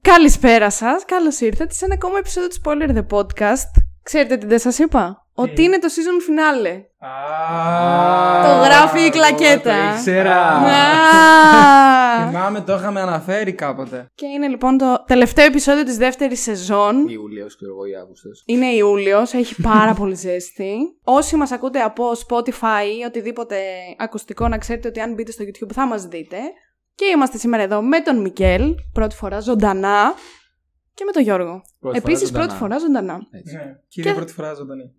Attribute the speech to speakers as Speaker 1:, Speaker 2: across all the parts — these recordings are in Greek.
Speaker 1: Καλησπέρα σας. Καλώς ήρθατε σε ένα ακόμα επεισόδιο του Spoiler The Podcast. Ξέρετε τι δεν σας είπα.
Speaker 2: Ε.
Speaker 1: Ότι είναι το season finale. Το γράφει η κλακέτα. Ναι.
Speaker 3: Το ήξερα.
Speaker 1: Α!
Speaker 3: Θυμάμαι, το είχαμε αναφέρει κάποτε.
Speaker 1: Και είναι λοιπόν το τελευταίο επεισόδιο της δεύτερης σεζόν.
Speaker 3: Ιούλιος, ξέρω εγώ, ή Αύγουστος.
Speaker 1: Είναι Ιούλιος, έχει πάρα πολύ ζέστη. Όσοι μας ακούτε από Spotify ή οτιδήποτε ακουστικό, να ξέρετε ότι αν μπείτε στο YouTube θα μας δείτε. Και είμαστε σήμερα εδώ με τον Μικέλ, πρώτη φορά ζωντανά. Και με τον Γιώργο.
Speaker 2: Πρώτη φορά
Speaker 1: Επίσης,
Speaker 2: ζωντανά.
Speaker 1: πρώτη φορά ζωντανά.
Speaker 2: Έτσι.
Speaker 3: Ναι. Κύριε
Speaker 1: Και-
Speaker 3: πρώτη φορά ζωντανή.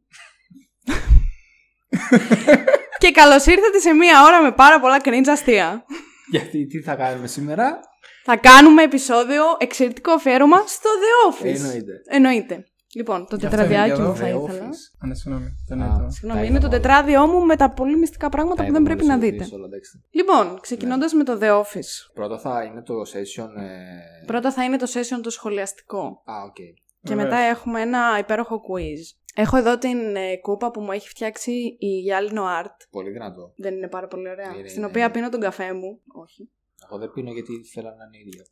Speaker 1: Και καλώς ήρθατε σε μία ώρα με πάρα πολλά cringe αστεία.
Speaker 2: Γιατί τι θα κάνουμε σήμερα,
Speaker 1: Θα κάνουμε επεισόδιο εξαιρετικό αφιέρωμα στο The Office.
Speaker 2: εννοείται.
Speaker 1: Εννοείται. Λοιπόν, το
Speaker 3: αυτό είναι
Speaker 1: τετραδιάκι
Speaker 3: και εδώ,
Speaker 1: μου θα
Speaker 2: The
Speaker 1: ήθελα.
Speaker 2: Office.
Speaker 3: Α, ναι, συγγνώμη. Δεν
Speaker 2: Α.
Speaker 3: είναι
Speaker 1: Συγγνώμη,
Speaker 2: Τα
Speaker 1: είναι το
Speaker 2: είδαμε όλα.
Speaker 1: τετράδιό μου με τα πολύ μυστικά πράγματα
Speaker 2: Τα
Speaker 1: που δεν
Speaker 2: είδαμε
Speaker 1: πρέπει να
Speaker 2: όλες τις
Speaker 1: δείτε.
Speaker 2: ειδήσεις, όλα, εντάξει. Ναι.
Speaker 1: Λοιπόν, ξεκινώντας με το The Office.
Speaker 2: Πρώτα θα είναι το session. ε,
Speaker 1: Πρώτα θα είναι το session το σχολιαστικό.
Speaker 2: Α, οκ.
Speaker 1: Και
Speaker 3: Βεβαίως.
Speaker 1: μετά έχουμε ένα υπέροχο quiz. Έχω εδώ την ε, κούπα που μου έχει φτιάξει η γυάλινο art.
Speaker 2: Πολύ δυνατό.
Speaker 1: Δεν είναι πάρα πολύ ωραία.
Speaker 2: Είναι,
Speaker 1: στην
Speaker 2: είναι,
Speaker 1: οποία
Speaker 2: είναι.
Speaker 1: πίνω τον καφέ μου. Όχι.
Speaker 2: Εγώ δεν πίνω γιατί θέλω να είναι ίδια.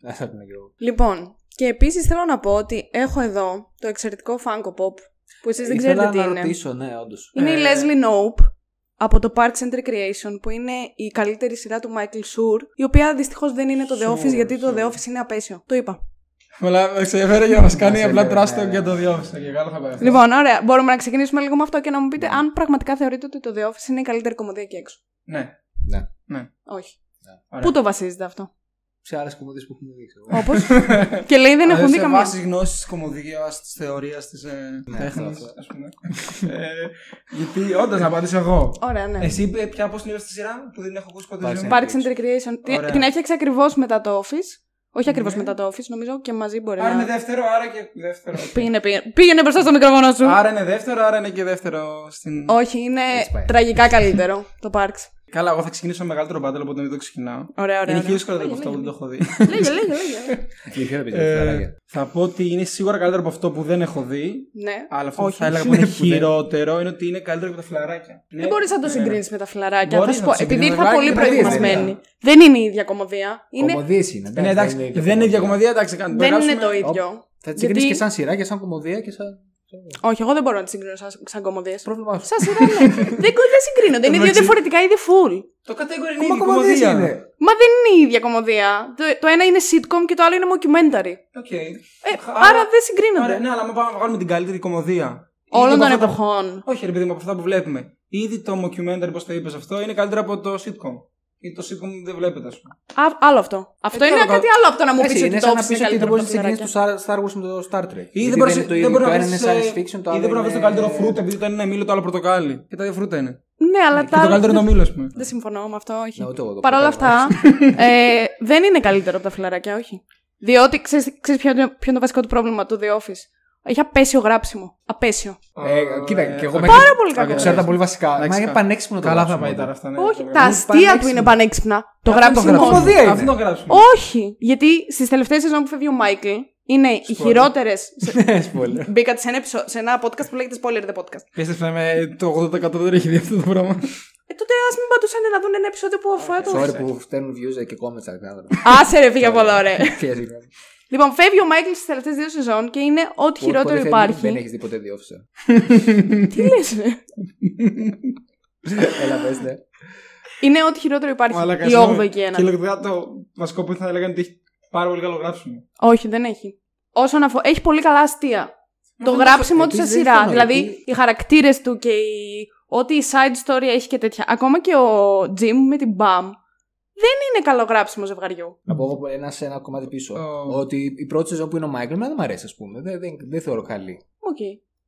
Speaker 2: Δεν θα πίνω κι εγώ.
Speaker 1: Λοιπόν, και επίσης θέλω να πω ότι έχω εδώ το εξαιρετικό Funko Pop που εσείς δεν ξέρετε
Speaker 2: Ήθελα
Speaker 1: τι
Speaker 2: να
Speaker 1: είναι.
Speaker 2: ρωτήσω, ναι, όντως.
Speaker 1: Είναι η
Speaker 3: Ε,
Speaker 1: Leslie Knope από το Parks and Recreation που είναι η καλύτερη σειρά του Michael Schur η οποία δυστυχώς δεν είναι το The Office
Speaker 3: Schur,
Speaker 1: γιατί το
Speaker 3: Schur.
Speaker 1: The Office είναι απέσιο. Το είπα.
Speaker 3: Μαλά, με ξεφέρε για να μας κάνει
Speaker 2: Μας
Speaker 3: απλά
Speaker 2: έφερε, ναι,
Speaker 3: τράστο
Speaker 2: ναι.
Speaker 3: και το διόφυσε. Και καλό θα πάει. αυτό.
Speaker 1: Λοιπόν, ωραία. Μπορούμε να ξεκινήσουμε λίγο με αυτό και να μου πείτε αν πραγματικά θεωρείτε ότι το The Office είναι η καλύτερη κομμωδία εκεί έξω.
Speaker 3: Ναι.
Speaker 2: Ναι.
Speaker 3: Ναι.
Speaker 1: Όχι.
Speaker 3: Ωραία.
Speaker 1: Πού το βασίζεται αυτό.
Speaker 2: Σε άλλες κομμωδίες που έχουμε δείξει. εγώ.
Speaker 1: Όπως. και λέει δεν έχουν δει
Speaker 3: Ε, Σε
Speaker 1: καμία.
Speaker 3: βάση γνώσης της κομμωδίας, της θεωρίας, της τέχνης,
Speaker 2: αυτό.
Speaker 3: α ε, πούμε. Ε, Γιατί, όντω, να απαντήσω εγώ.
Speaker 1: Ωραία, ναι.
Speaker 2: Ε,
Speaker 3: Εσύ είπε πια πώ την είδε στη σειρά που δεν έχω ακούσει ποτέ.
Speaker 2: Πάρε
Speaker 3: ζωή μου.
Speaker 1: Parks and Recreation. Τι-
Speaker 3: Ωραία.
Speaker 1: Την έφτιαξε ακριβώς μετά το Office. Όχι ακριβώς
Speaker 3: Ναι.
Speaker 1: μετά το Office, νομίζω και μαζί μπορεί
Speaker 3: Άρα είναι
Speaker 1: να.
Speaker 3: δεύτερο, άρα και δεύτερο.
Speaker 1: Πήγαινε, πήγαινε, πήγαινε μπροστά στο μικρόφωνο σου.
Speaker 3: Άρα είναι δεύτερο, άρα είναι και δεύτερο στην.
Speaker 1: Όχι, είναι
Speaker 2: Έτσι πάει.
Speaker 1: τραγικά καλύτερο το Parks.
Speaker 3: Καλά, εγώ θα ξεκινήσω με μεγαλύτερο μπάντελ, οπότε μην το ξεκινάω.
Speaker 1: Ωραία, ωραία.
Speaker 3: είναι
Speaker 1: ωραία.
Speaker 3: χίλιο καλύτερο από αυτό, δεν το έχω δει.
Speaker 1: Λέγε, λέγε, λέγε.
Speaker 2: Και ποιο έπαιζε,
Speaker 3: Ε,
Speaker 2: φιλαράκια.
Speaker 3: θα πω ότι είναι σίγουρα καλύτερο από αυτό που δεν έχω δει.
Speaker 1: ναι.
Speaker 3: Αλλά αυτό
Speaker 1: Όχι.
Speaker 3: που θα έλεγα που είναι χειρότερο είναι ότι είναι καλύτερο από τα φιλαράκια.
Speaker 1: Δεν μπορείς να το συγκρίνεις με τα φιλαράκια.
Speaker 3: Ναι. Μπορείς
Speaker 1: Θα σου
Speaker 3: να
Speaker 1: πω,
Speaker 3: το συγκρίνεις
Speaker 1: επειδή
Speaker 3: με
Speaker 1: ήρθα
Speaker 3: τα
Speaker 1: πολύ
Speaker 3: φιλαράκια, είναι
Speaker 1: προετοιμασμένη.
Speaker 3: ίδια.
Speaker 1: Δεν είναι η ίδια κομμωδία. Είναι...
Speaker 2: Κομμωδίες είναι.
Speaker 3: Ναι, εντάξει, δεν είναι ίδια κομμωδία, εντάξει, κάνε το,
Speaker 1: Δεν είναι
Speaker 3: γράψουμε.
Speaker 1: το ίδιο.
Speaker 2: Θα τις
Speaker 1: Γιατί-
Speaker 2: συγκρίνει και σαν σειρά και σαν κομμωδία και σαν.
Speaker 1: Όχι, εγώ δεν μπορώ να τη συγκρίνω σαν, σαν κομμωδίες.
Speaker 2: Πρόβλημα σου.
Speaker 1: Σαν σειρά, ναι. δεν, δεν συγκρίνονται. Είναι δύο
Speaker 3: Εντάξει.
Speaker 1: διαφορετικά είδη full.
Speaker 3: Το κατέγκορι είναι
Speaker 2: Μα
Speaker 3: η
Speaker 2: κομμωδίες
Speaker 3: κομμωδία.
Speaker 2: είναι.
Speaker 1: Μα δεν είναι η ίδια κομμωδία. Το, το ένα είναι sitcom και το άλλο είναι mockumentary.
Speaker 3: Οκ.
Speaker 1: Ε,
Speaker 3: Άρα-
Speaker 1: άρα, δεν συγκρίνονται.
Speaker 3: Ωραία, ναι, αλλά άμα πάμε να βγάλουμε την καλύτερη κομμωδία.
Speaker 1: Όλων
Speaker 3: Ήδη
Speaker 1: των
Speaker 3: από αυτά τα-
Speaker 1: εποχών.
Speaker 3: Όχι, ρε παιδί μου, από αυτά που βλέπουμε. Ήδη το mockumentary, πώς το είπες αυτό, είναι καλύτερο από το sitcom. Γιατί το sitcom δεν βλέπετε, ας πούμε.
Speaker 1: Α, άλλο αυτό. Αυτό
Speaker 3: Ε,
Speaker 1: είναι
Speaker 3: τώρα,
Speaker 1: κάτι άλλο από το να μου
Speaker 2: Εντάξει,
Speaker 1: πεις ότι
Speaker 2: είναι
Speaker 1: το
Speaker 2: σαν να
Speaker 1: Office
Speaker 2: πεις
Speaker 1: είναι
Speaker 2: ότι δεν
Speaker 1: καλύτερο
Speaker 2: μπορεί να
Speaker 1: από τα
Speaker 2: συγκρίνει του
Speaker 1: φιλαράκια.
Speaker 2: Star Wars με το Star Trek.
Speaker 3: Ή
Speaker 2: Γιατί
Speaker 3: δεν μπορείς
Speaker 2: είναι
Speaker 3: να
Speaker 2: το
Speaker 3: βρει
Speaker 2: ίδιο. Το ένα είναι
Speaker 3: βρεις, ε,
Speaker 2: science fiction, το
Speaker 3: Ή
Speaker 2: άλλο.
Speaker 3: δεν μπορείς να βρει
Speaker 2: είναι-
Speaker 3: το καλύτερο φρούτο, επειδή το ένα είναι μήλο, το άλλο πορτοκάλι. Και τα δύο φρούτα είναι.
Speaker 1: Ναι,
Speaker 2: Ε,
Speaker 1: αλλά
Speaker 3: Και το
Speaker 1: τα
Speaker 3: καλύτερο είναι το μήλο, ας πούμε.
Speaker 1: Δεν συμφωνώ με αυτό, όχι.
Speaker 2: Ναι, ούτε εγώ το
Speaker 1: Παρ' όλα
Speaker 2: προκαλώ.
Speaker 1: αυτά, ε, δεν είναι καλύτερο από τα φιλαράκια, όχι. Διότι ξέρεις ποιο, είναι- ποιο είναι το βασικό του πρόβλημα του The Office. Έχει απέσιο γράψιμο. Απέσιο.
Speaker 2: Ε, Κοίτα, και εγώ
Speaker 3: Πάρα
Speaker 2: μέχρι-
Speaker 1: πολύ κακό.
Speaker 2: Α, Ξέρω τα πολύ βασικά.
Speaker 3: Εντάξει,
Speaker 2: Μα είναι
Speaker 3: καλά.
Speaker 2: πανέξυπνο το
Speaker 3: Καλά θα
Speaker 2: γράψιμο.
Speaker 3: πάει τώρα αυτά. ναι.
Speaker 1: όχι,
Speaker 3: Το
Speaker 1: τα
Speaker 3: γράψουμε.
Speaker 1: αστεία του είναι πανέξυπνα.
Speaker 3: Ε,
Speaker 1: Το
Speaker 2: Αυτό το
Speaker 1: γράψιμο.
Speaker 2: γράψιμο.
Speaker 1: όχι.
Speaker 2: Κομμωδία είναι.
Speaker 3: Αυτό το γράψουμε.
Speaker 1: όχι. Γιατί στις τελευταίες σεζόν που φεύγει ο Μάικλ είναι οι
Speaker 3: Spoiler. Ναι,
Speaker 1: χειρότερε.
Speaker 2: Spoiler.
Speaker 1: Μπήκα σε ένα, επεισο- σε ένα podcast που λέγεται Spoiler the Podcast.
Speaker 3: Πίστεψε με το 80% δεν έχει δει αυτό το πράγμα.
Speaker 1: Ε, τότε ας μην πατούσαν να δουν ένα επεισόδιο που αφορά το.
Speaker 2: Sorry που φταίνουν views και comments αργότερα.
Speaker 1: Άσε ρε, φύγε από εδώ, ρε.
Speaker 2: Φύγε, συγγνώμη.
Speaker 1: Λοιπόν, φεύγει ο Μάικλ στις τελευταίες δύο σεζόν και είναι ό,τι
Speaker 2: Πολύ-
Speaker 1: χειρότερο
Speaker 2: πολύ φεύγει, Δεν
Speaker 1: υπάρχει.
Speaker 2: έχεις δει ποτέ The Office.
Speaker 1: Τι λες, ρε.
Speaker 2: Έλα, πες, ναι.
Speaker 1: Είναι ό,τι χειρότερο υπάρχει.
Speaker 3: Μαλάκα,
Speaker 1: η
Speaker 3: συγγνώμη.
Speaker 1: 8η και ένα.
Speaker 3: Και λογικά το βασικό που θα έλεγαν ότι έχει πάρα πολύ καλό γράψιμο.
Speaker 1: Όχι, δεν έχει. Όσον αφορά. Έχει πολύ καλά αστεία. το
Speaker 2: δεν
Speaker 1: γράψιμο
Speaker 2: το-
Speaker 1: του σε
Speaker 2: επίσης
Speaker 1: σειρά.
Speaker 2: δεν το
Speaker 1: δηλαδή
Speaker 2: γιατί-
Speaker 1: οι χαρακτήρες του και η... ό,τι η side story έχει και τέτοια. Ακόμα και ο Jim με την Bam δεν είναι καλό γράψιμο ζευγαριού.
Speaker 2: Να πω εγώ ένα, σε ένα κομμάτι πίσω.
Speaker 3: Oh.
Speaker 2: Ότι η πρώτη σεζόν που είναι ο Μάικλ, εμένα δεν μου αρέσει, ας πούμε. Δεν, δεν, δεν θεωρώ καλή.
Speaker 1: Οκ.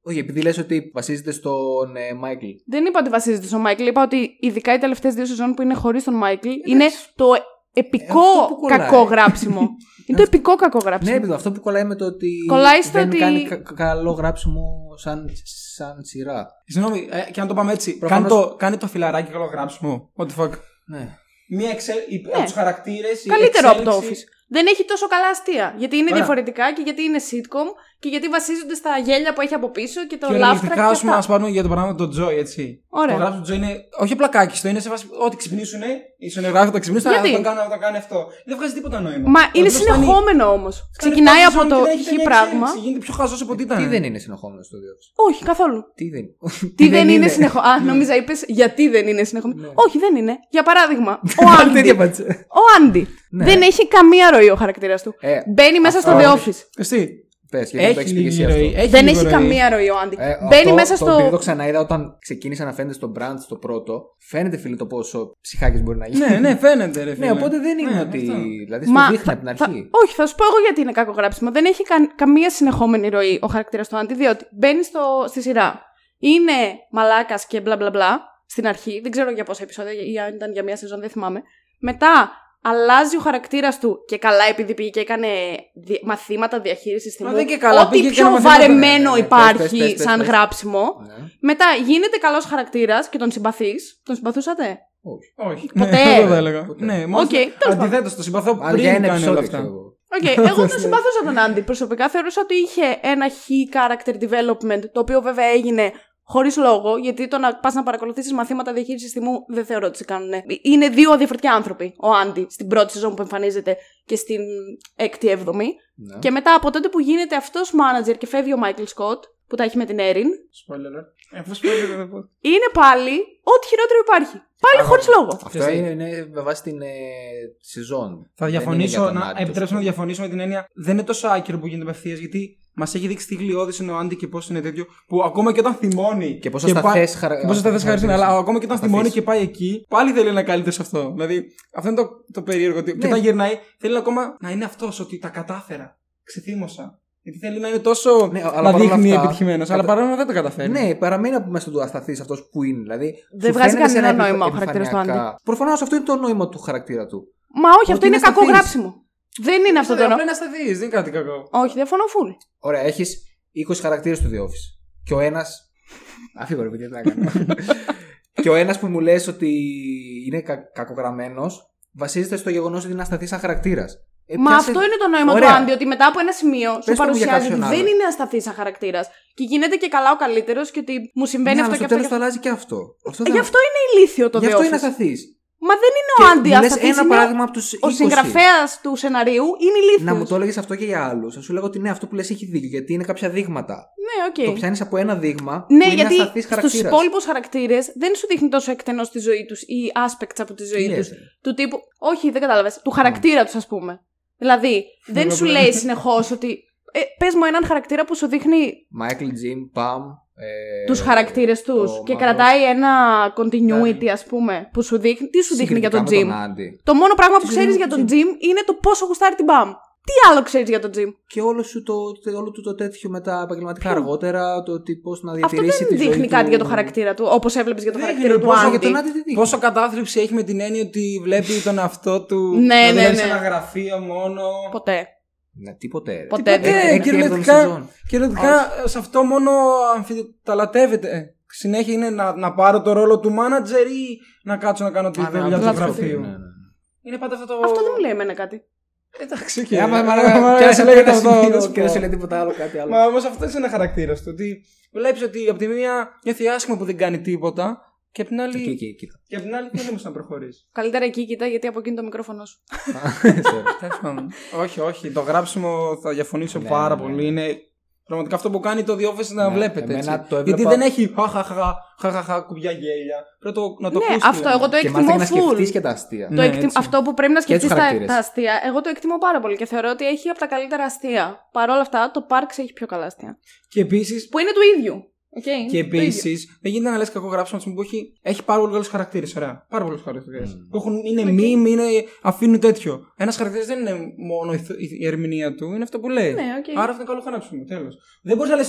Speaker 2: Όχι, επειδή λες ότι βασίζεται στον ε, Μάικλ.
Speaker 1: Δεν είπα ότι βασίζεται στον Μάικλ. Είπα ότι ειδικά οι τελευταίες δύο σεζόν που είναι χωρίς τον Μάικλ είναι το
Speaker 2: αυτό
Speaker 1: επικό
Speaker 2: που κολλάει.
Speaker 1: κακό γράψιμο. είναι το επικό κακό
Speaker 2: Ναι,
Speaker 1: γράψιμο.
Speaker 2: επειδή αυτό που κολλάει με το ότι.
Speaker 1: Κολλάει στο
Speaker 2: δεν
Speaker 1: ότι-
Speaker 2: κάνει κα- κα- καλό γράψιμο σαν, σαν σειρά.
Speaker 3: Συγγνώμη, ε, και αν το πάμε έτσι.
Speaker 2: Προφανώς-
Speaker 3: Κάνει το, κάνει το φιλαράκι καλό γράψιμο. What the fuck.
Speaker 2: Ναι.
Speaker 3: Μία εξε... η- από τους χαρακτήρες.
Speaker 1: Καλύτερο από το Office. Δεν έχει τόσο καλά αστεία. Γιατί είναι
Speaker 3: Ωραία.
Speaker 1: διαφορετικά και γιατί είναι sitcom και γιατί βασίζονται στα γέλια που έχει από πίσω και το
Speaker 3: Και
Speaker 1: laugh track. Και
Speaker 3: ερευνητικά, ας πούμε,
Speaker 1: αυτά.
Speaker 3: ας πάρουμε για το πράγμα το Joy, έτσι. Το
Speaker 1: Ωραία.
Speaker 3: γράψιμο του Τζο είναι. Όχι πλακάκι, το είναι σε βάση. Ό,τι ξυπνήσουν, οι σονογράφοι τα ξυπνήσουν. Θα
Speaker 1: Γιατί?
Speaker 3: τον κάνω, θα κάνω αυτό. Δεν βγάζει τίποτα νόημα.
Speaker 1: Μα
Speaker 3: Απλώς
Speaker 1: είναι
Speaker 3: φτάνει-
Speaker 1: συνεχόμενο όμω.
Speaker 3: φτάνει
Speaker 1: Ξεκινάει
Speaker 3: φτάνει
Speaker 1: από
Speaker 3: ζώνη
Speaker 1: το
Speaker 3: και δεν έχει
Speaker 1: χ
Speaker 3: τελεία
Speaker 1: πράγμα.
Speaker 3: εξέλιξη. Γίνεται πιο χαζό από ό,τι ήταν.
Speaker 2: Τι δεν είναι συνεχόμενο στο διόρθωση.
Speaker 1: Όχι, καθόλου.
Speaker 2: Τι δεν
Speaker 1: Τι δεν είναι συνεχόμενο. Α, νόμιζα είπες γιατί δεν είναι
Speaker 2: Ναι.
Speaker 1: συνεχόμενο. Όχι, δεν είναι. Για παράδειγμα, ο
Speaker 2: Άλλη
Speaker 1: Άντι.
Speaker 2: τέτοια πατσέ.
Speaker 1: Ο Άντι.
Speaker 2: Ναι.
Speaker 1: Δεν έχει καμία ροή ο χαρακτήρας του.
Speaker 2: Ε,
Speaker 1: Μπαίνει μέσα στο
Speaker 2: αυτό
Speaker 1: The
Speaker 2: όχι.
Speaker 1: Office.
Speaker 3: Εσύ.
Speaker 2: πες, γιατί το
Speaker 3: Έχει
Speaker 2: έχεις πει
Speaker 3: λίγη
Speaker 2: εσύ
Speaker 3: ροή.
Speaker 2: αυτό.
Speaker 3: Έχει
Speaker 1: Δεν
Speaker 3: λίγο
Speaker 1: έχει
Speaker 3: ροή.
Speaker 1: καμία ροή ο Άντι.
Speaker 2: Ε,
Speaker 1: Μπαίνει
Speaker 2: αυτό-
Speaker 1: μέσα
Speaker 2: Το επειδή το
Speaker 1: στο.
Speaker 2: ξαναείδα όταν ξεκίνησα να φαίνεται στο brand στο πρώτο, φαίνεται φίλε το πόσο ψυχάκες μπορεί να γίνει.
Speaker 3: Ναι, ναι, φαίνεται ρε φίλε.
Speaker 2: Ναι, οπότε δεν είναι
Speaker 3: Ναι,
Speaker 2: ότι.
Speaker 3: αυτό.
Speaker 2: Δηλαδή, σου δείχνει από την
Speaker 1: θα-
Speaker 2: αρχή.
Speaker 1: όχι, θα σου πω εγώ γιατί είναι κακό γράψιμο. Δεν έχει καν- καμία συνεχόμενη ροή ο χαρακτήρας του Άντι, διότι μπαίνει στο, στη σειρά. Είναι μαλάκας και μπλα μπλα μπλα στην αρχή. Δεν ξέρω για πόσα επεισόδια ή αν ήταν για μία σεζόν, δεν θυμάμαι. Μετά αλλάζει ο χαρακτήρας του και καλά επειδή πήγε και έκανε δι- μαθήματα διαχείρισης
Speaker 3: Μα
Speaker 1: θυμού.
Speaker 3: δεν και καλά,
Speaker 1: Ό,τι
Speaker 3: πήγε και
Speaker 1: πιο
Speaker 3: έκανε μαθήματα,
Speaker 1: βαρεμένο
Speaker 2: ναι, ναι, ναι.
Speaker 1: υπάρχει
Speaker 2: Πες, πες, πες,
Speaker 1: σαν
Speaker 2: πες.
Speaker 1: γράψιμο.
Speaker 2: Ναι.
Speaker 1: Μετά γίνεται καλό χαρακτήρα και τον συμπαθεί. Τον συμπαθούσατε.
Speaker 2: Όχι.
Speaker 3: Όχι.
Speaker 1: Ποτέ.
Speaker 3: Ναι, αυτό θα έλεγα.
Speaker 2: Ποτέ.
Speaker 3: Ναι,
Speaker 1: Οκ,
Speaker 3: μάλιστα.
Speaker 1: τέλος πάντων.
Speaker 3: Αντιθέτω, το συμπαθώ
Speaker 2: Αλλά
Speaker 3: πριν
Speaker 2: για
Speaker 3: κάνει
Speaker 2: ένα
Speaker 3: όλα
Speaker 2: επεισόδιο ξέρω
Speaker 3: αυτά.
Speaker 2: εγώ.
Speaker 1: Οκ, εγώ τον συμπαθούσα τον Άντι προσωπικά. Θεωρούσα ότι είχε ένα χι character development, το οποίο βέβαια έγινε χωρίς λόγο, γιατί το να πας να παρακολουθήσεις μαθήματα διαχείρισης θυμού δεν θεωρώ ότι σε κάνουν. Είναι δύο διαφορετικοί άνθρωποι. Ο Άντι στην πρώτη σεζόν που εμφανίζεται και στην έκτη-έβδομη.
Speaker 2: Ναι.
Speaker 1: Και μετά από τότε που γίνεται αυτός manager και φεύγει ο Μάικλ Σκοτ, που τα έχει με την Έριν,
Speaker 3: Spoiler. alert. Ε, Αφού spoiler δεν θα πω.
Speaker 1: είναι πάλι ό,τι χειρότερο υπάρχει. Πάλι χωρί
Speaker 2: ναι.
Speaker 1: λόγο.
Speaker 2: Αυτό είναι, είναι με βάση την ε, σεζόν.
Speaker 3: Θα
Speaker 2: Δεν
Speaker 3: διαφωνήσω,
Speaker 2: είναι για τον
Speaker 3: να ε,
Speaker 2: Άρη,
Speaker 3: επιτρέψω να
Speaker 2: τόσο.
Speaker 3: διαφωνήσω με την έννοια δεν είναι τόσο άκυρο που γίνεται απευθείας γιατί μας έχει δείξει τι γλιώδη είναι ο Άντι και πώς είναι τέτοιο που ακόμα και όταν θυμώνει.
Speaker 2: Και πόσο σταθές χαρα-
Speaker 3: και πόσο σταθές χαρακτηρίζει, Αλλά ακόμα και όταν
Speaker 2: Ασταθείς.
Speaker 3: θυμώνει και πάει εκεί, πάλι θέλει να καλύτερο σε αυτό. Δηλαδή αυτό είναι το, το περίεργο. ότι- Και
Speaker 2: Ναι.
Speaker 3: όταν γυρνάει, θέλει ακόμα να είναι αυτός ότι τα κατάφερα. Ξεθύμωσα. Γιατί θέλει να είναι τόσο.
Speaker 2: Ναι, αλλά
Speaker 3: να
Speaker 2: παρόλα
Speaker 3: δείχνει
Speaker 2: αυτά,
Speaker 3: επιτυχημένος. Αλλά
Speaker 2: κατα-
Speaker 3: παρόλα αυτά δεν τα καταφέρει.
Speaker 2: Ναι, παραμένει από μέσα του ασταθή αυτός που είναι. Δηλαδή,
Speaker 1: Ε, Δεν
Speaker 2: σου
Speaker 1: βγάζει
Speaker 2: φαίνεται σε
Speaker 1: κανένα
Speaker 2: ένα
Speaker 1: νόημα ο
Speaker 2: επιφα-
Speaker 1: χαρακτήρας του
Speaker 2: επιφανειακά. Προφανώς αυτό είναι το νόημα του χαρακτήρα του.
Speaker 1: Μα όχι, αυτό
Speaker 2: Ότι
Speaker 1: είναι
Speaker 2: είναι
Speaker 1: κακό
Speaker 2: σταθείς.
Speaker 1: γράψιμο. Δεν είναι αυτό το νο-
Speaker 3: Απλά είναι ασταθή, δεν είναι κάτι κακό.
Speaker 2: ναι.
Speaker 1: Όχι, διαφωνώ φουλ.
Speaker 2: Ωραία, έχεις 20 χαρακτήρε του The Office. Και ο ένας. Αφήγω ρε, παιδιά, τι να κάνω. και ο ένας που μου λες ότι είναι κα- κακογραμμένος βασίζεται στο γεγονός ότι είναι ασταθή σαν Ε, χαρακτήρα.
Speaker 1: Μα αυτό είναι το νόημα
Speaker 2: Ωραία.
Speaker 1: του Άντι, ότι μετά από ένα σημείο σου
Speaker 2: Πες το μου για
Speaker 1: παρουσιάζει ότι
Speaker 2: κάποιον
Speaker 1: δεν
Speaker 2: άλλο.
Speaker 1: είναι ασταθή σαν χαρακτήρας. Και γίνεται και καλά ο καλύτερος και ότι μου συμβαίνει
Speaker 2: ναι,
Speaker 1: αυτό
Speaker 2: αλλά
Speaker 1: και
Speaker 2: στο
Speaker 1: αυτό. Και...
Speaker 2: τέλος το αλλάζει και αυτό. Αυτό
Speaker 1: αυτό. Ε,
Speaker 2: θα-
Speaker 1: Γι' αυτό είναι ηλίθιο το
Speaker 2: Γι'
Speaker 1: The
Speaker 2: αυτό είναι
Speaker 1: Office.
Speaker 2: ασταθή.
Speaker 1: Μα δεν είναι ο Άντι ασταθή.
Speaker 2: ένα παράδειγμα από τους.
Speaker 1: Ο συγγραφέας του σεναρίου είναι
Speaker 2: Να
Speaker 1: ηλίθιο.
Speaker 2: μου το έλεγες αυτό και για άλλους. Θα σου λέγω ότι ναι, αυτό που λες έχει δίκιο. Γιατί είναι κάποια δείγματα.
Speaker 1: Ναι, οκ.
Speaker 2: Το πιάνεις από ένα δείγμα
Speaker 1: Ναι,
Speaker 2: που είναι
Speaker 1: γιατί
Speaker 2: ασταθή
Speaker 1: στους
Speaker 2: χαρακτήρας.
Speaker 1: υπόλοιπους χαρακτήρες δεν σου δείχνει τόσο εκτενώς τη ζωή τους ή aspects από τη ζωή του. Του τύπου. Όχι, δεν κατάλαβες. Του χαρακτήρα τους, ας πούμε. Δηλαδή, δεν
Speaker 3: Εγώ
Speaker 1: σου
Speaker 3: πλέον.
Speaker 1: λέει συνεχώς ότι. Ε, Πες μου έναν χαρακτήρα που σου δείχνει
Speaker 2: Μάικλ, Τζιμ, Παμ. ε,
Speaker 1: τους χαρακτήρες του
Speaker 2: το
Speaker 1: και
Speaker 2: μαύρο- Ναι.
Speaker 1: κρατάει ένα continuity, ας πούμε, που σου δείχνει. Τι σου δείχνει για τον
Speaker 2: Συγκριτικά με
Speaker 1: Jim.
Speaker 2: Άντι.
Speaker 1: Το μόνο πράγμα που
Speaker 2: Τι
Speaker 1: ξέρει
Speaker 2: δείχνει
Speaker 1: για
Speaker 2: για
Speaker 1: τον
Speaker 2: τον
Speaker 1: Jim είναι το πόσο γουστάρει την μπαμ. Τι άλλο ξέρεις για τον Jim.
Speaker 2: και όλο, σου το, το- όλο του το τέτοιο με τα επαγγελματικά αργότερα, το ότι πώ να
Speaker 1: Αυτό
Speaker 2: διατηρήσει
Speaker 1: δεν
Speaker 2: τη ζωή
Speaker 1: δείχνει
Speaker 2: του.
Speaker 1: κάτι για τον χαρακτήρα του, όπως έβλεπες για τον
Speaker 3: Δεν
Speaker 1: χαρακτήρα
Speaker 3: δείχνει
Speaker 1: του
Speaker 3: πόσο
Speaker 1: Άντι.
Speaker 2: Για τον Άντι δεν δείχνει.
Speaker 3: Πόσο κατάθλιψη έχει με την έννοια ότι βλέπει τον αυτό του
Speaker 1: Ναι,
Speaker 3: να
Speaker 1: ναι,
Speaker 3: δουλεύει σε
Speaker 1: ναι.
Speaker 3: ένα γραφείο μόνο.
Speaker 1: Ποτέ.
Speaker 2: Ναι, τίποτε. ρε.
Speaker 1: Ποτέ
Speaker 2: Έκτη-
Speaker 1: δεν
Speaker 3: Ναι,
Speaker 1: είναι.
Speaker 2: έκτη-
Speaker 3: και
Speaker 2: έβδομη
Speaker 3: κυριολεκτικά,
Speaker 2: σεζόν.
Speaker 3: κυριολεκτικά σε αυτό μόνο αμφιταλατεύεται. Ε, Συνέχεια είναι να, να πάρω το ρόλο του μάνατζερ ή να κάτσω να κάνω τη
Speaker 2: Α, ναι,
Speaker 3: δουλειά
Speaker 2: αυτό
Speaker 3: του
Speaker 1: ναι,
Speaker 3: γραφείου.
Speaker 2: ναι, ναι.
Speaker 3: Είναι πάντα αυτό το. Ε,
Speaker 1: Αυτό δεν μου λέει εμένα κάτι.
Speaker 3: Εντάξει,
Speaker 2: Και
Speaker 3: και.
Speaker 2: άμα
Speaker 3: δεν
Speaker 2: πιάσει
Speaker 3: σε
Speaker 2: Ε, λέγεται
Speaker 3: λέγεται
Speaker 2: αυτό
Speaker 3: αυτό. δεν σου
Speaker 2: και δεν
Speaker 3: πω.
Speaker 2: σε λέει τίποτα άλλο, κάτι άλλο.
Speaker 3: Μα όμως αυτό είναι ένα χαρακτήρας του. Ότι βλέπεις ότι από τη μία νιώθει άσχημα που δεν κάνει τίποτα και απ' την άλλη.
Speaker 1: Ναι.
Speaker 2: Εκεί, εκεί, εκεί.
Speaker 3: Και απ' την άλλη δεν όμως να προχωρήσει.
Speaker 1: Καλύτερα εκεί κοιτά γιατί από εκείνο το μικρόφωνο σου.
Speaker 3: Τέλος πάντων. όχι, όχι. Το γράψιμο θα διαφωνήσω
Speaker 2: Ναι,
Speaker 3: πάρα
Speaker 2: ναι, ναι.
Speaker 3: πολύ. Είναι πραγματικά αυτό που κάνει το The Office να
Speaker 2: Ναι,
Speaker 3: βλέπετε.
Speaker 2: εμένα
Speaker 3: έτσι.
Speaker 2: το έβλεπα-
Speaker 3: Γιατί δεν έχει χαχαχα, χαχαχα, κουμπιά γέλια. Πρέπει να το, να το
Speaker 1: ναι,
Speaker 3: ακούσει.
Speaker 1: αυτό εγώ το
Speaker 2: Και μάλιστα
Speaker 1: εκτιμώ
Speaker 2: και να
Speaker 1: full.
Speaker 2: σκεφτείς και τα αστεία.
Speaker 1: Το
Speaker 3: Ναι,
Speaker 1: εκτιμ-
Speaker 3: έτσι.
Speaker 1: Αυτό που πρέπει να
Speaker 2: Και τους
Speaker 1: σκεφτείς τα,
Speaker 2: χαρακτήρες.
Speaker 1: τα αστεία, εγώ το εκτιμώ πάρα πολύ και θεωρώ ότι έχει από τα καλύτερα αστεία. Παρ' όλα αυτά, το Parks έχει πιο καλά αστεία.
Speaker 3: Και επίσης.
Speaker 1: Που είναι του ίδιου. Okay, είναι του
Speaker 3: Και
Speaker 1: ίδιου.
Speaker 3: επίσης, δεν γίνεται να λες κακό γράψιμο ας πούμε, που έχει, έχει πάρα πολύ καλούς χαρακτήρες. Ωραία. Πάρα πολλούς χαρακτήρες.
Speaker 2: Mm.
Speaker 3: Που έχουν, είναι meme, είναι, αφήνουν τέτοιο. Ένας χαρακτήρας δεν είναι μόνο η, θ- η- η ερμηνεία του, είναι αυτό που λέει.
Speaker 1: Ναι, οκ.
Speaker 3: Άρα αυτό είναι καλό γράψιμο. Τέλος. Δεν μπορείς να λες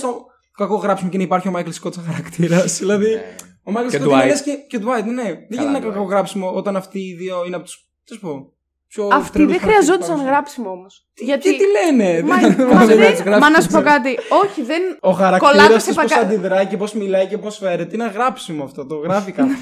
Speaker 3: κακό γράψιμο και να υπάρχει ο Μάικλ Σκότ σαν χαρακτήρας. δηλαδή.
Speaker 2: Ναι.
Speaker 3: Ο Μάικλ
Speaker 2: Και
Speaker 3: Σκότ είναι
Speaker 2: Dwight.
Speaker 3: λες και, και Dwight, ναι. Δεν γίνεται ένα
Speaker 2: Dwight.
Speaker 3: κακό γράψιμο όταν αυτοί οι δύο είναι από τους. Τι σου πω. Πιο
Speaker 1: Αυτοί
Speaker 3: τρελούς
Speaker 1: δεν
Speaker 3: χαρακτήρες
Speaker 1: χρειαζόντουσαν
Speaker 3: πάνω.
Speaker 1: γράψιμο όμω. Γιατί.
Speaker 3: Και τι λένε.
Speaker 1: Μα,
Speaker 3: δεν-
Speaker 1: μα,
Speaker 3: δεν
Speaker 1: δεν-
Speaker 3: χρειάζεται
Speaker 1: μα να σου
Speaker 3: γράψιμο.
Speaker 1: πω κάτι. Όχι, δεν.
Speaker 3: Ο
Speaker 1: Κολλάτε
Speaker 3: χαρακτήρα
Speaker 1: σε
Speaker 3: τη πώ
Speaker 1: πακα-
Speaker 3: αντιδράει και πώς μιλάει και πώς φέρεται. Είναι γράψιμο αυτό. Το γράφει κάποιος.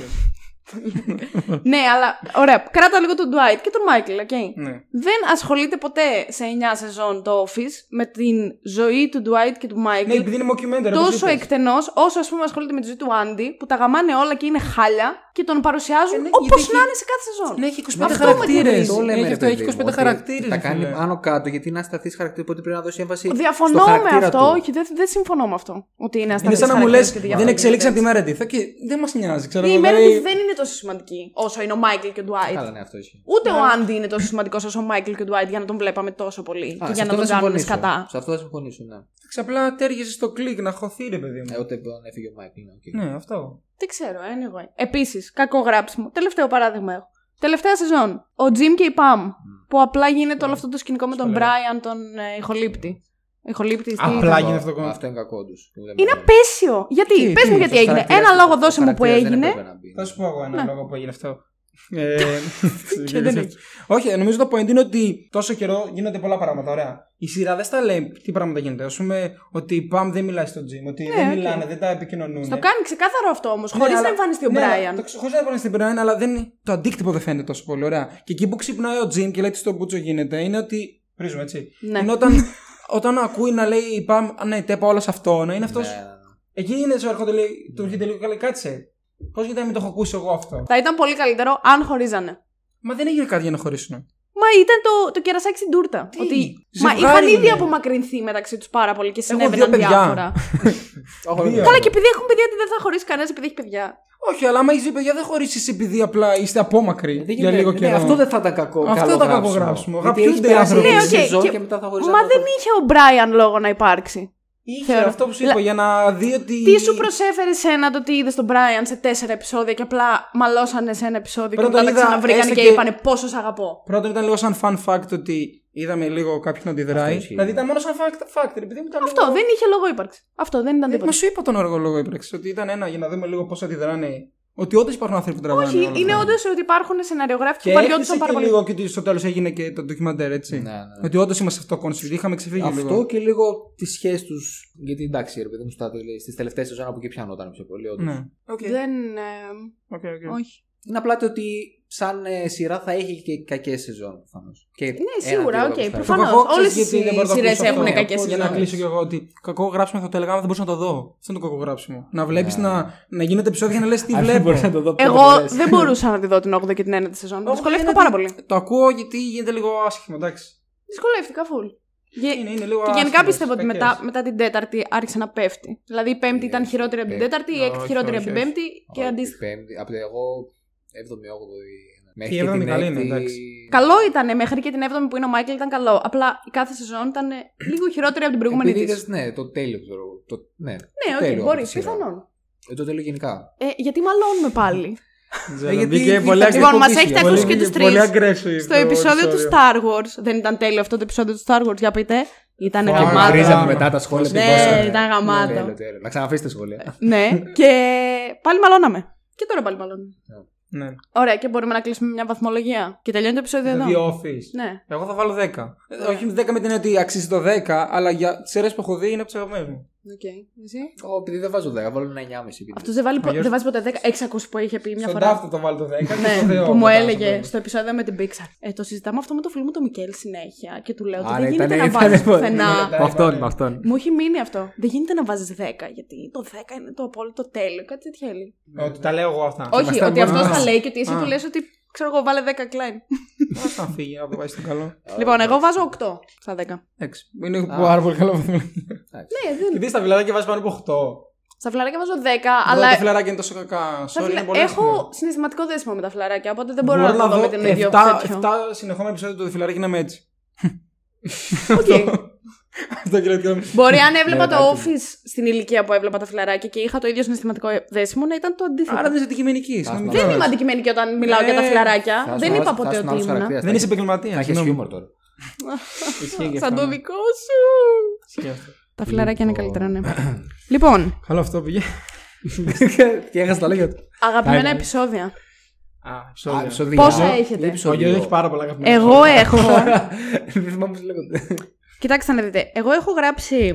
Speaker 1: ναι, αλλά ωραία. Κράτα λίγο τον Dwight και τον Michael, οκ.
Speaker 3: Ναι.
Speaker 1: Δεν ασχολείται ποτέ σε 9 σεζόν το Office με την ζωή του Dwight και του Michael.
Speaker 3: Ναι, επειδή είναι mockumentary. όπως
Speaker 1: τόσο
Speaker 3: είπες.
Speaker 1: εκτενώ όσο ας πούμε ασχολείται με τη ζωή του Άντι που τα γαμάνε όλα και είναι χάλια και τον παρουσιάζουν
Speaker 3: Ε, ναι,
Speaker 1: όπω
Speaker 3: γιατί
Speaker 1: να
Speaker 3: έχει-
Speaker 1: είναι σε κάθε σεζόν.
Speaker 3: Ναι, έχει 25
Speaker 1: Αυτό
Speaker 3: χαρακτήρε.
Speaker 1: με
Speaker 3: Έχει,
Speaker 1: εκνευρίζει.
Speaker 2: Το λέμε, ρε
Speaker 3: αυτό, έχει
Speaker 2: παιδί μου,
Speaker 3: 25
Speaker 2: ότι
Speaker 3: χαρακτήρε.
Speaker 2: Τα κάνει πάνω κάτω γιατί είναι ασταθή χαρακτήρα, οπότε πρέπει να δώσει έμφαση. στο
Speaker 1: Διαφωνώ με
Speaker 2: χαρακτήρα
Speaker 1: αυτό.
Speaker 2: του.
Speaker 1: Όχι, δεν, δεν συμφωνώ με αυτό. Ότι είναι
Speaker 3: Είναι
Speaker 1: ασταθής
Speaker 3: σαν να μου λε:
Speaker 1: χαρακτήρας και
Speaker 3: Δεν
Speaker 1: διαφορετικές
Speaker 3: εξέλιξαν τη
Speaker 1: τέτοιες.
Speaker 3: μέρα τη. Και δεν μας νοιάζει, ξέρω
Speaker 1: Η
Speaker 3: εγώ.
Speaker 1: ημέρα
Speaker 3: δηλαδή,
Speaker 1: του δεν είναι τόσο σημαντική όσο είναι ο Μάικλ και ο
Speaker 2: Καλά,
Speaker 1: Ντουάιτ.
Speaker 2: ναι, αυτό ισχύει.
Speaker 1: Ούτε ο Άντι είναι τόσο σημαντικός όσο ο Μάικλ και ο Ντουάιτ για να τον βλέπαμε τόσο πολύ
Speaker 2: Α,
Speaker 1: και
Speaker 2: σε
Speaker 1: για να
Speaker 2: αυτό
Speaker 1: τον
Speaker 2: θα
Speaker 1: κάνουμε
Speaker 2: συμφωνήσω.
Speaker 1: σκατά.
Speaker 2: Σε αυτό θα συμφωνήσω, ναι.
Speaker 3: εντάξει, Απλά τέργεζε στο κλικ να χωθεί, ρε παιδί
Speaker 2: Ε,
Speaker 3: μου.
Speaker 2: Ούτε τον έφυγε ο Μάικλ. ναι, οκ.
Speaker 3: Ναι, αυτό.
Speaker 1: Δεν ξέρω, anyway. Επίσης, κακό γράψιμο. Τελευταίο παράδειγμα έχω. Τελευταία σεζόν. Ο Jim και η Pam. Που απλά γίνεται όλο αυτό το σκηνικό με τον
Speaker 3: Στο λέω.
Speaker 1: Brian, τον ε, ηχολήπτη. Ηχολήπτη. στη-
Speaker 3: Απλά γίνεται αυτό ακόμα.
Speaker 2: Αυτό είναι κακό του.
Speaker 1: Είναι απέσιο. Γιατί,
Speaker 3: Τι,
Speaker 1: πες
Speaker 3: τι,
Speaker 1: μου γιατί έγινε. Ένα λόγο δώσε μου που έγινε.
Speaker 3: Θα σου πω εγώ ένα
Speaker 1: Ναι.
Speaker 3: λόγο που έγινε αυτό. Ε,
Speaker 1: Και δεν έχει.
Speaker 3: Όχι, ε, νομίζω το point είναι ότι τόσο καιρό γίνονται πολλά πράγματα. Ωραία. Η σειρά δεν στα λέει τι πράγματα γίνεται. Ας πούμε ότι η Παμ δεν μιλάει στο gym, ότι δεν
Speaker 1: Ε, οκ.
Speaker 3: μιλάνε, δεν τα επικοινωνούν. Ε,
Speaker 1: Το κάνει ξεκάθαρο αυτό
Speaker 2: Ναι,
Speaker 1: όμως, χωρίς να εμφανιστεί
Speaker 3: Ναι,
Speaker 1: ο Brian.
Speaker 3: Χωρίς να εμφανιστεί ο Brian, αλλά δεν, το αντίκτυπο δεν φαίνεται τόσο πολύ. Ωραία. Και εκεί που ξυπνάει ο Jim και λέει τι στον Μπούτσο γίνεται είναι ότι. Πρίζουμε έτσι.
Speaker 1: Ναι.
Speaker 3: Είναι όταν, όταν ακούει να λέει η Παμ, «Α, ναι, τέπα όλο αυτό, να είναι αυτός. Εκεί είναι σου έρχονται λέει, του βγείτε λίγο καλά, κάτσε. Πώς γίνεται να μην το έχω ακούσει εγώ αυτό.
Speaker 1: Θα ήταν πολύ καλύτερο αν χωρίζανε.
Speaker 3: Μα δεν έγινε κάτι για να
Speaker 1: Ναι,
Speaker 3: χωρίσουν.
Speaker 1: Μα ήταν το, το κερασάκι στην τούρτα. Ότι, μα
Speaker 3: ζευγάρι
Speaker 1: είχαν ήδη
Speaker 3: είναι.
Speaker 1: απομακρυνθεί μεταξύ τους πάρα πολύ και
Speaker 3: Έχω δύο
Speaker 1: συνέβαιναν
Speaker 3: παιδιά.
Speaker 1: διάφορα.
Speaker 3: Δύο.
Speaker 1: Καλά, και επειδή έχουν παιδιά, δεν θα χωρίσει κανένας επειδή έχει παιδιά.
Speaker 3: Όχι, αλλά άμα έχεις δύο παιδιά δεν χωρίσει επειδή απλά είστε απόμακροι για λίγο
Speaker 1: ναι.
Speaker 3: καιρό.
Speaker 2: αυτό δεν θα ήταν κακό.
Speaker 3: Αυτό
Speaker 2: καλό
Speaker 3: ήταν κακό
Speaker 2: γράψιμο.
Speaker 3: γράψιμο.
Speaker 2: Γιατί
Speaker 3: Αγαπιούνται
Speaker 2: έχει
Speaker 3: οι
Speaker 2: περάσει
Speaker 3: άνθρωποι.
Speaker 2: μια
Speaker 1: Ναι, οκ,
Speaker 2: σεζόν
Speaker 1: και-
Speaker 2: και μετά θα χωρίσουν
Speaker 1: Μα
Speaker 2: άλλο
Speaker 1: δεν
Speaker 2: κόσμο.
Speaker 1: είχε ο Μπράιαν λόγο να υπάρξει.
Speaker 3: Είχε
Speaker 1: Θεωρώ.
Speaker 3: αυτό που σου
Speaker 1: Λα-
Speaker 3: είπα για να δει ότι.
Speaker 1: Τι σου προσέφερε σένα το ότι είδες τον Μπράιαν σε τέσσερα επεισόδια και απλά μαλώσανε σε ένα επεισόδιο
Speaker 3: Πρώτον
Speaker 1: και μετά τα
Speaker 3: είδα,
Speaker 1: ξαναβρήκανε
Speaker 3: έστω
Speaker 1: και,
Speaker 3: και-
Speaker 1: είπανε πόσο σ' αγαπώ.
Speaker 3: Πρώτον ήταν λίγο σαν fun fact ότι είδαμε λίγο κάποιον να αντιδράει.
Speaker 2: ισχύει. ναι.
Speaker 3: Δηλαδή ήταν μόνο σαν fact, fact επειδή μου ήταν
Speaker 1: Αυτό
Speaker 3: λίγο...
Speaker 1: δεν είχε λόγο ύπαρξη. Αυτό δεν ήταν
Speaker 3: Ε, Μα
Speaker 1: τίποτα.
Speaker 3: σου είπα τον όργο λόγο ύπαρξης. Ότι ήταν ένα για να δούμε λίγο πώς αντιδράνε. Ότι όντως υπάρχουν άνθρωποι που τραβάνε.
Speaker 1: Όχι,
Speaker 3: όλα
Speaker 1: είναι
Speaker 3: αυτά.
Speaker 1: όντως ότι υπάρχουν σεναριογράφοι που
Speaker 3: ναι, Και
Speaker 1: βαριόντουσαν
Speaker 3: έκτισε
Speaker 1: πάρα
Speaker 3: και
Speaker 1: πολύ.
Speaker 3: λίγο και ότι στο τέλος έγινε και το ντοκιμαντέρ, έτσι.
Speaker 2: Ναι, ναι.
Speaker 3: Ότι όντως είμαστε αυτό κόνσεπτ. Είχαμε ξεφύγει
Speaker 2: Αυτό
Speaker 3: λίγο.
Speaker 2: και λίγο τις σχέσεις τους. Γιατί εντάξει, ρε παιδί μου, στις τελευταίες σεζόν από εκεί πιανόταν πιο πολύ. όντως.
Speaker 3: Ναι. Οκ,
Speaker 1: Δεν. ε,
Speaker 3: οκ, οκ.
Speaker 1: όχι.
Speaker 2: Είναι απλά το ότι σαν ε, σειρά θα έχει και κακές σεζόν προφανώς.
Speaker 1: Ναι, σίγουρα, οκ.
Speaker 3: Το
Speaker 1: Προφανώς,
Speaker 3: κακό,
Speaker 1: όλες
Speaker 3: ξέρεις,
Speaker 1: οι
Speaker 3: γιατί δεν μπορώ να το
Speaker 1: σειρές
Speaker 3: ακούσω
Speaker 1: έχουν
Speaker 3: αυτό.
Speaker 1: κακές
Speaker 3: Για να
Speaker 1: σεζόν.
Speaker 3: κλείσω κι εγώ ότι κακό γράψιμο θα το έλεγα, αλλά δεν μπορούσα να το δω. Αυτό είναι το κακό γράψιμο. Να βλέπεις
Speaker 2: Ναι.
Speaker 3: να, να γίνεται επεισόδια και να λες τι βλέπω.
Speaker 2: το δω
Speaker 1: Εγώ δεν μπορούσα να τη δω την 8η και την 9η σεζόν.
Speaker 3: Όχι,
Speaker 1: Δυσκολεύτηκα
Speaker 3: είναι
Speaker 1: πάρα
Speaker 3: ότι-
Speaker 1: πολύ.
Speaker 3: Το ακούω γιατί γίνεται λίγο άσχημο, εντάξει.
Speaker 1: Δυσκολεύτηκα, φουλ. Γε-
Speaker 3: Είναι, είναι λίγο
Speaker 1: Και γενικά
Speaker 3: άσχημος,
Speaker 1: πιστεύω ότι μετά,
Speaker 3: κακές.
Speaker 1: μετά την Τέταρτη άρχισε να πέφτει. Δηλαδή η Πέμπτη
Speaker 2: Ε,
Speaker 1: ήταν χειρότερη από την
Speaker 2: ε,
Speaker 1: Τέταρτη, η Έκτη
Speaker 3: όχι,
Speaker 1: χειρότερη από
Speaker 3: όχι,
Speaker 1: την
Speaker 3: όχι.
Speaker 1: Πέμπτη και αντίστοιχα.
Speaker 2: Από το εγώ 7η, 8η. Μέχρι
Speaker 3: Η
Speaker 2: και
Speaker 3: έβδομη
Speaker 2: την
Speaker 3: καλή είναι,
Speaker 2: έκτη-
Speaker 3: εντάξει.
Speaker 1: Καλό ήταν μέχρι και την 7η που είναι ο Μάικλ ήταν καλό. Απλά η κάθε σεζόν ήταν ε, λίγο χειρότερη από την προηγούμενη
Speaker 2: Επειδή
Speaker 1: της.
Speaker 2: είδες, ναι, το τέλειο ξέρω εγώ. Το, ναι,
Speaker 1: Ναι, οκ,
Speaker 2: τέλειο από
Speaker 1: μπορεί,
Speaker 2: τη σειρά.
Speaker 1: πιθανόν.
Speaker 2: Ε, το τέλειο γενικά.
Speaker 1: Ε, γιατί μαλώνουμε πάλι.
Speaker 3: Ε, γιατί
Speaker 2: Μπήκε
Speaker 3: ήταν-
Speaker 2: πολύ
Speaker 1: Λοιπόν, μας
Speaker 2: Πολύ-
Speaker 1: έχετε ακούσει και
Speaker 3: πολύ-
Speaker 1: του
Speaker 3: πολύ
Speaker 1: τρει.
Speaker 3: aggressive
Speaker 1: Στο
Speaker 3: το
Speaker 1: επεισόδιο του Star Wars. Δεν ήταν τέλειο αυτό το επεισόδιο του Star Wars, για πείτε. Ήταν
Speaker 3: Φοβερά.
Speaker 1: γαμάτο.
Speaker 2: βρίζαμε μετά τα σχόλια.
Speaker 1: Ναι,
Speaker 2: που δώσατε.
Speaker 1: ήταν γαμάτο.
Speaker 2: Τέλειο, τέλειο. Να ξαναφύσετε σχόλια.
Speaker 1: Ναι, και πάλι μαλώναμε. Και τώρα πάλι μαλώνουμε.
Speaker 3: Ναι.
Speaker 1: Ωραία, και μπορούμε να κλείσουμε μια βαθμολογία. Και τελειώνει το επεισόδιο
Speaker 3: Δηλαδή
Speaker 1: εδώ.
Speaker 3: office.
Speaker 1: Ναι.
Speaker 3: Εγώ θα βάλω 10. Ε, Όχι 10 με την έννοια ότι αξίζει το 10, αλλά για τις σειρές που έχω δει είναι από τι αγαπημένε μου.
Speaker 1: Οκ. Εσύ.
Speaker 2: Εγώ επειδή δεν βάζω 10, βάλω ένα 9,5. επειδή.
Speaker 1: Αυτό δεν, βάλει, πο-
Speaker 3: Αλλιώς-
Speaker 1: δεν βάζει ποτέ 10. Έχεις ακούσει που είχε πει μια
Speaker 3: Στον
Speaker 1: φορά.
Speaker 3: τάφτο θα βάλω το 10. και στο
Speaker 1: Ναι,
Speaker 3: Θεό
Speaker 1: που μου
Speaker 3: μετά,
Speaker 1: έλεγε
Speaker 3: στον
Speaker 1: στο επεισόδιο με την Pixar. Ε, το συζητάμε αυτό με το φίλο μου το Μικέλ συνέχεια και του λέω ότι
Speaker 2: Άρα
Speaker 1: δεν
Speaker 2: ήταν-
Speaker 1: γίνεται να
Speaker 2: ήταν-
Speaker 1: βάζει
Speaker 2: ήταν-
Speaker 1: πουθενά.
Speaker 3: ήταν-
Speaker 2: Με αυτόν, με αυτόν.
Speaker 1: Μου έχει μείνει αυτό. Δεν γίνεται να βάζεις 10, γιατί το 10 είναι το απόλυτο τέλειο. Κάτι τέτοια έλεγε.
Speaker 3: τέλο. Ε, Ότι τα λέω εγώ αυτά.
Speaker 1: Όχι,
Speaker 2: Είμαστε
Speaker 1: ότι αυτό
Speaker 3: μόνοι
Speaker 1: τα
Speaker 3: μας.
Speaker 1: λέει και ότι εσύ
Speaker 3: Α.
Speaker 1: του λες ότι ξέρω εγώ, βάλε 10 κλάιν.
Speaker 3: Ας να φύγει, να το πάει στον καλό.
Speaker 1: Λοιπόν, εγώ βάζω 8 στα 10. Ναι,
Speaker 3: Εντάξει. Είναι πάρα πολύ καλό βαθμολογία.
Speaker 1: δεν.
Speaker 3: Επειδή στα φιλαράκια βάζεις πάνω από 8.
Speaker 1: Στα φλαράκια βάζω 10,
Speaker 3: Αλλά τα
Speaker 1: αλλά.
Speaker 3: φιλαράκια είναι τόσο κακά.
Speaker 1: στα
Speaker 3: Sorry,
Speaker 1: φλα-
Speaker 3: είναι πολύ
Speaker 1: Έχω
Speaker 3: άσχημα.
Speaker 1: συναισθηματικό δέσιμο με τα φλαράκια, οπότε δεν μπορώ, να το δω με την ίδια
Speaker 3: 7,
Speaker 1: τέτοιο.
Speaker 3: 7 συνεχόμενα επεισόδια του φιλαράκια να είμαι έτσι.
Speaker 1: Οκ.
Speaker 3: Αυτό και λέω
Speaker 1: Μπορεί αν έβλεπα
Speaker 2: Ναι,
Speaker 1: το
Speaker 2: εντάξει.
Speaker 1: Office στην ηλικία που έβλεπα τα φιλαράκια και είχα το ίδιο συναισθηματικό δέσιμο να ήταν το αντίθετο.
Speaker 3: Άρα δεν είσαι αντικειμενική.
Speaker 2: Άσχημα.
Speaker 1: δεν είμαι αντικειμενική όταν μιλάω για τα
Speaker 3: Ε,
Speaker 1: φιλαράκια. Δεν είπα ποτέ
Speaker 2: ποτέ
Speaker 1: ότι ήμουν.
Speaker 3: Δεν είσαι επαγγελματίας.
Speaker 2: Θα έχει χιούμορ τώρα.
Speaker 1: Σαν το δικό σου. Τα φιλαράκια είναι
Speaker 2: Λοιπόν.
Speaker 1: καλύτερα, ναι. λοιπόν,
Speaker 3: Καλό αυτό πήγε.
Speaker 2: Και έχασε τα λόγια του.
Speaker 1: αγαπημένα
Speaker 2: Άρα.
Speaker 1: επεισόδια.
Speaker 3: Α,
Speaker 2: Α,
Speaker 3: sorry.
Speaker 2: επεισόδιο.
Speaker 1: Πόσα
Speaker 2: Ή
Speaker 1: έχετε?
Speaker 3: Όχι,
Speaker 2: επεισόδιο.
Speaker 3: έχει πάρα πολλά αγαπημένα.
Speaker 1: Εγώ έχω.
Speaker 2: Δεν θυμάμαι πώς λέγονται.
Speaker 1: Κοιτάξτε να δείτε. Εγώ έχω γράψει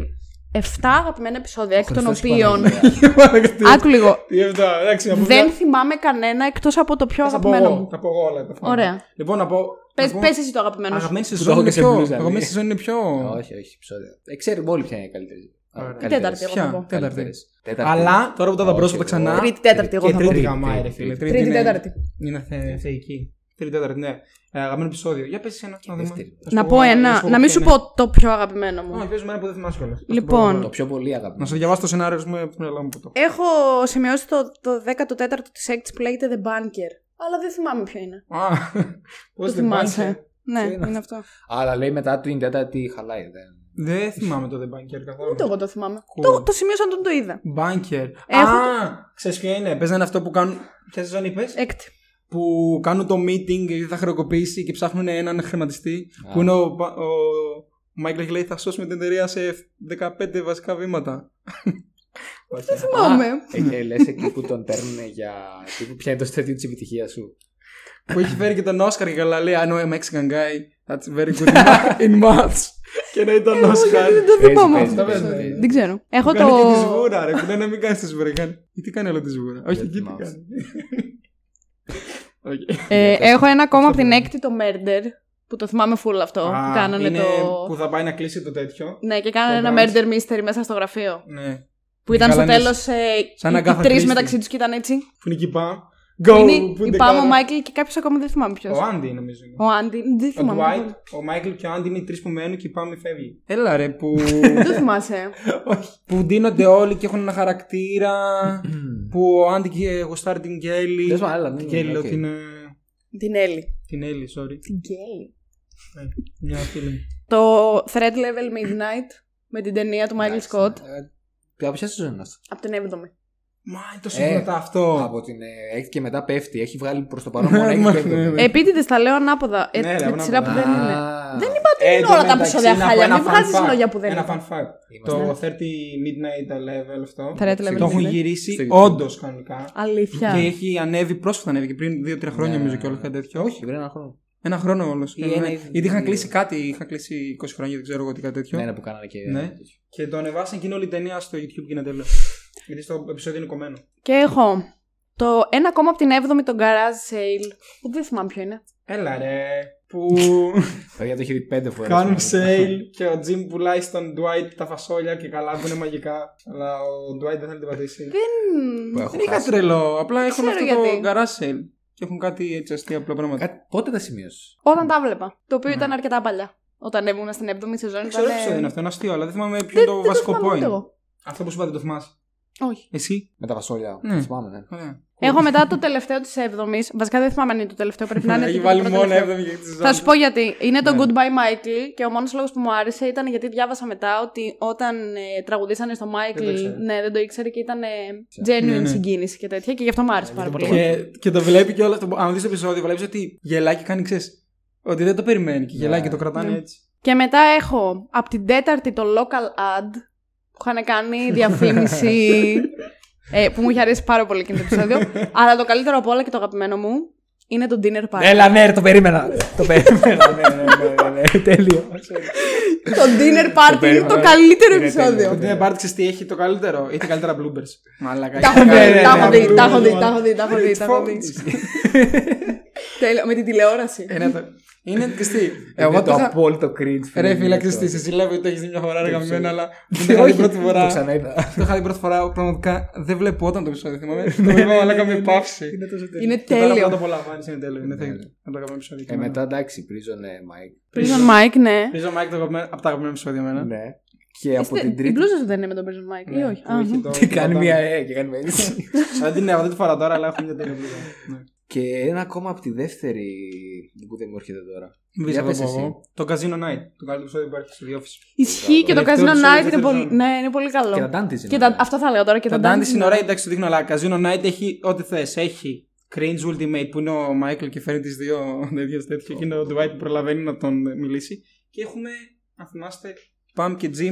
Speaker 1: 7 αγαπημένα επεισόδια, εκ των
Speaker 2: Χριστός και
Speaker 1: οποίων.
Speaker 2: Παναγία.
Speaker 3: Μαλάκα, τι-
Speaker 1: Άκου λίγο.
Speaker 3: Τι αυτά, εντάξει, να πω
Speaker 1: ε, Δεν
Speaker 3: μια-
Speaker 1: θυμάμαι κανένα εκτός από το πιο
Speaker 3: θα πω
Speaker 1: αγαπημένο
Speaker 3: εγώ,
Speaker 1: μου.
Speaker 3: θα πω εγώ όλα. τα θυμάμαι.
Speaker 1: Ωραία.
Speaker 3: Λοιπόν, να πω.
Speaker 1: Πες,
Speaker 3: να πω-
Speaker 1: πες εσύ το αγαπημένο σου.
Speaker 3: Αγαπημένη
Speaker 2: έχω
Speaker 3: σεζόν είναι
Speaker 2: και σε
Speaker 3: πιο.
Speaker 2: blues, δηλαδή.
Speaker 3: Αγαπημένη σεζόν είναι πιο.
Speaker 2: Όχι, όχι, επεισόδια. Ε, Ξέρουμε όλοι ποια είναι η καλύτερη.
Speaker 3: Ωραία. Η
Speaker 1: τέταρτη, εγώ. θα πω.
Speaker 3: Ποια, τέταρτη.
Speaker 2: Καλύτερες. Τέταρτη.
Speaker 3: Αλλά τώρα που τα είδα
Speaker 2: Όχι,
Speaker 3: πρόσφατα
Speaker 2: εγώ.
Speaker 3: ξανά.
Speaker 1: Τρίτη, τέταρτη, εγώ
Speaker 3: Και
Speaker 1: θα πω.
Speaker 3: τρίτη
Speaker 2: Τρίτη,
Speaker 3: γαμάει, ρε
Speaker 2: τρίτη,
Speaker 3: φίλε.
Speaker 2: τρίτη.
Speaker 1: Τρίτη,
Speaker 3: είναι-
Speaker 1: τέταρτη.
Speaker 3: Είναι θε- θεϊκή. Τρίτη, τέταρτη, ναι. Ε, Αγαπημένο επεισόδιο. Για πες ένα, να δούμε.
Speaker 2: δεύτερη.
Speaker 3: Θα σου
Speaker 1: Να
Speaker 3: πω
Speaker 1: πω
Speaker 3: εγώ, θα
Speaker 1: ένα,
Speaker 3: σου
Speaker 1: να μην
Speaker 3: ποιο
Speaker 1: σου
Speaker 3: είναι.
Speaker 1: πω το πιο αγαπημένο μου.
Speaker 3: Όχι, παίζουμε ένα που δεν θυμάσαι κιόλας.
Speaker 1: Λοιπόν.
Speaker 3: Να σου
Speaker 2: Το
Speaker 3: πω
Speaker 2: πιο πολύ
Speaker 3: εγώ. Να
Speaker 2: αγαπημένο.
Speaker 3: σου διαβάσω το σενάριο σου από το μυαλό μου που το.
Speaker 1: Έχω σημειώσει το, το 14ο της έκτη που λέγεται The Bunker. Αλλά δεν θυμάμαι ποιο είναι.
Speaker 3: Α,
Speaker 1: Το
Speaker 3: πώς δεν πάνε.
Speaker 1: θυμάσαι. Ναι,
Speaker 2: Ποιο είναι
Speaker 1: είναι αυτό.
Speaker 2: Αλλά λέει μετά την τέταρτη χαλάει. δεν-
Speaker 3: Δεν θυμάμαι το The Bunker καθόλου.
Speaker 1: Ούτε εγώ το θυμάμαι.
Speaker 3: Cool.
Speaker 1: Το, το σημείωσα όταν το είδα.
Speaker 3: Bunker.
Speaker 1: Έχω
Speaker 3: Α, ξέρεις ποιο είναι. Πες να είναι αυτό που κάνουν. Ποια σεζόν είπες.
Speaker 1: Έκτη.
Speaker 3: που κάνουν το meeting γιατί θα χρεοκοπήσει και ψάχνουν έναν χρηματιστή
Speaker 2: Α.
Speaker 3: που είναι ο, Πα- ο Μάικλ Έχει λέει θα σώσουμε την εταιρεία σε 15 βασικά βήματα. Όχι.
Speaker 1: Δεν θυμάμαι.
Speaker 2: Ε, και λες εκεί που τον παίρνουν για. τύπου, Ποια είναι το στέδιο της επιτυχίας σου.
Speaker 3: που έχει φέρει και τον Όσκαρ και καλά λέει I know a Mexican guy that's very good in math- in maths και να ήταν Όσκαρ.
Speaker 1: Ε, Δεν το
Speaker 2: Παίζει,
Speaker 1: θυμάμαι
Speaker 2: παίζει,
Speaker 1: αυτό. το
Speaker 3: Ε, παίζει,
Speaker 1: επεισόδιο.
Speaker 3: παίζει.
Speaker 1: Δεν ξέρω. Έχω
Speaker 3: Κάνει και τη
Speaker 1: το.
Speaker 3: σβούρα ρε που λένε μην κάνεις τη σβούρα. Κάνει- Τι κάνει όλο τη σβούρα. Όχι
Speaker 2: Δεν
Speaker 3: εκεί τι
Speaker 2: θυμάμαι.
Speaker 3: κάνει. Οκ.
Speaker 1: Ε,
Speaker 2: Για πες.
Speaker 1: έχω ένα ακόμα από την
Speaker 3: είναι.
Speaker 1: έκτη το Murder που το θυμάμαι full αυτό.
Speaker 3: Α,
Speaker 1: που κάνανε
Speaker 3: είναι
Speaker 1: το.
Speaker 3: που θα πάει να κλείσει το τέτοιο.
Speaker 1: Ναι, και κάνανε
Speaker 3: το
Speaker 1: ένα
Speaker 3: Branch.
Speaker 1: murder mystery μέσα στο γραφείο.
Speaker 3: Ναι.
Speaker 1: Που ήταν στο
Speaker 3: καλά είναι
Speaker 1: τέλος.
Speaker 3: σαν
Speaker 1: οι
Speaker 3: Agatha
Speaker 1: τρεις
Speaker 3: Christie.
Speaker 1: μεταξύ τους και ήταν έτσι.
Speaker 3: Που είναι εκεί πάμε. Go!
Speaker 1: είναι
Speaker 3: put
Speaker 1: η
Speaker 3: the
Speaker 1: Πάμ, ο
Speaker 3: car.
Speaker 1: Μάικλ και κάποιος ακόμα δεν θυμάμαι
Speaker 3: Ο
Speaker 1: ποιο.
Speaker 3: Άντι νομίζω είναι.
Speaker 1: Ο Άντι. Δεν
Speaker 3: Ο
Speaker 1: θυμάμαι.
Speaker 3: Dwight,
Speaker 1: καθόλου.
Speaker 3: ο Μάικλ και ο Άντι είναι οι τρεις που μένουν και η Πάμι φεύγει. Έλα ρε που.
Speaker 1: Δεν το θυμάσαι.
Speaker 3: Όχι. που ντύνονται όλοι και έχουν ένα χαρακτήρα. που ο Άντι και γουστάρει την Κέλλη.
Speaker 2: Δες μου, έλα, ναι,
Speaker 3: Την
Speaker 2: ναι,
Speaker 3: Κέλλη,
Speaker 2: οκ.
Speaker 3: λέω την. ε,
Speaker 1: Την Έλλη.
Speaker 3: Την Έλλη, sorry.
Speaker 1: Την Κέλλη.
Speaker 3: Ε, Μια φίλη.
Speaker 1: Το Thread Level Midnight με την ταινία του Μάικλ
Speaker 2: Εντάξει,
Speaker 1: Σκοτ.
Speaker 3: ναι.
Speaker 2: ε, τι- Από ποια σεζόν είναι αυτό.
Speaker 1: Από την 7η.
Speaker 3: Μα είναι τόσο
Speaker 2: Ε,
Speaker 3: δυνατά αυτό.
Speaker 2: Από την ε, έκτη και μετά πέφτει. Έχει βγάλει προς το παρόν μόνο έκτη
Speaker 3: Μα,
Speaker 2: και έβδομη.
Speaker 3: ναι, ναι.
Speaker 1: Επίτηδες τα λέω ανάποδα. Ε,
Speaker 3: Ναι, ρε,
Speaker 1: με τη
Speaker 3: ανάποδα.
Speaker 1: σειρά που δεν
Speaker 2: Α,
Speaker 1: είναι. Δεν είπα ότι
Speaker 3: Ε,
Speaker 1: είναι
Speaker 3: το
Speaker 1: όλα τα
Speaker 3: μεταξύ,
Speaker 1: επεισόδια
Speaker 3: να πω
Speaker 1: χάλια,
Speaker 3: ένα
Speaker 1: μην
Speaker 3: fun
Speaker 1: βγάζεις
Speaker 3: fact.
Speaker 1: λόγια που δεν
Speaker 3: Ένα
Speaker 1: είναι.
Speaker 3: fun fact. Το
Speaker 2: Είμαστε.
Speaker 3: 30 Midnight Level αυτό.
Speaker 1: Thread Level
Speaker 3: Το έχουν
Speaker 2: ναι.
Speaker 1: Midnight.
Speaker 2: Στο
Speaker 3: γυρίσει
Speaker 2: YouTube.
Speaker 3: όντως κανονικά.
Speaker 1: Αλήθεια.
Speaker 3: Και έχει ανέβει πρόσφατα, ανέβηκε πριν 2-3 χρόνια
Speaker 2: Ναι,
Speaker 3: νομίζω
Speaker 2: ναι,
Speaker 3: και όλος
Speaker 2: ναι.
Speaker 3: κάτι τέτοιο.
Speaker 2: Όχι, πριν ένα χρόνο.
Speaker 3: Ένα χρόνο όλος.
Speaker 2: Ή ένα ή-
Speaker 3: Γιατί είχαν
Speaker 2: ή-
Speaker 3: κλείσει κάτι, είχαν κλείσει 20 χρόνια, δεν ξέρω εγώ τι κάτι τέτοιο.
Speaker 2: Ναι, ναι, που κάνανε και.
Speaker 3: Ναι. Και το ανεβάσαν και είναι όλη η ταινία στο YouTube και είναι τέλειο. Γιατί στο επεισόδιο είναι κομμένο.
Speaker 1: Και έχω το ένα ακόμα από την 7η, το garage sale. Που δεν θυμάμαι ποιο είναι.
Speaker 3: Έλα ρε. Που
Speaker 2: Παιδιά το έχει δει πέντε φορές.
Speaker 3: κάνουν sale και ο Jim πουλάει στον Dwight τα φασόλια και καλά που είναι μαγικά. Αλλά ο Dwight δεν θέλει να την πατήσει.
Speaker 1: Δεν.
Speaker 3: Δεν είχα τρελό. Απλά έχουν
Speaker 1: ξέρω
Speaker 3: αυτό το
Speaker 1: γιατί.
Speaker 3: garage sale. Και έχουν κάτι έτσι αστεία απλά πράγματα.
Speaker 2: Πότε τα σημείωσες.
Speaker 1: Όταν τα βλέπα. Το οποίο
Speaker 3: Ναι.
Speaker 1: ήταν αρκετά παλιά. Όταν ήμουν στην 7η σεζόν.
Speaker 3: Δεν ξέρω τι επεισόδιο είναι αυτό, είναι αστείο, αλλά δεν θυμάμαι ποιο είναι το βασικό point. Αυτό που σου είπα δεν το θυμάσαι.
Speaker 1: Όχι.
Speaker 3: Εσύ.
Speaker 2: Με τα βασόλια.
Speaker 3: Ναι.
Speaker 2: Θυμάμαι, ναι.
Speaker 3: Ωραία.
Speaker 1: Έχω μετά το τελευταίο της 7η. Βασικά δεν θυμάμαι αν είναι το τελευταίο. Πρέπει να είναι.
Speaker 3: Έχει
Speaker 1: το
Speaker 3: βάλει μόνο
Speaker 1: πρώτο-τελευταίο.
Speaker 3: 7 για τη σεζόν.
Speaker 1: Θα σου πω γιατί. Είναι το Goodbye
Speaker 3: Ναι.
Speaker 1: Michael και ο μόνος λόγος που μου άρεσε ήταν γιατί διάβασα μετά ότι όταν ε, τραγουδήσανε στο Michael.
Speaker 3: Δεν το ήξερε.
Speaker 1: ναι, δεν το ήξερε και ήταν ε, genuine
Speaker 3: Ναι, ναι.
Speaker 1: συγκίνηση και τέτοια και γι' αυτό μου άρεσε
Speaker 2: Ε,
Speaker 1: πάρα
Speaker 2: δεν
Speaker 1: πολύ.
Speaker 2: μπορώ.
Speaker 3: Και, και το βλέπει και όλο αυτό. Αν δεις το επεισόδιο, βλέπεις ότι γελάει και κάνει ξέρεις. Ότι δεν το περιμένει και γελάει
Speaker 2: Ναι.
Speaker 3: και το κρατάνε
Speaker 1: Ναι.
Speaker 3: έτσι.
Speaker 1: Και μετά έχω από την τέταρτη το local ad που είχαν κάνει διαφήμιση ε, που μου είχε αρέσει πάρα πολύ εκείνο το επεισόδιο. αλλά το καλύτερο από όλα και το αγαπημένο μου είναι το dinner party.
Speaker 2: Έλα, ναι, ρε, το περίμενα. το περίμενα. ναι, ναι, ναι, ναι, ναι, τέλειο.
Speaker 1: το dinner party
Speaker 2: Το
Speaker 1: είναι το
Speaker 2: περίμενα.
Speaker 1: καλύτερο
Speaker 2: Είναι
Speaker 1: επεισόδιο.
Speaker 2: τέλειο.
Speaker 3: Δεν πάρει τι έχει το καλύτερο. Έχει τα καλύτερα bloopers. Μαλάκα.
Speaker 1: Τα
Speaker 3: έχει
Speaker 1: έχω
Speaker 3: τα
Speaker 2: Ναι,
Speaker 1: δει,
Speaker 3: καλύτερα
Speaker 1: τα έχω δει,
Speaker 3: bloopers.
Speaker 1: τα έχω δει, τα έχω δει, τα έχω δει,
Speaker 3: It's
Speaker 1: τα έχω δει. Τέλειο, με την τηλεόραση.
Speaker 3: Ε, ναι, το- Είναι κρυστή.
Speaker 2: Εγώ
Speaker 3: Εγώ το
Speaker 2: το
Speaker 3: είχα.
Speaker 2: απόλυτο cringe.
Speaker 3: Ρε φίλε,
Speaker 2: είναι
Speaker 3: ξέρεις τι, σε ζηλεύω ότι το έχεις δει μια φορά ρε
Speaker 2: Το
Speaker 3: γαμμένα,
Speaker 2: ξέρω.
Speaker 3: αλλά.
Speaker 2: αυτό.
Speaker 3: Δεν το είχα δει
Speaker 2: Όχι,
Speaker 3: πρώτη
Speaker 2: Το
Speaker 3: φορά.
Speaker 2: ξανά είδα.
Speaker 3: Το είχα δει πρώτη φορά, πραγματικά δεν βλέπω όταν το επεισόδιο. Θυμάμαι. Το είπα, αλλά με παύση.
Speaker 2: Ναι. Είναι τόσο τέλειο. Ναι.
Speaker 1: Είναι
Speaker 3: Και τώρα που
Speaker 1: τέλειο.
Speaker 3: το απολαμβάνεις, είναι τέλειο. Είναι τέλειο. Να το αγαπημένο επεισόδιο.
Speaker 2: Ε, μετά εντάξει, Prison ε, Mike.
Speaker 1: Prison Mike, ναι.
Speaker 3: Παίζω Mike το αγαπημένο- από τα αγαπημένα επεισόδια εμένα.
Speaker 2: Ναι. Και από
Speaker 1: Είστε-
Speaker 2: την
Speaker 1: Η
Speaker 2: τρίτη.
Speaker 1: μπλούζα σου δεν είναι με τον Prison Mike, ή όχι.
Speaker 3: που
Speaker 1: Α,
Speaker 3: είχε
Speaker 1: ναι.
Speaker 3: το-
Speaker 2: Και κάνει
Speaker 3: το-
Speaker 2: μια ε και κάνει μια έτσι.
Speaker 3: Αλλά την έχω, δεν τη φοράω τώρα, αλλά έχω μια τέλεια μπλούζα. Ναι.
Speaker 2: Και ένα ακόμα από τη δεύτερη που δεν μου έρχεται τώρα.
Speaker 3: Μην πεις
Speaker 2: Για
Speaker 3: αυτό
Speaker 2: πες
Speaker 3: που
Speaker 2: εσύ.
Speaker 3: εγώ. Το Casino Night. Το καλύτερο επεισόδιο που υπάρχει στη διόφηση.
Speaker 1: Ισχύει και το
Speaker 3: Τελευταίο
Speaker 1: Casino
Speaker 3: επεισόδιο,
Speaker 1: Night είναι πολύ.
Speaker 3: δεύτερο.
Speaker 1: Ναι, είναι πολύ
Speaker 2: Και τα
Speaker 1: καλό.
Speaker 2: Dantes είναι
Speaker 1: Και τα-
Speaker 2: ωραία.
Speaker 1: αυτό θα λέω τώρα και
Speaker 3: Τα
Speaker 1: τα
Speaker 3: Dandy
Speaker 1: Dantes
Speaker 3: είναι ωραία, εντάξει, το δείχνω, αλλά Casino Night έχει ό,τι θες. Έχει Cringe Ultimate που είναι ο Μάικλ και φέρνει τις δύο τέτοιες τέτοιο και είναι ο Dwight που προλαβαίνει να τον ε, μιλήσει. Και έχουμε, αν θυμάστε, Pam και Jim
Speaker 2: Ναι,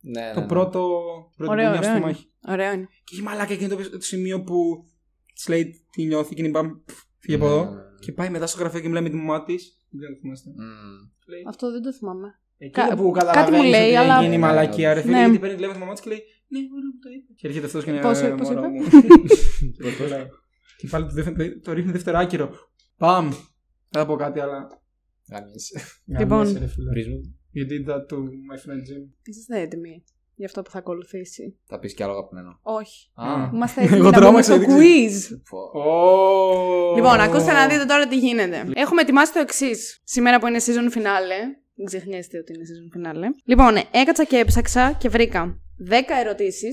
Speaker 2: ναι,
Speaker 3: το
Speaker 2: ναι.
Speaker 3: πρώτο πρώτο
Speaker 1: Ωραίο,
Speaker 3: μηνιά
Speaker 1: ωραίο
Speaker 3: στο
Speaker 1: είναι.
Speaker 3: μάχη.
Speaker 1: Ωραίο είναι.
Speaker 3: Και έχει μαλάκα εκείνο το, το σημείο που τη λέει τι νιώθει και είναι η Pam «Πφ, φύγε από
Speaker 2: Ναι,
Speaker 3: εδώ.
Speaker 2: ναι, ναι.
Speaker 3: Και πάει μετά στο γραφείο και μιλάει με τη μαμά της. Δεν ξέρω αν το θυμάστε.
Speaker 2: Μμμ.
Speaker 3: Λέει,
Speaker 1: Αυτό δεν το θυμάμαι.
Speaker 3: Εκείνο
Speaker 1: Κα-
Speaker 3: που
Speaker 1: κάτι
Speaker 3: καταλαβαίνεις
Speaker 1: μου λέει,
Speaker 3: ότι έχει
Speaker 1: αλλά-
Speaker 3: γίνει μαλακία, ρε φίλε,
Speaker 1: Ναι.
Speaker 3: γιατί παίρνει τηλέφωνο τη μαμά της και λέει Ναι, όλα μου το είπε. Και έρχεται αυτός και είναι.
Speaker 1: Πώς-
Speaker 3: «Ε,
Speaker 1: πώς
Speaker 3: μωρό
Speaker 1: είπε?
Speaker 3: μου». Και εγώ λέω, Και πάλι το δεύτερο- το ρίχνει δευτεράκυρο. Παμ! Θα πω κάτι, αλλά.
Speaker 2: Γαμιέσαι.
Speaker 1: Λοιπόν.
Speaker 3: Γαμιέσαι, ρε φίλε.
Speaker 2: Βρεις μου.
Speaker 3: You did that to my friend Jim.
Speaker 1: Είσαστε έτοιμοι για αυτό που θα ακολουθήσει.
Speaker 2: Θα πεις κι άλλο αγαπημένο.
Speaker 1: Όχι.
Speaker 3: Α.
Speaker 2: Ναι.
Speaker 1: Είμαστε
Speaker 3: Εγώ
Speaker 1: έτοιμοι να μπούμε
Speaker 3: τρόμαξα,
Speaker 1: στο
Speaker 3: δεν ξέρω.
Speaker 1: quiz.
Speaker 2: Φω.
Speaker 3: Ω.
Speaker 1: Λοιπόν, ακούστε να δείτε τώρα τι γίνεται. Έχουμε ετοιμάσει το εξής. Σήμερα που είναι season finale. Μην ξεχνιέστε ότι είναι season finale. Λοιπόν, έκατσα και έψαξα και βρήκα 10 ερωτήσει.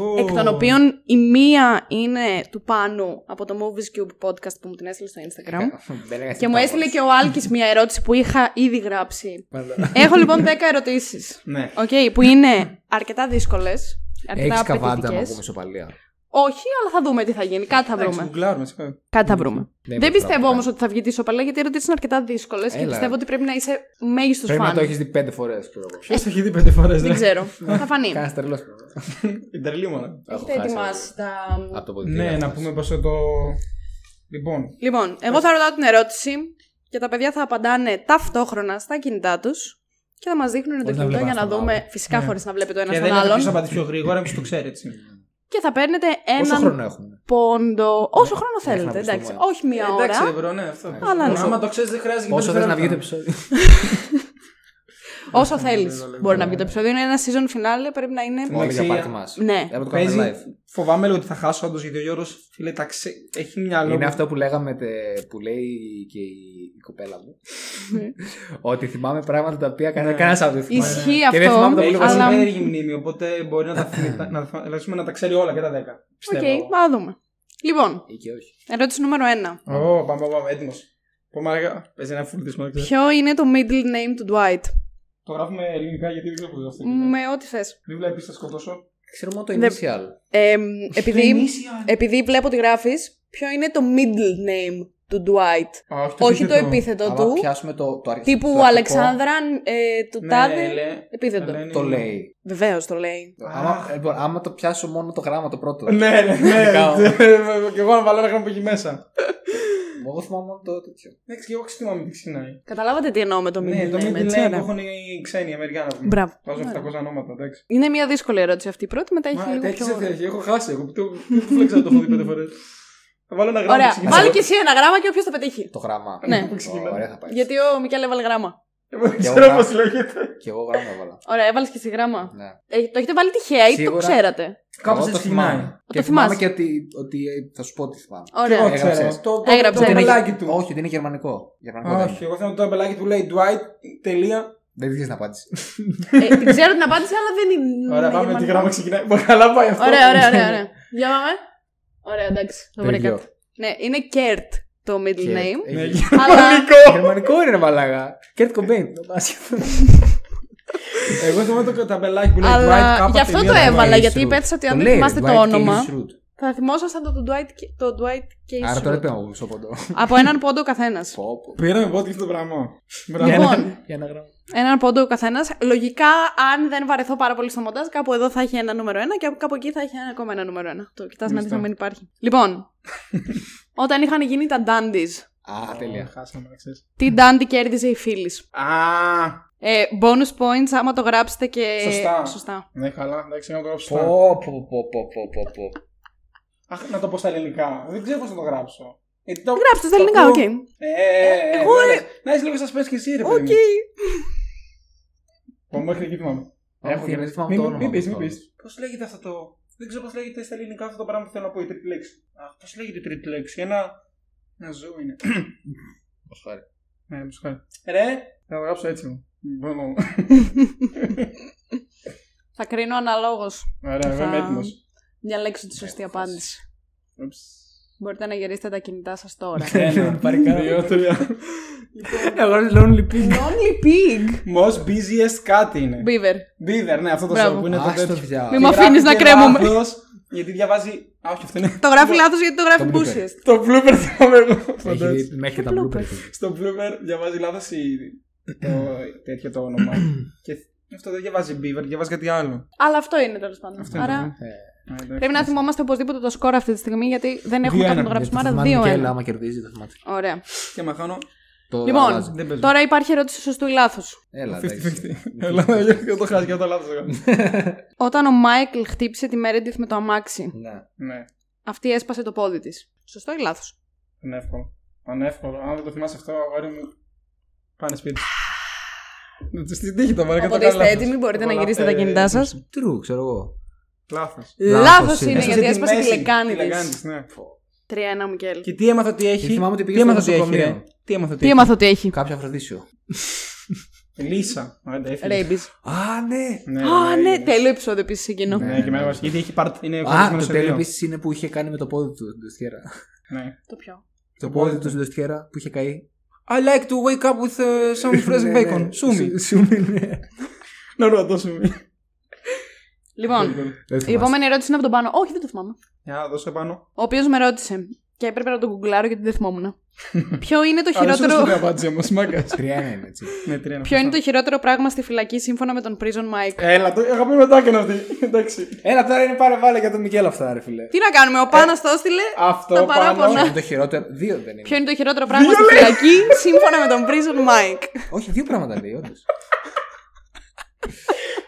Speaker 3: Ω.
Speaker 1: Εκ των οποίων η μία είναι του Πάνου από το Movies Cube podcast που μου την έστειλε στο Instagram.
Speaker 2: Δεν λέγανε
Speaker 1: και μου
Speaker 2: τίποτα.
Speaker 1: έστειλε και ο Άλκης μία ερώτηση που είχα ήδη γράψει.
Speaker 2: Πάντα.
Speaker 1: Έχω λοιπόν 10 ερωτήσεις.
Speaker 3: Ναι.
Speaker 1: Οκ, που είναι αρκετά δύσκολες. Αρκετά
Speaker 2: Έχεις καβάντα μου από
Speaker 1: απαιτητικές.
Speaker 2: μεσοπαλία.
Speaker 1: Όχι, αλλά θα δούμε τι θα γίνει. Κάτι θα
Speaker 3: Εντάξει,
Speaker 1: βρούμε.
Speaker 3: γκουγκλάρουμε, σε κάτι.
Speaker 1: Κάτι θα βρούμε.
Speaker 2: Ναι,
Speaker 1: Δεν
Speaker 2: μπορεί
Speaker 1: πιστεύω
Speaker 2: να
Speaker 1: όμω ότι θα βγει τη σοπαλία γιατί οι ερωτήσεις είναι αρκετά δύσκολες και
Speaker 2: Έλα.
Speaker 1: πιστεύω ότι πρέπει να είσαι μέγιστος
Speaker 2: Πρέπει να
Speaker 1: φαν.
Speaker 2: το ναι. έχεις δει πέντε φορές.
Speaker 3: Ποιο έχει δει πέντε φορές,
Speaker 1: Δεν
Speaker 3: ρε.
Speaker 1: ξέρω. θα φανεί.
Speaker 2: Κάνει τρελό.
Speaker 3: Η τρελή μόνο.
Speaker 1: Έχετε ετοιμάσει τα.
Speaker 2: Από το ποδητήριο.
Speaker 3: Ναι, να πούμε πω το. Λοιπόν,
Speaker 1: Λοιπόν, εγώ θα ρωτάω την ερώτηση και τα παιδιά θα απαντάνε ταυτόχρονα στα κινητά τους και θα μας δείχνουν το
Speaker 2: Χωρίς να
Speaker 1: κινητό για
Speaker 2: βλέπεις
Speaker 1: να
Speaker 2: τον
Speaker 1: δούμε
Speaker 2: άλλον.
Speaker 1: φυσικά
Speaker 3: Ναι.
Speaker 1: χωρίς να βλέπει το ένα
Speaker 3: και
Speaker 1: τον
Speaker 3: δεν είναι ποιο
Speaker 1: άλλον.
Speaker 3: απαντήσει πιο γρήγορα, εμείς το ξέρει έτσι.
Speaker 1: Και θα παίρνετε
Speaker 2: Πόσο
Speaker 1: έναν
Speaker 2: χρόνο έχουμε.
Speaker 1: πόντο. Όσο χρόνο
Speaker 2: Ναι,
Speaker 1: θέλετε,
Speaker 2: να πιστούμε.
Speaker 1: εντάξει. Όχι μία
Speaker 3: Εντάξει, ρε
Speaker 1: ώρα.
Speaker 3: μπρο, ναι, αυτό.
Speaker 1: Αλλά ναι.
Speaker 3: Άμα το ξέρεις, δεν χρειάζεται και
Speaker 2: Πόσο
Speaker 3: πέντε
Speaker 2: θες να βγει το
Speaker 3: λεπτά.
Speaker 2: επεισόδιο.
Speaker 1: Όσο θέλει.
Speaker 3: δεν λέω,
Speaker 1: Μπορεί
Speaker 3: ναι.
Speaker 1: να βγει το επεισόδιο. Είναι ένα season finale, πρέπει να είναι.
Speaker 2: Όλα για
Speaker 3: Εντάξει,
Speaker 2: πάρτι μας.
Speaker 1: Ναι.
Speaker 2: Έχουμε το
Speaker 3: Παίζει-
Speaker 2: κάνουμε live.
Speaker 3: Φοβάμαι λίγο ότι θα χάσω όντως γιατί ο Γιώργος φίλε τα ξέ... έχει μυαλό.
Speaker 2: Είναι αυτό που λέγαμε τε- που λέει και η, η κοπέλα μου.
Speaker 1: Ναι.
Speaker 2: ότι θυμάμαι πράγματα τα οποία κανένα κανένας άλλος δεν θυμάμαι.
Speaker 1: Ισχύει
Speaker 2: Και δεν
Speaker 1: αυτό,
Speaker 2: θυμάμαι τα πολύ
Speaker 3: Έχει
Speaker 1: αλλά-
Speaker 2: βασικά.
Speaker 3: περίεργη μνήμη, οπότε μπορεί να τα, θυμη- να, να, ελπίζουμε να τα ξέρει όλα και τα δέκα.
Speaker 1: Οκ,
Speaker 3: Πιστεύω. εγώ.
Speaker 1: θα δούμε. Λοιπόν,
Speaker 2: Ή και όχι.
Speaker 1: ερώτηση νούμερο 1.
Speaker 3: Ω, πάμε, πάμε, έτοιμος. Πω μαρακα, παίζει ένα full dismal.
Speaker 1: Ποιο είναι το middle name του Dwight?
Speaker 3: Το γράφουμε ελληνικά γιατί δεν ξέρω πώ γράφει.
Speaker 1: Με ό,τι θες.
Speaker 3: Δεν βλέπεις, θα σκοτώσω.
Speaker 2: Ξέρω μόνο το
Speaker 1: Δεν-
Speaker 2: initial.
Speaker 1: Ε, μ, επειδή,
Speaker 3: Initial.
Speaker 1: επειδή βλέπω ότι γράφεις, ποιο είναι το middle name του Dwight.
Speaker 3: Α, όχι
Speaker 1: Όχι το επίθετο
Speaker 2: Αλλά
Speaker 1: του,
Speaker 2: πιάσουμε το, το αρχικό. το
Speaker 1: τύπου
Speaker 2: αρχικό,
Speaker 1: Αλεξάνδρα, ε, του
Speaker 3: Ναι,
Speaker 1: Τάδε.
Speaker 3: λέ-
Speaker 1: επίθετο.
Speaker 3: λένε-
Speaker 2: Το λέει.
Speaker 1: Βεβαίως το λέει.
Speaker 2: Άμα, ε, λοιπόν, άμα το πιάσω μόνο το γράμμα το πρώτο.
Speaker 3: Ναι, ναι,
Speaker 2: Κάνω.
Speaker 3: ναι. Και εγώ να βάλω ένα γράμμα που έχει μέσα.
Speaker 2: Εγώ θυμάμαι μόνο το τέτοιο.
Speaker 3: Εντάξει, και εγώ ξεχνάμε τι ξυνάει.
Speaker 1: Καταλάβατε τι εννοώ με το
Speaker 3: Ναι,
Speaker 1: middle
Speaker 3: το
Speaker 1: name,
Speaker 3: Midland
Speaker 1: έτσι.
Speaker 3: Lane που
Speaker 1: ωραία.
Speaker 3: έχουν οι ξένοι οι Αμερικάνοι. ας πούμε.
Speaker 1: Μπράβο.
Speaker 3: Βάζουν
Speaker 1: Ωραία.
Speaker 3: 800 ονόματα, εντάξει.
Speaker 1: Είναι μια δύσκολη ερώτηση αυτή η πρώτη, μετά έχει
Speaker 3: Μα
Speaker 1: λίγο πιο...
Speaker 3: τέτοιες δεν έχει, έχω χάσει. Εγώ το φλέξα το έχω δει πέντε φορές. Θα βάλω ένα γράμμα.
Speaker 1: Ωραία,
Speaker 3: που ξεκινάει.
Speaker 1: βάλει και εσύ ένα γράμμα και όποιος το πετύχει.
Speaker 2: Το γράμμα.
Speaker 1: Ναι.
Speaker 2: Ωραία θα πάει.
Speaker 1: Γιατί ο Μικέλ έβαλε γράμμα.
Speaker 3: Εγώ δεν
Speaker 2: Και εγώ
Speaker 3: ξέρω
Speaker 2: γράφω.
Speaker 3: πώς λέγεται.
Speaker 2: Και εγώ γράμμα έβαλα.
Speaker 1: Ωραία, έβαλες και εσύ γράμμα.
Speaker 2: Ναι.
Speaker 1: Ε, το έχετε βάλει τυχαία ή το
Speaker 2: Σίγουρα.
Speaker 1: ξέρατε.
Speaker 3: Κάπως
Speaker 2: Εγώ
Speaker 3: έτσι
Speaker 2: το θυμάμαι.
Speaker 3: ξυνάει.
Speaker 1: Το
Speaker 2: Και θυμάμαι
Speaker 1: θυμάσαι.
Speaker 2: και ότι, ότι ε, θα σου πω τι θυμάμαι.
Speaker 1: Ωραία.
Speaker 3: Εγώ
Speaker 2: Έγραψες.
Speaker 3: ξέρω. Το- το-
Speaker 1: Έγραψε.
Speaker 3: Το
Speaker 1: Δεν έχει-
Speaker 3: αμπελάκι του.
Speaker 2: Όχι, ότι είναι γερμανικό. Γερμανικό δεν
Speaker 3: Όχι,
Speaker 2: είναι.
Speaker 3: εγώ θέλω το αμπελάκι του λέει Dwight. Τελεία.
Speaker 2: Δεν δείχνει να απάντηση.
Speaker 1: ε, την ξέρω την απάντηση, αλλά δεν είναι.
Speaker 3: Ωραία, πάμε. Τι
Speaker 1: γερμανικό.
Speaker 3: γράμμα ξεκινάει. Μα Καλά πάει αυτό.
Speaker 1: Ναι, Ωραία, ωραία, ωραία. ωραία. Για πάμε. Ωραία, εντάξει. Θα βρει
Speaker 2: Τέλειο.
Speaker 1: κάτι. Ναι, είναι Κέρτ το middle
Speaker 2: Και-
Speaker 1: name.
Speaker 2: Ε,
Speaker 3: Ναι,
Speaker 1: αλλά
Speaker 2: Γερμανικό είναι ρε μαλάκα. Κέρτ Κομπέιν. το μπάσκετ.
Speaker 3: Εγώ θυμάμαι το ταμπελάκι που λέει Dwight.
Speaker 1: αλλά
Speaker 3: κάπα
Speaker 1: γι' αυτό
Speaker 3: τελεία,
Speaker 1: το
Speaker 3: Dwight.
Speaker 1: έβαλα,
Speaker 2: Dwight
Speaker 1: γιατί
Speaker 2: Schrute.
Speaker 1: υπέθεσα ότι αν
Speaker 2: Το
Speaker 1: δεν
Speaker 2: λέει,
Speaker 1: θυμάστε
Speaker 2: Dwight
Speaker 1: το
Speaker 2: K.
Speaker 1: όνομα,
Speaker 2: Schrute.
Speaker 1: θα θυμόσασταν το Dwight, K- το Dwight K.
Speaker 2: Άρα
Speaker 1: Schrute.
Speaker 2: τώρα πέρα μου στο ποντό.
Speaker 1: Από έναν πόντο ο καθένας.
Speaker 2: Πω, πω.
Speaker 3: Πήραμε πότε και στο πράγμα.
Speaker 2: Για
Speaker 3: Μπράβο.
Speaker 1: Λοιπόν.
Speaker 2: ένα- Για ένα γράμμα.
Speaker 1: Έναν πόντο ο καθένας. Λογικά, αν δεν βαρεθώ πάρα πολύ στο μοντάζ, κάπου εδώ θα έχει ένα νούμερο ένα και κάπου εκεί θα έχει ένα- ακόμα ένα νούμερο ένα. Το κοιτάς να δεις
Speaker 3: Μισθό.
Speaker 1: να μην υπάρχει. Λοιπόν, όταν είχαν γίνει τα dandies,
Speaker 2: Α,
Speaker 3: Τελεία.
Speaker 2: τέλεια.
Speaker 3: Χάσαμε, να ξέρεις.
Speaker 1: τι dandy κέρδιζε η φίλη.
Speaker 3: Α,
Speaker 1: Ε, bonus points άμα το γράψετε και.
Speaker 3: Σωστά. Ναι, καλά, εντάξει, να το γράψω. σωστά.
Speaker 2: Πω, πω, πω, πω, πω, πω, πω.
Speaker 3: Αχ, να το πω στα ελληνικά. Δεν ξέρω πώς να το γράψω. Ε, το...
Speaker 1: Γράψτε στα ελληνικά, οκ.
Speaker 3: ακούω. Ε, ε, ε,
Speaker 1: εγώ,
Speaker 3: ε, Να είσαι λίγο σας πες και εσύ, ρε
Speaker 1: Οκ.
Speaker 3: παιδί. μου. Μέχρι εκεί θυμάμαι.
Speaker 2: Έχω και δεν θυμάμαι
Speaker 3: Μην-
Speaker 2: το όνομα.
Speaker 3: Μην πει,
Speaker 2: μου
Speaker 3: μην
Speaker 2: τώρα.
Speaker 3: πεις. Πώς λέγεται αυτό το. Δεν ξέρω πώς λέγεται στα ελληνικά αυτό το πράγμα που θέλω να πω, η τρίτη λέξη. Αχ, πώς λέγεται η τρίτη λέξη. Ένα. Ένα ζώο είναι.
Speaker 2: Αχάρη.
Speaker 3: Ναι, μου σχάρει. Ρε, θα το γράψω έτσι μου. Μπορώ.
Speaker 1: Θα κρίνω αναλόγως
Speaker 3: Ωραία, εγώ
Speaker 1: Θα-
Speaker 3: είμαι έτοιμος.
Speaker 1: διαλέξω τη σωστή
Speaker 2: Έχω
Speaker 1: απάντηση. Μπορείτε να γυρίσετε τα κινητά σας τώρα.
Speaker 3: Ένα,
Speaker 2: Πάρει κάτι.
Speaker 3: δύο, τρία.
Speaker 2: Αγόρασε Lonely Pig.
Speaker 1: Lonely pig!
Speaker 3: Most busiest κάτι είναι.
Speaker 1: Beaver.
Speaker 3: Beaver, ναι, αυτό το
Speaker 1: Μπράβο.
Speaker 3: show που είναι το
Speaker 2: Ας το
Speaker 3: τέτοιο.
Speaker 2: πια.
Speaker 1: Μη μου
Speaker 3: Και
Speaker 1: αφήνεις να
Speaker 3: γράφει και
Speaker 1: κρέμομαι.
Speaker 3: λάθος, γιατί διαβάζει. Α, όχι, αυτό είναι.
Speaker 1: Το γράφει λάθος γιατί το γράφει
Speaker 2: Το blooper.
Speaker 1: μπούσιες.
Speaker 3: Το blooper θυμάμαι εγώ.
Speaker 2: Έχει
Speaker 3: Φαντάζομαι.
Speaker 2: δει μέχρι τα
Speaker 1: Blooper.
Speaker 2: blooper.
Speaker 3: Στο blooper διαβάζει λάθος η... το... τέτοιο το όνομα. και αυτό δεν διαβάζει Beaver, διαβάζει κάτι άλλο.
Speaker 1: Αλλά αυτό είναι τέλος πάντων.
Speaker 3: Αυτό είναι
Speaker 1: Άρα
Speaker 3: το- Ε, εντάξει.
Speaker 1: πρέπει να θυμόμαστε οπωσδήποτε το σκορ αυτή τη στιγμή γιατί δεν έχουμε κάτι να
Speaker 3: Δύο-ένα.
Speaker 1: το
Speaker 2: Γιατί
Speaker 1: γράψουμε.
Speaker 2: το
Speaker 1: Άρα
Speaker 2: θυμάται ο Μικέλ,
Speaker 1: 2-1.
Speaker 2: Άμα κερδίζει το θυμάται.
Speaker 1: Ωραία.
Speaker 3: Και μαχάνω
Speaker 2: Το
Speaker 1: Λοιπόν,
Speaker 2: αλλάζει.
Speaker 3: Δεν παίζουμε.
Speaker 1: Τώρα υπάρχει ερώτηση σωστού ή λάθος.
Speaker 2: Έλα, εντάξει.
Speaker 3: 50-50. Έλα, δεν το χάσει και το λάθο.
Speaker 1: Όταν ο Μάικλ χτύπησε τη Μέρεντιθ με το αμάξι,
Speaker 2: Ναι.
Speaker 3: Ναι,
Speaker 1: αυτή έσπασε το πόδι της. Σωστό ή λάθος.
Speaker 3: ανεύκολο. Ανεύκολο. Αν δεν το θυμάσαι αυτό, αγόρι μου. Πάνε σπίτι. Στην τύχη το μάρκα.
Speaker 1: Οπότε είστε έτοιμοι, μπορείτε να γυρίσετε τα
Speaker 3: Ε,
Speaker 1: κινητά σας.
Speaker 2: Τρου, ξέρω εγώ.
Speaker 3: Λάθος.
Speaker 2: Λάθος
Speaker 1: Λάθος είναι
Speaker 2: είναι.
Speaker 1: γιατί έσπασε τη λεκάνη τη.
Speaker 3: ναι.
Speaker 1: 3-1 Μικέλ.
Speaker 3: Και τι έμαθα ότι έχει.
Speaker 2: Και θυμάμαι ότι πήγε
Speaker 3: τι
Speaker 2: στο
Speaker 3: έμαθα ότι έχει.
Speaker 2: νοσοκομείο.
Speaker 3: ρε. Τι έμαθα ότι
Speaker 1: Τι
Speaker 3: έχει.
Speaker 1: έμαθα ότι έχει.
Speaker 2: Κάποιο αφροδίσιο.
Speaker 3: Λύσα. Ωραία, τα έφυγες.
Speaker 1: Ρέιμπι.
Speaker 2: Α, ναι.
Speaker 3: Ναι,
Speaker 1: Α,
Speaker 3: ναι,
Speaker 1: ναι,
Speaker 3: ναι.
Speaker 1: τέλειο επεισόδιο επίσης εκείνο.
Speaker 3: Ναι, και εμένα μας- Γιατί έχει part. Είναι
Speaker 2: Α,
Speaker 3: χωρισμένο
Speaker 2: το
Speaker 3: σε
Speaker 2: τέλειο
Speaker 3: δύο.
Speaker 2: επίσης είναι που είχε κάνει με το πόδι του την τουστιέρα.
Speaker 3: Ναι.
Speaker 1: Το πιο.
Speaker 2: Το πόδι του στην τουστιέρα που είχε καεί.
Speaker 3: I like to wake up with uh, some fresh
Speaker 2: Ναι,
Speaker 3: bacon.
Speaker 2: ναι.
Speaker 3: Σούμι.
Speaker 2: Σου- Σούμι, ναι.
Speaker 3: Να ρωτώ σούμι.
Speaker 1: Λοιπόν,
Speaker 2: Δεν
Speaker 1: η
Speaker 2: θυμάσαι.
Speaker 1: επόμενη ερώτηση είναι από τον πάνω. Όχι, δεν το θυμάμαι.
Speaker 3: Για να δώσω επάνω.
Speaker 1: Ο οποίος με ρώτησε. Και έπρεπε να τον γκουγκλάρω γιατί δεν θυμόμουν. Ποιο είναι το
Speaker 3: Αλλά σου έδωσε
Speaker 1: χειρότερο.
Speaker 3: την απάντηση όμως, μάγκας.
Speaker 2: Τρία είναι έτσι.
Speaker 3: Ναι, τρία να
Speaker 1: Ποιο είναι
Speaker 3: χάσω.
Speaker 1: το χειρότερο πράγμα στη φυλακή σύμφωνα με τον Prison Mike.
Speaker 3: Έλα, το είχα πει μετά και να αυτή. Εντάξει.
Speaker 2: Έλα τώρα είναι πάρε βάλε για τον Μικέλ αυτά, ρε φιλέ.
Speaker 1: Τι να κάνουμε, ο Πάνος το έστειλε.
Speaker 3: Αυτό
Speaker 1: Τα
Speaker 3: πάνω.
Speaker 1: παράπονα.
Speaker 2: Είναι το χειρότερο. Δύο δεν
Speaker 1: Ποιο
Speaker 2: είναι.
Speaker 1: είναι το χειρότερο πράγμα στη φυλακή σύμφωνα με τον Prison Mike.
Speaker 2: Όχι, δύο πράγματα λέει, όντως.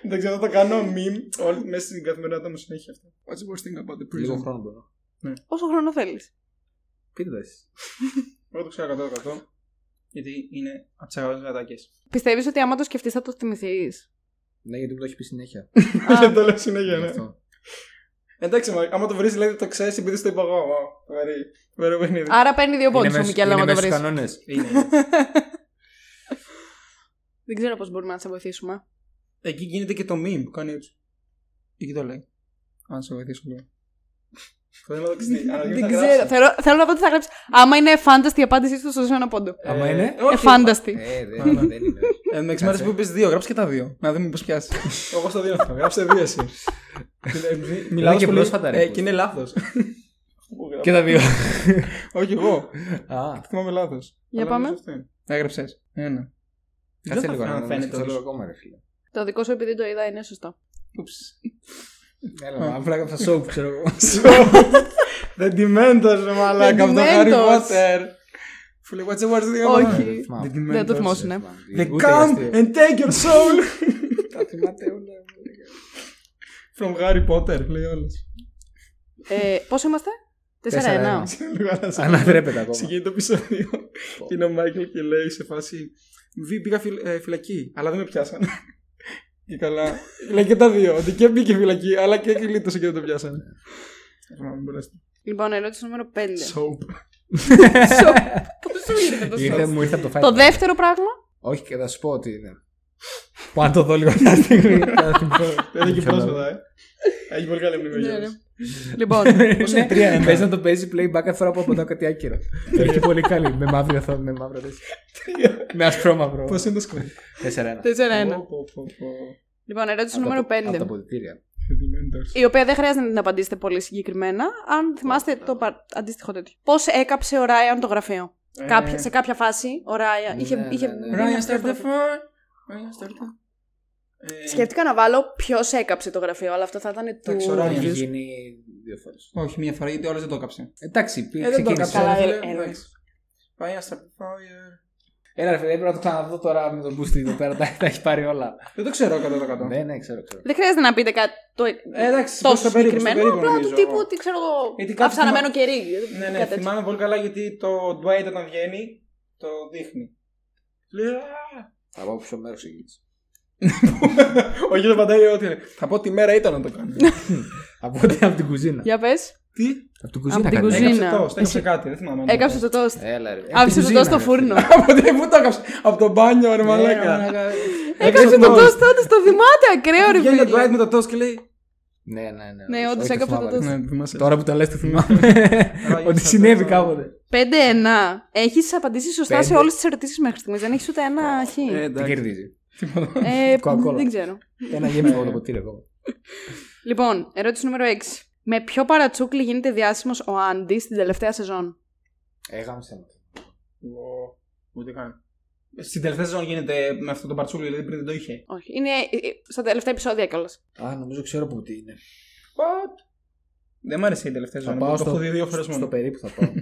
Speaker 3: Εντάξει, θα το κάνω meme όλη- μέσα στην καθημερινότητα μου συνέχεια αυτό. What's the worst thing about the
Speaker 2: Λίγο
Speaker 3: prison?
Speaker 2: χρόνο μπορώ.
Speaker 1: Όσο χρόνο θέλεις.
Speaker 2: Πείτε δε.
Speaker 3: Εγώ το ξέρω 100% γιατί είναι από τις αγαπημένες ατάκε.
Speaker 1: Πιστεύεις ότι άμα το σκεφτείς θα το θυμηθείς.
Speaker 2: Ναι, γιατί μου το έχει πει συνέχεια.
Speaker 3: Δεν το λέω συνέχεια,
Speaker 2: Γι'
Speaker 3: ναι.
Speaker 2: αυτό.
Speaker 3: Εντάξει, μα, άμα το βρεις, δηλαδή το ξέρεις επειδή το είπα εγώ. Wow, Βαρύ. Βαρύ παιχνίδι.
Speaker 1: Άρα παίρνει δύο πόντους
Speaker 2: Είναι
Speaker 1: ο
Speaker 2: μέσα-
Speaker 1: Μικέλα άμα
Speaker 2: είναι
Speaker 1: το
Speaker 2: μέσα
Speaker 1: βρει.
Speaker 2: στους κανόνες.
Speaker 3: Είναι.
Speaker 1: Δεν ξέρω πώς μπορούμε να σε βοηθήσουμε.
Speaker 3: Εκεί γίνεται και το meme που κάνει έτσι. Εκεί το λέει. Αν σε βοηθήσω λίγο. Θέλω να το ξέρεις.
Speaker 1: Δεν ξέρω. Θέλω, θέλω να πω τι θα γράψεις. Άμα είναι φάνταστη η απάντησή του, σου ένα πόντο.
Speaker 2: Άμα είναι.
Speaker 1: Εφάνταστη.
Speaker 2: Ε, δεν δεν είναι.
Speaker 3: Ε, με εξημέρε που είπες δύο, γράψε και τα δύο. Να δούμε πώς πιάσει. Εγώ στο δύο αυτό. Γράψε δύο εσύ. Ε, μι- Μιλάω
Speaker 2: και
Speaker 3: στο
Speaker 2: πρόσφατα, ρε,
Speaker 3: Ε,
Speaker 2: πώς.
Speaker 3: και είναι λάθος.
Speaker 2: Και τα δύο.
Speaker 3: Όχι εγώ.
Speaker 2: Α,
Speaker 3: Θυμάμαι λάθος.
Speaker 1: Για πάμε.
Speaker 3: Έγραψες. Ένα.
Speaker 2: κάτσε λίγο
Speaker 3: να
Speaker 2: να
Speaker 3: φαίνεται
Speaker 2: φαίνεται λίγο
Speaker 3: όλος.
Speaker 2: ακόμα, ρε φίλε.
Speaker 1: Το δικό σου επειδή το είδα είναι σωστό.
Speaker 3: Ούψ.
Speaker 2: Έλα, απλά έκαψα σοου, ξέρω εγώ.
Speaker 3: Δεν τη μέντος, μαλάκα, από το Harry
Speaker 1: Dementors.
Speaker 3: Potter. Φίλε, what's the worst thing about
Speaker 1: Όχι.
Speaker 3: it?
Speaker 2: θυμάμαι.
Speaker 3: The
Speaker 1: Δεν το
Speaker 3: Dementors.
Speaker 1: θυμόσουν. ε.
Speaker 3: They come and take your soul
Speaker 2: Τα θυμάται όλα.
Speaker 3: from Harry Potter, λέει όλος.
Speaker 1: Ε, Πόσο είμαστε? 4-1.
Speaker 2: Τέσσερα-ένα.
Speaker 3: Λίγο ανασύρω.
Speaker 2: Ανατρέπεται ακόμα.
Speaker 3: Ξεκινάει το επεισόδιο. Και είναι ο Μάικλ και λέει σε φάση. «Βι, Πήγα φυλ- ε, φυλακή, αλλά δεν με πιάσανε. Και καλά. Λέει και τα δύο. Ότι και μπήκε φυλακή, αλλά και γλίτωσε και δεν το πιάσανε.
Speaker 2: Ναι.
Speaker 3: Θυμάμαι, μπορείς.
Speaker 1: Λοιπόν, ερώτηση νούμερο 5.
Speaker 3: Soap.
Speaker 1: Πώς σου ήρθε το
Speaker 2: Ήρθε,
Speaker 1: σωστό.
Speaker 2: μου ήρθε από το φάιτ.
Speaker 1: Το δεύτερο πράγμα.
Speaker 2: Όχι, και θα σου πω ότι είναι. Που αν το δω λίγο μια στιγμή. θα θυμηθώ.
Speaker 3: Δεν είναι και πρόσφατα, ε. Έχει πολύ καλή μνήμη. ο
Speaker 1: Ναι,
Speaker 3: Γιώργος.
Speaker 1: ναι. Λοιπόν,
Speaker 2: Ναι, Πες να το παίζει playback κάθε φορά που απαντάω κάτι άκυρο. Είναι πολύ καλή. Με μαύρη οθόνη, με μαύρο τέτοιο. Με ασπρό μαύρο.
Speaker 3: Πώ είναι το σκορ.
Speaker 2: 4-1.
Speaker 1: 4-1.
Speaker 3: Πω, πω, πω, πω.
Speaker 1: Λοιπόν, ερώτηση νούμero
Speaker 2: Από τα
Speaker 1: 5.
Speaker 2: αποδητήρια.
Speaker 3: The Dementors.
Speaker 1: Η οποία δεν χρειάζεται να την απαντήσετε πολύ συγκεκριμένα, αν θυμάστε το πα- αντίστοιχο τέτοιο. Πώς έκαψε ο Ράιαν το γραφείο.
Speaker 3: Ε,
Speaker 1: Κάποια, σε κάποια φάση ο Ράιαν
Speaker 2: Ναι,
Speaker 1: είχε.
Speaker 2: ναι,
Speaker 1: είχε
Speaker 2: ναι.
Speaker 1: μπει
Speaker 3: Ryan
Speaker 1: με αυτό
Speaker 3: start
Speaker 1: το
Speaker 3: the
Speaker 1: γραφείο.
Speaker 3: fire. Ryan start the- Ε,
Speaker 1: Σκέφτηκα να βάλω ποιος έκαψε το γραφείο, αλλά αυτό θα ήταν του.
Speaker 3: Εντάξει, ο Ράιαν.
Speaker 2: Έχει
Speaker 3: Reviews.
Speaker 2: γίνει δύο φορές.
Speaker 3: Όχι, μία φορά γιατί όλε δεν το έκαψε.
Speaker 2: Εντάξει,
Speaker 3: Ε, δεν το
Speaker 2: ξεκίνησε.
Speaker 3: έκαψε.
Speaker 1: Καλά,
Speaker 3: ρε φίλε,
Speaker 1: ε, ε,
Speaker 3: εντάξει. Ryan start the fire.
Speaker 2: Έλα, ρε φίλε, πρέπει να το ξαναδώ τώρα με τον Boosty εδώ πέρα. Τα τα έχει πάρει όλα.
Speaker 3: Δεν το ξέρω 100%.
Speaker 2: Ναι, ναι, ξέρω, ξέρω.
Speaker 1: Δεν χρειάζεται να πείτε κάτι το...
Speaker 3: Ε, εντάξει,
Speaker 1: τόσο
Speaker 3: στο περίπου,
Speaker 1: συγκεκριμένο,
Speaker 3: στο περίπου
Speaker 1: απλά του
Speaker 3: νομίζω,
Speaker 1: τύπου
Speaker 3: εγώ.
Speaker 1: ότι ξέρω εγώ.
Speaker 3: Γιατί κάτι
Speaker 1: Αψαναμένο κερί.
Speaker 3: Ναι, ναι,
Speaker 1: κάτι τέτοιο.
Speaker 3: θυμάμαι πολύ καλά γιατί το Dwight όταν βγαίνει το δείχνει. Λέει, «Α».
Speaker 2: Θα πάω ποιο μέρο ξεκίνησε.
Speaker 3: Ο γύρω παντάει ό,τι είναι. Θα πω τη μέρα ήταν να το κάνω.
Speaker 2: Από ό,τι από την κουζίνα.
Speaker 1: Για πες.
Speaker 3: Τι?
Speaker 2: Από την κουζίνα.
Speaker 1: Από την
Speaker 2: κάτι.
Speaker 1: κουζίνα.
Speaker 3: Έκαψε το, στέκαψε κάτι, δεν θυμάμαι.
Speaker 1: Έκαψε το τόστ.
Speaker 3: ε,
Speaker 2: Έλα, ρε.
Speaker 1: Άφησε το τόστ στο φούρνο.
Speaker 3: Από τι, πού το έκαψες. Από το μπάνιο, ρε
Speaker 2: Ναι,
Speaker 3: μαλάκα.
Speaker 1: Έκαψε το τόστ τότε στο δημάτι, ακραίο ρε
Speaker 3: Βγαίνει ο Dwight
Speaker 1: φίλε.
Speaker 3: με το τόστ και λέει.
Speaker 2: Ναι, ναι, ναι.
Speaker 1: Ναι, όντως
Speaker 2: Όχι,
Speaker 1: έκαψε
Speaker 2: θυμάμαι,
Speaker 1: το τόστ.
Speaker 2: ρε.
Speaker 3: Ναι, θυμάσαι.
Speaker 2: Τώρα που το λες το θυμάμαι. Ότι συνέβη κάποτε.
Speaker 1: 5-1. Έχεις απαντήσει σωστά σε
Speaker 2: Πέντε.
Speaker 1: όλες τις ερωτήσεις μέχρι στιγμής. Δεν έχεις ούτε ένα χ.
Speaker 3: Ε,
Speaker 2: Δεν
Speaker 3: εντάξει.
Speaker 2: κερδίζει. Ναι.
Speaker 1: Ε,
Speaker 2: Coca-Cola.
Speaker 1: Δεν ξέρω.
Speaker 2: Ένα γέμισε από το ποτήρι ακόμα.
Speaker 1: Λοιπόν, ερώτηση νούμερο 6. Με ποιο παρατσούκλι γίνεται διάσημος ο Άντι στην τελευταία σεζόν.
Speaker 2: Έγαμψε με.
Speaker 3: Ω, Ούτε καν. Στην τελευταία σεζόν γίνεται με αυτό το παρτσούλι, δηλαδή πριν δεν το είχε.
Speaker 1: Όχι. Είναι ε, ε, στα τελευταία επεισόδια κιόλας.
Speaker 2: Α, νομίζω ξέρω που τι είναι.
Speaker 3: What? Δεν μ' άρεσε η τελευταία
Speaker 2: Θα
Speaker 3: σεζόν.
Speaker 2: πάω
Speaker 3: Το
Speaker 2: στο,
Speaker 3: έχω δει δύο φορές
Speaker 2: στο
Speaker 3: μόνο.
Speaker 2: περίπου θα πάω.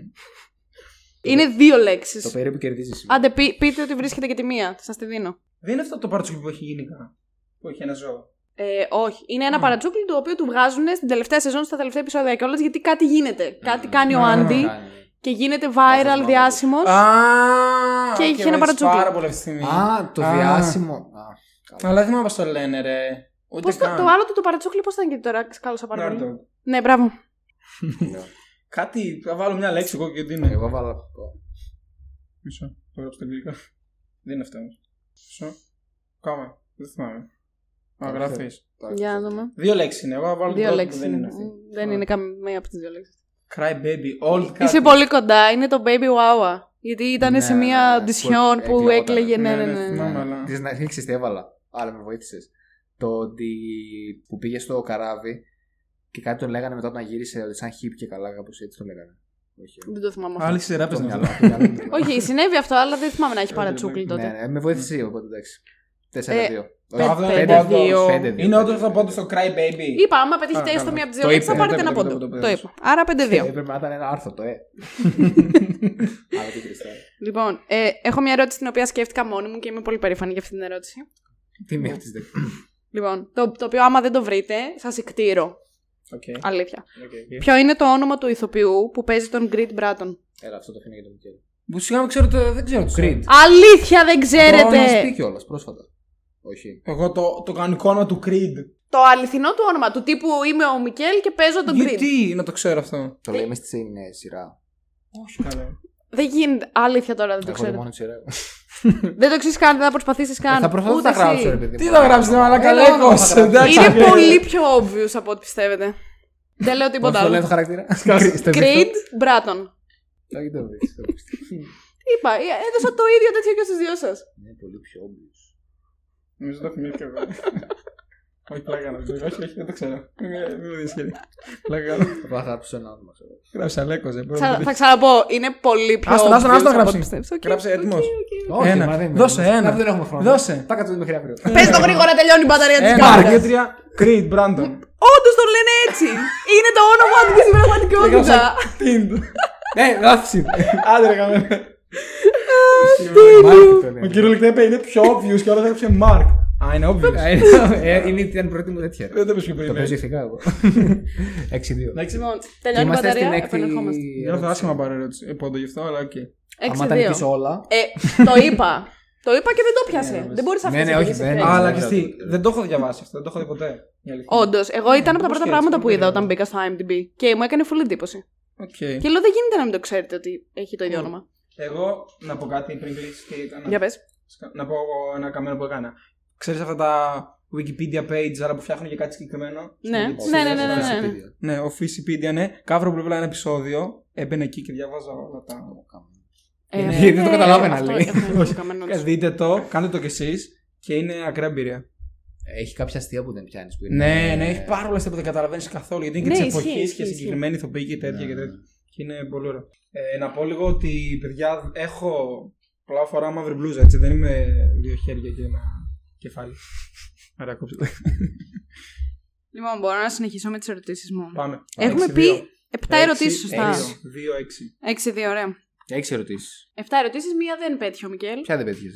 Speaker 1: Είναι δύο
Speaker 2: Το
Speaker 1: λέξει.
Speaker 2: περίπου κερδίζει. σίγουρα.
Speaker 1: Άντε, πει- πείτε ότι βρίσκεται και τη μία. Σας τη δίνω.
Speaker 3: Δεν είναι αυτό το παρτσούκλι που έχει γενικά. Που έχει ένα ζώο.
Speaker 1: Ε, όχι. Είναι ένα
Speaker 3: Mm.
Speaker 1: παρατσούκλι το οποίο του βγάζουν στην τελευταία σεζόν, στα τελευταία επεισόδια κιόλας, γιατί κάτι γίνεται. Κάτι κάνει ο
Speaker 3: Α,
Speaker 1: Άντι
Speaker 2: Κάνει.
Speaker 1: και γίνεται
Speaker 2: Λάθος
Speaker 1: viral
Speaker 2: μάλλον.
Speaker 1: διάσημος.
Speaker 3: Α,
Speaker 1: Και
Speaker 3: οκ,
Speaker 1: είχε ένα
Speaker 3: μου αρέσει
Speaker 1: παρατσούκλι.
Speaker 3: Πάρα πολύ αυτή τη
Speaker 2: ναι.
Speaker 3: στιγμή.
Speaker 2: Α, το
Speaker 3: Α.
Speaker 2: διάσημο. Α,
Speaker 3: Αλλά δεν θυμάμαι πώ το λένε, ρε. Ούτε
Speaker 1: Πώς το,
Speaker 3: καν.
Speaker 1: το άλλο του το παρατσούκλι, πώς ήταν και τώρα, σκάλωσα πάρα
Speaker 3: Να
Speaker 1: πολύ.
Speaker 3: το-
Speaker 1: Ναι, μπράβο.
Speaker 2: ναι.
Speaker 3: Κάτι, θα βάλω μια λέξη εγώ και τι είναι.
Speaker 2: Εγώ βάλα.
Speaker 3: Μισό. Το έγραψα στα αγγλικά. Δεν είναι αυτό όμως. Μισό. Κάμε. Δεν θυμάμαι. Α,
Speaker 2: Καλά,
Speaker 3: γράφει.
Speaker 1: Για να δούμε.
Speaker 3: Δύο λέξεις είναι. Εγώ θα βάλω την
Speaker 1: Δύο
Speaker 3: πρώτη που
Speaker 1: λέξεις
Speaker 3: Δεν είναι
Speaker 1: είναι.
Speaker 3: αυτή.
Speaker 1: Μ, Δεν
Speaker 3: Α.
Speaker 1: είναι καμία από τις δύο λέξεις.
Speaker 3: Cry baby. All κάτι.
Speaker 1: Είσαι πολύ κοντά, είναι το Baby Wawa. Γιατί ήταν
Speaker 2: Ναι,
Speaker 1: σε μία
Speaker 2: ναι,
Speaker 1: audition
Speaker 2: που
Speaker 1: που
Speaker 2: εκλεγόταν.
Speaker 1: έκλαιγε. Ναι,
Speaker 3: Ναι,
Speaker 1: ναι,
Speaker 3: ναι,
Speaker 1: ναι.
Speaker 3: θυμάμαι. αλλά-
Speaker 2: Της να αρχίσει τι έβαλα. Άρα με βοήθησες. Το ότι που πήγε στο καράβι και κάτι τον λέγανε μετά που να γύρισε ότι σαν hip και καλά, κάπως έτσι το λέγανε. Όχι.
Speaker 1: Δεν το θυμάμαι αυτό.
Speaker 3: Άλλη σειρά πες
Speaker 2: Το
Speaker 3: να
Speaker 2: μυαλό,
Speaker 3: βάλω.
Speaker 2: το μυαλό.
Speaker 1: Όχι, συνέβη αυτό, αλλά δεν θυμάμαι να έχει
Speaker 3: Ε, ναι,
Speaker 1: παρατσούκλι
Speaker 3: ναι.
Speaker 2: Ναι,
Speaker 1: τότε.
Speaker 2: ναι, με βοήθησε οπότε εντάξει. 4-2.
Speaker 1: Ε, πέντε-
Speaker 2: Όχι,
Speaker 3: πέντε-
Speaker 2: πέντε-
Speaker 1: δύο.
Speaker 2: πέντε- δύο.
Speaker 3: Είναι όντως το πόντο στο Cry Baby.
Speaker 1: Είπα, άμα πετύχετε
Speaker 3: Α,
Speaker 1: έστω
Speaker 3: καλά.
Speaker 1: μία από τις
Speaker 2: Το
Speaker 1: δύο λέξεις, θα
Speaker 2: είπε,
Speaker 1: πάρετε
Speaker 3: το
Speaker 1: ένα
Speaker 3: είπε, ναι, το
Speaker 1: πόντο.
Speaker 3: είπε, το είπε,
Speaker 1: Το
Speaker 3: το
Speaker 1: είπα. Άρα 5-2.
Speaker 2: Έπρεπε να ήταν ένα άρθρο το ε. Αλλά δεν χρειάζεται.
Speaker 1: Λοιπόν, ε, έχω μια ερώτηση την οποία σκέφτηκα μόνη μου και είμαι πολύ περήφανη για αυτή την ερώτηση.
Speaker 2: Τι μία τη δεκα.
Speaker 1: Λοιπόν, το, το οποίο άμα δεν το βρείτε, σας εκτείρω.
Speaker 3: Οκ.
Speaker 1: Αλήθεια.
Speaker 3: Οκ, οκ.
Speaker 1: Ποιο είναι το όνομα του ηθοποιού που παίζει τον Γκριτ Μπράτον.
Speaker 2: Έλα, αυτό το αφήνω για τον Μικέλ.
Speaker 3: Που σιγά μου ξέρω το. Δεν ξέρω το.
Speaker 2: Creed.
Speaker 1: Αλήθεια δεν
Speaker 2: Πρόνος πει
Speaker 1: ξέρετε!
Speaker 2: κιόλας, πρόσφατα. Όχι.
Speaker 3: Εγώ το, το κανονικό όνομα του Creed.
Speaker 1: Το αληθινό του όνομα του τύπου είμαι ο Μικέλ και παίζω τον Γκριτ.
Speaker 3: Γιατί να το ξέρω αυτό.
Speaker 2: Το λέμε στην ε, σειρά.
Speaker 3: Όχι καλά.
Speaker 1: Δεν γίνεται. Αλήθεια τώρα δεν το
Speaker 2: Έχω δει
Speaker 1: ξέρετε.
Speaker 2: μόνο τη σειρά.
Speaker 1: Δεν το ξέρεις καν, δεν θα προσπαθήσεις καν.
Speaker 2: Ε, Θα προσπαθώ να
Speaker 1: Ούτε
Speaker 2: τα γράψω,
Speaker 1: εσύ.
Speaker 2: ρε παιδί.
Speaker 3: Τι
Speaker 2: μου.
Speaker 3: θα ναι, γράψει, ρε μαλάκα,
Speaker 2: Έλα,
Speaker 3: λέγω.
Speaker 2: θα γράψω.
Speaker 3: εντάξει.
Speaker 1: Είναι πολύ πιο obvious από ό,τι πιστεύετε. δεν λέω
Speaker 2: Πώς
Speaker 1: τίποτα
Speaker 2: το λένε
Speaker 1: άλλο.
Speaker 2: το χαρακτήρα. Κρίτ.
Speaker 1: Creed Bratton. Είπα, ε, έδωσα το ίδιο τέτοιο και στους δύο σας.
Speaker 2: Είναι πολύ πιο όμπιος.
Speaker 3: Νομίζω το έχω μείνει και εγώ. Όχι, πλάκα να το Όχι, όχι, Ναι, δεν το ξέρω. Μην με δει Πλάκα.
Speaker 2: Απλά θα γράψω ένα όνομα. ξέρω.
Speaker 3: Γράψε Αλέκο.
Speaker 1: Θα, θα ξαναπώ, είναι πολύ πιο.
Speaker 3: Άστον, άστον,
Speaker 1: obvious
Speaker 3: άστον
Speaker 1: από
Speaker 3: γράψει.
Speaker 1: ό,τι πιστεύεις. Οκ,
Speaker 3: Γράψε
Speaker 1: οκ,
Speaker 3: έτοιμος.
Speaker 1: οκ, οκ.
Speaker 2: Όχι,
Speaker 3: Ένα.
Speaker 2: μα δεν είναι.
Speaker 3: Δώσε ένα.
Speaker 2: Κάπου Δεν έχουμε χρόνο.
Speaker 3: Δώσε.
Speaker 2: Θα κάτσουμε μέχρι αύριο.
Speaker 1: Πες το γρήγορα, τελειώνει η μπαταρία
Speaker 2: Ε,
Speaker 1: της
Speaker 3: Ένα,
Speaker 1: κάρτα.
Speaker 3: αρκετρία. Creed, Brandon.
Speaker 1: Όντω τον λένε έτσι. είναι το όνομά του
Speaker 2: Ε,
Speaker 1: και στην πραγματικότητα.
Speaker 3: Tind.
Speaker 2: Ναι, γράψει.
Speaker 3: Άντε, ρε καμένα.
Speaker 2: Μάλιστα, ναι.
Speaker 3: Ο κυριολεκτικά είπε είναι πιο obvious και όλα έγραψε Mark. Α, είναι obvious.
Speaker 2: Ε, είναι- ε, Είναι ήταν η πρώτη μου τέτοια. ρε.
Speaker 3: Δεν το πες πιο
Speaker 2: Το
Speaker 3: πριν. ναι.
Speaker 2: παίζω ηθικά εγώ. 6-2.
Speaker 3: Εντάξει.
Speaker 1: Λοιπόν,
Speaker 2: Και
Speaker 1: τελειώνει η
Speaker 2: Είμαστε
Speaker 1: μπαταρία,
Speaker 2: στην έκτη.
Speaker 1: επανερχόμαστε.
Speaker 2: Ε,
Speaker 3: Νιώθω άσχημα πάρω ερώτηση. Πόντο γι' αυτό, αλλά οκ.
Speaker 2: Άμα τα νικήσω
Speaker 1: 6-2.
Speaker 2: όλα.
Speaker 1: Ε, το είπα. το είπα και δεν το πιάσε. δεν μπορείς
Speaker 2: Ναι,
Speaker 1: αυτή
Speaker 2: ναι, όχι,
Speaker 1: τη
Speaker 2: δεν-
Speaker 1: στιγμή.
Speaker 3: Αλλά
Speaker 2: ναι,
Speaker 3: και
Speaker 2: ναι,
Speaker 3: εσύ,
Speaker 2: ναι.
Speaker 3: δεν το έχω διαβάσει αυτό, δεν το έχω δει ποτέ. η αλήθεια.
Speaker 1: Όντως, Ε, εγώ ήταν από τα πρώτα
Speaker 3: σκέφτεσαι,
Speaker 1: πράγματα που
Speaker 3: Ναι, δεν
Speaker 1: είδα
Speaker 3: περίμενα.
Speaker 1: όταν μπήκα στο IMDb και μου έκανε full εντύπωση.
Speaker 3: Οκ.
Speaker 1: Και λέω δεν γίνεται να μην το ξέρετε ότι έχει το ίδιο όνομα.
Speaker 3: Εγώ να πω κάτι πριν κλείσει τι έκανα.
Speaker 1: Για πες.
Speaker 3: Να πω εγώ ένα καμένο που έκανα. Ξέρεις αυτά τα Wikipedia page, άρα που φτιάχνουν για κάτι συγκεκριμένο.
Speaker 1: Ναι,
Speaker 3: Στην
Speaker 1: ναι, ναι,
Speaker 3: Wikipedia,
Speaker 1: ναι, ναι, ναι.
Speaker 2: Wikipedia.
Speaker 3: Ναι, ο Wikipedia, ναι. Κάθε φορά που έβλεπα ένα επεισόδιο, έμπαινα εκεί και διαβάζα όλα τα.
Speaker 1: Ε,
Speaker 3: Ναι.
Speaker 1: ε,
Speaker 2: Γιατί δεν το
Speaker 1: ε,
Speaker 2: καταλάβαινα,
Speaker 1: αυτό
Speaker 2: λέει.
Speaker 1: έχω το καμένο
Speaker 3: Ε,
Speaker 1: της.
Speaker 3: Δείτε το, κάντε το κι εσείς και είναι ακραία εμπειρία.
Speaker 2: Έχει κάποια αστεία που δεν πιάνεις.
Speaker 3: Ναι, ναι, έχει πάρα πολλά στήματα που δεν καταλαβαίνεις καθόλου γιατί είναι και
Speaker 1: Ναι,
Speaker 3: της
Speaker 1: ισχύει,
Speaker 3: εποχή
Speaker 1: ισχύει,
Speaker 3: και συγκεκριμένη ηθοποιοί και τέτοια και τέτοια. Και είναι πολύ ωραίο. Ε, να πω λίγο ότι παιδιά έχω πολλά φορά μαύρη μπλούζα, έτσι. Δεν είμαι δύο χέρια και ένα κεφάλι. Άρα κόψε το.
Speaker 1: Λοιπόν, μπορώ να συνεχίσω με τις ερωτήσεις μου.
Speaker 3: Πάμε.
Speaker 1: Έχουμε
Speaker 3: Έξι,
Speaker 1: πει
Speaker 3: δύο.
Speaker 1: 7
Speaker 3: Έξι,
Speaker 1: ερωτήσεις, σωστά.
Speaker 3: έξι, Δύο, έξι.
Speaker 1: 6-2, ωραία.
Speaker 2: Έχει ερωτήσει.
Speaker 1: 7 ερωτήσεις, μία δεν πέτυχε ο Μικέλ.
Speaker 2: Ποια δεν πέτυχε.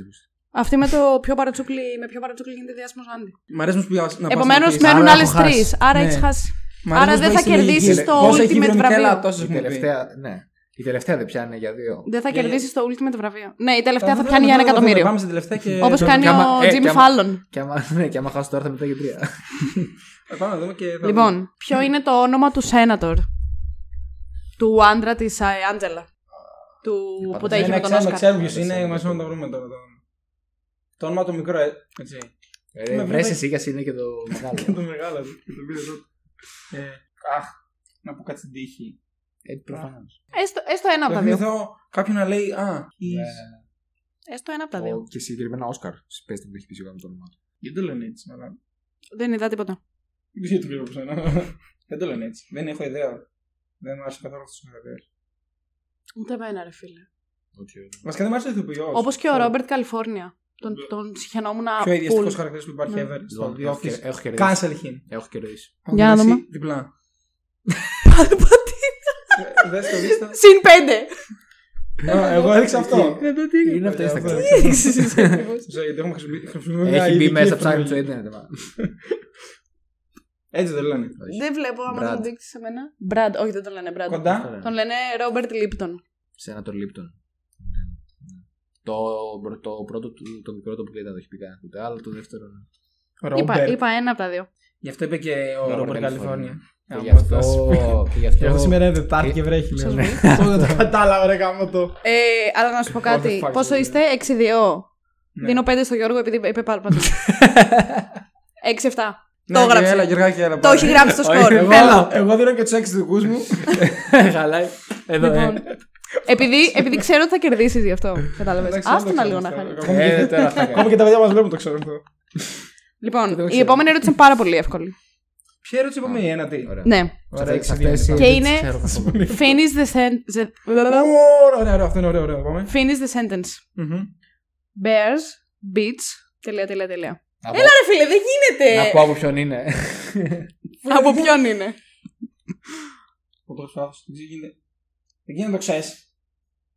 Speaker 1: Αυτή με το πιο παρατσούκλι, με πιο παρατσούκλι γίνεται διάσημος Άντι.
Speaker 3: Μ' αρέσει που πας να πας
Speaker 1: Επομένω,
Speaker 3: να πεις.
Speaker 1: μένουν
Speaker 2: Άρα
Speaker 1: άλλε
Speaker 2: έχω χάσει.
Speaker 1: τρει. Άρα
Speaker 3: Ναι.
Speaker 1: έχεις χάσει.
Speaker 3: Μ' αρέσει
Speaker 1: άρα
Speaker 3: που
Speaker 1: δεν
Speaker 3: έχεις
Speaker 1: θα
Speaker 3: την
Speaker 1: κερδίσεις
Speaker 3: λογική.
Speaker 1: το
Speaker 3: Πόσα έχει
Speaker 1: ultimate
Speaker 3: η Βρονικέλα,
Speaker 1: βραβείο.
Speaker 3: τόσα
Speaker 2: Η
Speaker 3: έχουμε πει.
Speaker 2: τελευταία, ναι. Η τελευταία δεν πιάνει για δύο.
Speaker 1: Δεν θα
Speaker 3: Για-
Speaker 1: κερδίσεις το ultimate βραβείο. Ναι, η τελευταία θα
Speaker 3: Πάμε,
Speaker 1: πιάνει για ένα
Speaker 3: πάμε,
Speaker 1: εκατομμύριο.
Speaker 3: Πάμε στην τελευταία και.
Speaker 1: Όπως
Speaker 3: το-
Speaker 1: κάνει
Speaker 2: κι
Speaker 1: ο
Speaker 2: άμα- ε, κι
Speaker 1: Jimmy
Speaker 2: άμα-
Speaker 1: Fallon.
Speaker 2: Και άμα, ναι, και άμα χάσω το άρθρο μετά για τρία.
Speaker 3: Πάμε να δούμε και. θα δούμε.
Speaker 1: Λοιπόν, ποιο είναι το όνομα του Σένατορ, του άντρα της Άντζελα. Του
Speaker 2: Είπατε,
Speaker 1: που τα
Speaker 2: ναι,
Speaker 1: είχε
Speaker 3: Ένα
Speaker 1: με τον
Speaker 3: ξέρουμε,
Speaker 1: Όσκαρ.
Speaker 3: ξέρουμε ποιος
Speaker 2: Όσκαρ.
Speaker 3: είναι, μαζί να το βρούμε τώρα. το όνομα. Το όνομα του μικρό, ε, έτσι.
Speaker 2: Ε, Βρες εσύ για είναι και το
Speaker 3: Και
Speaker 2: μεγάλο.
Speaker 3: το μεγάλο του. Και το πήρες τότε. Ε, αχ, να πω κάτι στην τύχη.
Speaker 2: Ε, προφανώς.
Speaker 1: Έστω, έστω ένα από τα
Speaker 3: Θα
Speaker 1: δύο.
Speaker 3: θυμηθώ κάποιον να λέει Α, he's-
Speaker 1: Έστω ένα από τα
Speaker 2: Ο-
Speaker 1: δύο.
Speaker 2: Και συγκεκριμένα Όσκαρ. Πες την που έχει πει σίγουρα με το όνομά του.
Speaker 3: Γιατί το λένε έτσι, αλλά.
Speaker 1: Δεν είδα τίποτα.
Speaker 3: Δεν το ξέρω Δεν το λένε έτσι. Δεν έχω ιδέα. Δεν μου άρεσε καθόλου αυτός ο χαρακτήρα.
Speaker 1: Ούτε εμένα, ρε φίλε.
Speaker 3: Βασικά δεν μου άρεσε ο ηθοποιός.
Speaker 1: Όπως και ο Ρόμπερτ Καλιφόρνια. Τον, τον συχαινόμουν
Speaker 3: Πιο
Speaker 1: full.
Speaker 3: ιδιαίτερο χαρακτήρα που υπάρχει
Speaker 1: Ναι.
Speaker 3: ever στο
Speaker 2: Λοιπόν,
Speaker 3: The
Speaker 2: έχω κερ-
Speaker 3: Office.
Speaker 2: Έχω κερδίσει.
Speaker 3: Cancel him.
Speaker 2: Έχω κερδίσει.
Speaker 1: Για να
Speaker 3: Εντάξει,
Speaker 1: δούμε.
Speaker 3: Διπλά.
Speaker 1: Παραπατή.
Speaker 3: Δες το δίστα.
Speaker 1: Συν πέντε.
Speaker 3: Ε, Εγώ έδειξα αυτό.
Speaker 1: Κατά τι
Speaker 2: Είναι αυτό
Speaker 3: παιδιά,
Speaker 2: Instagram.
Speaker 3: αυτό.
Speaker 1: Ξέρεις
Speaker 2: ε,
Speaker 1: εσύ ακριβώς.
Speaker 3: Ξέρω, γιατί έχουμε χρησιμο- χρησιμοποιούμε μια
Speaker 2: Έχει μπει
Speaker 3: ειδική
Speaker 2: μέσα
Speaker 3: εφαρμογή.
Speaker 2: ψάχνει ε, στο Ιντερνετ. μα.
Speaker 3: Έτσι δεν λένε.
Speaker 2: Όχι.
Speaker 1: Δεν βλέπω άμα
Speaker 2: Brad.
Speaker 1: το δείξεις σε μένα. Μπραντ, όχι δεν τον λένε Μπραντ.
Speaker 3: Κοντά.
Speaker 1: Τον λένε Ρόμπερτ Λίπτον.
Speaker 2: Σε ένα τον Λίπτον. Ναι, Το, το πρώτο, του- το μικρό το που λέει ήταν το έχει πει κανένα ούτε, αλλά το δεύτερο. ναι.
Speaker 1: Είπα,
Speaker 3: Ρόμπερτ.
Speaker 1: είπα ένα από τα δύο.
Speaker 3: Γι' αυτό είπε και ο
Speaker 2: Ρόμπερτ
Speaker 3: Ρόμπερτ Καλιφόρνια.
Speaker 2: Καλιφόρνια.
Speaker 3: Ε,
Speaker 2: Και γι' αυτό. Και γι'
Speaker 3: Και εγώ
Speaker 2: αυτό.
Speaker 3: σήμερα είναι Τετάρτη και βρέχει. λέω.
Speaker 1: Σας
Speaker 3: Αυτό δεν το κατάλαβα, ρε γάμο το.
Speaker 1: Ε, αλλά να σου πω κάτι.
Speaker 2: What the fuck,
Speaker 1: Πόσο
Speaker 2: δηλαδή.
Speaker 1: είστε, 6-2.
Speaker 3: Ναι.
Speaker 1: Δίνω 5 στο Γιώργο επειδή είπε παραπάνω. 6-7. Το
Speaker 3: Ναι, και
Speaker 1: έγραψε.
Speaker 3: Έλα, Γεργάκη, έλα.
Speaker 1: Το
Speaker 3: πάρε.
Speaker 1: έχει γράψει στο
Speaker 2: Όχι,
Speaker 1: σκορ.
Speaker 3: Εγώ-
Speaker 1: Έλα.
Speaker 3: Εγώ δίνω και τους έξι δικούς μου.
Speaker 2: Χαλάει.
Speaker 3: Ναι.
Speaker 2: Εδώ
Speaker 1: Λοιπόν, επειδή, επειδή ξέρω ότι θα κερδίσεις γι' αυτό. Κατάλαβες.
Speaker 3: Εντάξει,
Speaker 1: Άστο
Speaker 3: δεν το
Speaker 1: να
Speaker 3: ξέρω
Speaker 1: λίγο να
Speaker 3: αυτό.
Speaker 1: χάνει.
Speaker 3: Ακόμα και-
Speaker 2: Ε, τώρα θα
Speaker 3: Ακόμα και τα παιδιά μας βλέπουν το ξέρω αυτό.
Speaker 1: Λοιπόν, η
Speaker 3: ξέρω.
Speaker 1: επόμενη ερώτηση είναι πάρα πολύ εύκολη.
Speaker 3: Ποια ερώτηση είπαμε η ένατη.
Speaker 2: Ωραία.
Speaker 1: Ναι.
Speaker 3: Ωραία,
Speaker 2: Ωραία,
Speaker 3: έξι,
Speaker 2: αυτές
Speaker 3: δύο,
Speaker 2: οι-
Speaker 1: Και
Speaker 2: δεν
Speaker 1: είναι-
Speaker 2: τις ξέρω καθόλου.
Speaker 1: Finish the, sen- the-
Speaker 3: Ω, Ωραία, ωραία, αυτό είναι ωραίο, ωραίο. Πάμε.
Speaker 1: finish the sentence.
Speaker 3: Μμμ.
Speaker 1: Bears, beach, τελεία, τελεία, τελεία.
Speaker 2: Να πω-
Speaker 1: Έλα ρε φίλε, δεν
Speaker 2: Να
Speaker 1: γίνεται!
Speaker 2: πω από ποιον είναι.
Speaker 1: Από ποιον είναι.
Speaker 3: Ο προσπάθος, δεν γίνεται. Δεν γίνεται να το ξέρεις.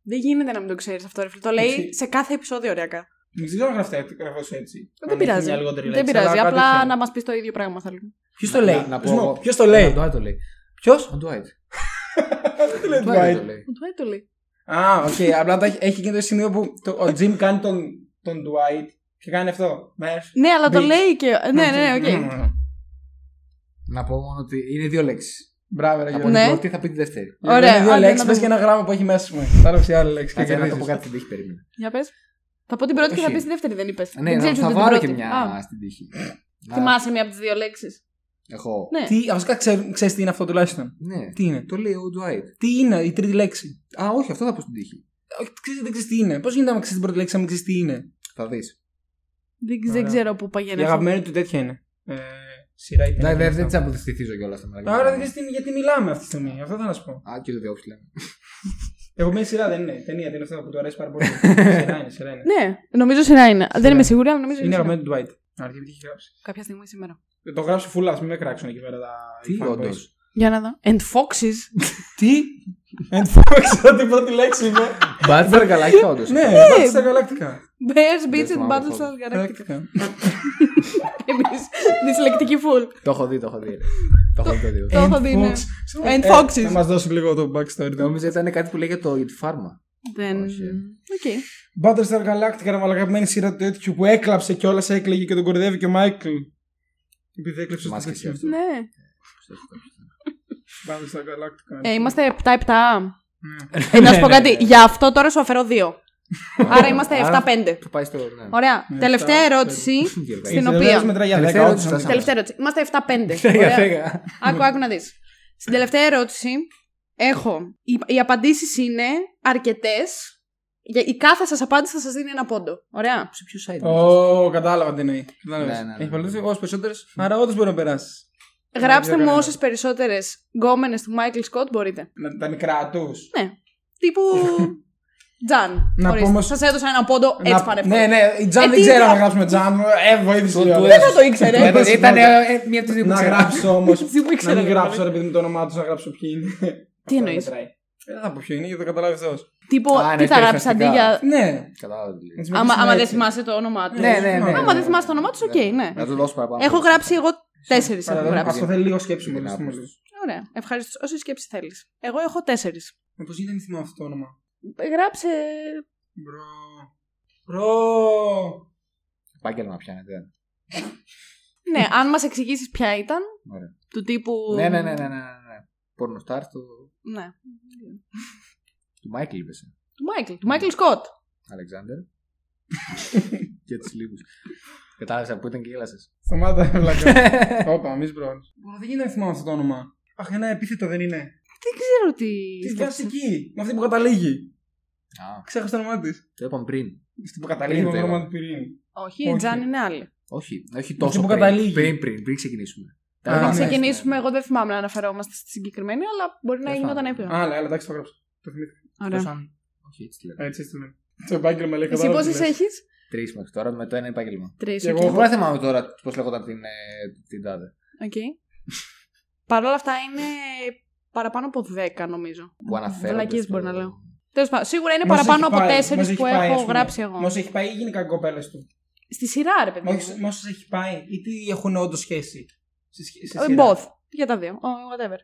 Speaker 1: Δεν γίνεται να μην το ξέρεις αυτό, ρε φίλε. Το λέει
Speaker 3: Εντάξει.
Speaker 1: σε κάθε επεισόδιο ωριακά.
Speaker 3: Μην ξέρω να γραφτεί γραφώ έτσι.
Speaker 1: Δεν πειράζει. Δεν πειράζει. Απλά να μας πεις το ίδιο πράγμα θα λέμε.
Speaker 3: Ποιος το λέει.
Speaker 2: Να- να πω
Speaker 3: Πες μου,
Speaker 2: εγώ.
Speaker 3: Ποιος το
Speaker 2: Ο
Speaker 3: λέει.
Speaker 2: Ντουάιτ το λέει.
Speaker 3: Ποιος?
Speaker 2: Ο Ντουάιτ.
Speaker 3: Δεν το λέει
Speaker 2: Ο Ντουάιτ το
Speaker 3: Dwight.
Speaker 2: λέει.
Speaker 1: Ο Dwight το λέει.
Speaker 3: Α, οκ. Απλά τα έχει- έχει και το σημείο που το- ο Jim κάνει τον, τον Dwight και κάνει αυτό. Μέρς.
Speaker 1: Ναι, αλλά το
Speaker 3: Beach.
Speaker 1: λέει και. Ναι, ναι, οκ.
Speaker 2: Να πω μόνο ότι είναι δύο λέξεις.
Speaker 3: Μπράβο, ρε
Speaker 2: Από
Speaker 3: Γιώργο.
Speaker 1: Ναι.
Speaker 2: την πρώτη θα πει τη δεύτερη.
Speaker 1: Ωραία,
Speaker 3: Είναι δύο
Speaker 1: άντε,
Speaker 3: λέξεις,
Speaker 1: να
Speaker 3: πες
Speaker 1: το-
Speaker 3: και ένα γράμμα που έχει μέσα μου. Κατάλαβες η άλλη λέξη και
Speaker 2: Κάτσε να το πω
Speaker 3: κερδίζεις.
Speaker 2: κάτι στην τύχη περίμενα.
Speaker 1: Για πες. Θα πω την πρώτη και θα
Speaker 2: Όχι.
Speaker 1: πει τη δεύτερη, δεν είπες.
Speaker 2: Ναι, θα, θα βάλω και μια στην τύχη. Να-
Speaker 1: Θυμάσαι μία από τις δύο λέξεις.
Speaker 2: Εγώ.
Speaker 1: Ναι.
Speaker 3: Τι, βασικά ξέρ- ξέρεις τι είναι αυτό τουλάχιστον.
Speaker 2: Ναι.
Speaker 3: Τι είναι.
Speaker 2: Το λέει ο Ντουάιτ.
Speaker 3: Τι είναι η τρίτη λέξη.
Speaker 2: Α, όχι, αυτό θα πω στην τύχη.
Speaker 3: Όχι, ξέρεις, δεν ξέρεις τι είναι. Πώς γίνεται να ξέρεις την πρώτη λέξη, αν μην ξέρεις τι είναι.
Speaker 2: Θα δεις.
Speaker 1: Δεν,
Speaker 3: Ωραία.
Speaker 1: Ε, δεν ξέρω Ναι, πού παγαίνει.
Speaker 3: Η
Speaker 1: αυτό.
Speaker 3: αγαπημένη του τέτοια είναι. Ε, σειρά ήταν.
Speaker 2: Δεν δεν τη αποδυστηθίζω κιόλας τα μερικά.
Speaker 3: Άρα δεν ξέρεις τι- γιατί μιλάμε αυτή τη στιγμή. Αυτό θα σα πω.
Speaker 2: Α, και το διόξι λέμε.
Speaker 3: Εγώ μια σειρά δεν είναι. Ταινία δεν είναι αυτό που του αρέσει πάρα πολύ. σειρά είναι, σειρά είναι.
Speaker 1: Ναι, νομίζω σειρά είναι. Δεν είμαι σίγουρη, αλλά νομίζω
Speaker 3: είναι
Speaker 1: σειρά.
Speaker 3: αγαπημένη του Dwight. Αρχίζει τι έχει γράψει.
Speaker 1: Κάποια στιγμή σήμερα.
Speaker 3: Ε, Το γράψει φουλά, μην με κράξουν εκεί πέρα τα. οι
Speaker 2: Τι,
Speaker 3: fanboys.
Speaker 2: όντως.
Speaker 1: Για να δω. And foxes.
Speaker 3: Τι. Εν δεν ξέρω την πρώτη λέξη είπε.
Speaker 2: Μπάτσερ καλά, και όντως.
Speaker 3: Ναι,
Speaker 1: Ε,
Speaker 3: πάτε στα γαλακτικά. Ε,
Speaker 1: Bears, beach and
Speaker 2: θυμάμαι
Speaker 1: battles
Speaker 2: καθόλου.
Speaker 1: are galactic.
Speaker 3: Γαλακτικά.
Speaker 1: Εμείς δυσλεκτική full.
Speaker 2: Το έχω δει, το έχω δει. Το έχω δει το
Speaker 1: Το
Speaker 2: διόξι.
Speaker 1: έχω δει, ναι. And
Speaker 3: Ε, Να
Speaker 1: foxes.
Speaker 3: μας δώσει λίγο το backstory. του.
Speaker 2: Νόμιζα ήταν κάτι που λέγεται το It Pharma.
Speaker 1: Δεν.
Speaker 2: Όχι.
Speaker 1: Οκ.
Speaker 3: Battlestar Galactica, ρε μαλακαμένη σειρά του τέτοιου που έκλαψε και όλα έκλαιγε και τον κορυδεύει και ο Μάικλ. Επειδή έκλεψες
Speaker 2: Μας
Speaker 3: το
Speaker 2: και
Speaker 3: τέτοιο.
Speaker 2: αυτό.
Speaker 1: Ναι.
Speaker 3: Battlestar Galactica.
Speaker 1: Ε, είμαστε 7-7.
Speaker 3: Ναι.
Speaker 1: Ε, να σου πω
Speaker 2: Ναι, ναι,
Speaker 1: κάτι.
Speaker 2: ναι.
Speaker 1: Γι' αυτό τώρα σου αφαιρώ 2. Άρα είμαστε 7-5.
Speaker 2: Που πάει στο. ναι.
Speaker 1: Ωραία.
Speaker 3: Ναι,
Speaker 1: Τελευταία
Speaker 3: εφτά,
Speaker 1: ερώτηση.
Speaker 2: Γελάει.
Speaker 1: Στην
Speaker 3: Η
Speaker 1: οποία-
Speaker 3: τελευταία μετράει για
Speaker 2: Τελευταία
Speaker 3: 10,
Speaker 2: ερώτηση
Speaker 3: όντως,
Speaker 2: θα σας
Speaker 1: Τελευταία ερώτηση. Είμαστε 7-5.
Speaker 2: Φέγα,
Speaker 1: Ωραία.
Speaker 2: φέγα.
Speaker 1: Άκου, άκου να δεις. Στην τελευταία ερώτηση έχω. Οι, οι απαντήσεις είναι αρκετές. Η κάθε σας απάντηση θα σας δίνει ένα πόντο. Ωραία.
Speaker 2: Σε ποιο site.
Speaker 3: Ω, κατάλαβα τι εννοεί. Κατάλαβες.
Speaker 2: Ναι, ναι, ναι.
Speaker 3: Έχει παλαιώσει όσε περισσότερες. Άρα όντω μπορεί να περάσεις.
Speaker 1: Ε, Γράψτε μου
Speaker 3: κανένα.
Speaker 1: όσες περισσότερες γκόμενες του Michael Scott μπορείτε.
Speaker 3: Να τα μικρά τους.
Speaker 1: Ναι. Τύπου. Τζαν.
Speaker 3: Να πω όμως-
Speaker 1: Σας έδωσα ένα πόντο έτσι πανεύκολα.
Speaker 3: Ναι, ναι, η
Speaker 1: Ε,
Speaker 3: Τζαν
Speaker 1: τι
Speaker 3: δεν ξέρω
Speaker 1: ήταν.
Speaker 3: να γράψουμε Τζαν. Ε, βοήθησε.
Speaker 2: Του-
Speaker 3: λίγο.
Speaker 2: του
Speaker 1: Δεν θα το ήξερε.
Speaker 3: Ναι,
Speaker 2: Ήταν ε, ε, μία από τις δύο που
Speaker 3: Να
Speaker 2: ξέρω.
Speaker 3: γράψω όμως.
Speaker 1: Δεν μου ήξερα,
Speaker 3: Να μην
Speaker 1: ρε,
Speaker 3: γράψω ρε παιδί μου το όνομά τους, να γράψω ποιοι είναι.
Speaker 1: Τι εννοεί.
Speaker 3: Δεν θα πω ποιο είναι γιατί το καταλάβει αυτό.
Speaker 1: Τύπου.
Speaker 2: Α,
Speaker 1: Τι
Speaker 2: ναι,
Speaker 1: θα γράψει αντί
Speaker 2: περιφραστικά.
Speaker 1: για.
Speaker 3: Ναι.
Speaker 2: Κατάλαβα τι λέει.
Speaker 3: να τις
Speaker 1: Άμα, άμα
Speaker 3: μιλήσουμε
Speaker 1: δεν
Speaker 3: έτσι.
Speaker 1: θυμάσαι το όνομά του.
Speaker 2: Ναι, ναι, ναι.
Speaker 1: Άμα δεν θυμάσαι το όνομά του, οκ, ναι.
Speaker 2: Να το δώσω παραπάνω.
Speaker 1: Έχω γράψει εγώ τέσσερις. Έχω
Speaker 3: Παραδείγμα,
Speaker 1: γράψει.
Speaker 3: Αυτό θέλει λίγο σκέψη
Speaker 2: Την
Speaker 3: μου.
Speaker 2: άποψη.
Speaker 1: Ωραία. Ευχαριστώ. Όση σκέψη θέλεις. Εγώ έχω τέσσερις.
Speaker 3: Πώ Ε, γίνεται να μην θυμάμαι αυτό το όνομα.
Speaker 1: Γράψε.
Speaker 3: Μπρο. Μπρο.
Speaker 2: Επάγγελμα πιάνετε.
Speaker 1: Ναι, αν μας εξηγήσεις ποια ήταν.
Speaker 2: Ωραία.
Speaker 1: Του τύπου.
Speaker 2: Ναι, ναι, ναι, ναι, ναι, ναι. Πορνοστάρ του
Speaker 1: Ναι.
Speaker 2: του Μάικλ είπες. ε,
Speaker 1: Του Μάικλ. Του Μάικλ Σκοτ.
Speaker 2: Αλεξάνδερ. Και τους λίγους. Κατάλαβες από πού ήταν και γέλασες.
Speaker 3: Σταμάτα, βλάκα. Όπα, μη σπρώχνει. Δεν γίνεται να θυμάμαι αυτό το όνομα. Αχ, ένα επίθετο δεν είναι.
Speaker 1: Δεν ξέρω τι.
Speaker 3: Τη βιαστική. Με αυτή που καταλήγει.
Speaker 2: Α,
Speaker 3: Ξέχασα το όνομα της.
Speaker 2: το είπαμε πριν.
Speaker 3: Αυτή που καταλήγει
Speaker 2: Πριν
Speaker 3: με το
Speaker 2: το
Speaker 3: όνομα
Speaker 2: είπα.
Speaker 3: του πυρήνη.
Speaker 1: Όχι, η
Speaker 3: Όχι.
Speaker 1: Τζάν είναι άλλη.
Speaker 2: Όχι, όχι τόσο
Speaker 3: που
Speaker 2: πριν.
Speaker 3: καταλήγει.
Speaker 2: Πριν, πριν, πριν ξεκινήσουμε.
Speaker 3: Α,
Speaker 1: Πριν
Speaker 3: ναι.
Speaker 1: ξεκινήσουμε, εγώ δεν θυμάμαι να αναφερόμαστε στη συγκεκριμένη, αλλά μπορεί να
Speaker 2: Δεν
Speaker 1: γινόταν
Speaker 2: θυμάμαι.
Speaker 1: έπειτα.
Speaker 3: Άλλα, αλλά εντάξει, το γράψα. Το θυμήθηκα.
Speaker 1: Ωραία.
Speaker 2: Όχι, έτσι λέμε.
Speaker 3: Έτσι έτσι το λένε. Το επάγγελμα λέει
Speaker 1: Εσύ
Speaker 3: κατάλαβα τι
Speaker 1: πόσες
Speaker 3: λες.
Speaker 1: έχεις,
Speaker 2: Τρεις μέχρι τώρα με το ένα επάγγελμα.
Speaker 1: Τρεις.
Speaker 3: Και εγώ
Speaker 2: Εγώ
Speaker 3: έχω-
Speaker 2: δεν θυμάμαι τώρα πώς λέγονταν την, ε, την τάδε.
Speaker 1: Οκ. Παρ' όλα αυτά είναι παραπάνω από 10 νομίζω.
Speaker 2: Που αναφέρονται
Speaker 1: Βλακίες
Speaker 2: στο-
Speaker 1: μπορεί να λέω. Τέλος πάντων, σίγουρα είναι
Speaker 3: Μας
Speaker 1: παραπάνω
Speaker 3: έχει
Speaker 1: από
Speaker 3: πάει,
Speaker 1: τέσσερις
Speaker 3: μας
Speaker 1: που
Speaker 3: έχει πάει,
Speaker 1: έχω
Speaker 3: ας πούμε.
Speaker 1: γράψει εγώ.
Speaker 3: Με όσους έχει πάει ή γενικά κοπέλε του.
Speaker 1: Στη σειρά, ρε παιδί.
Speaker 3: Με
Speaker 1: μου.
Speaker 3: όσους- με όσους έχει πάει ή τι έχουν όντως σχέση. Σε, σχέ- σε
Speaker 1: Ε,
Speaker 3: σειρά.
Speaker 1: Both. Για τα δύο. Oh, whatever.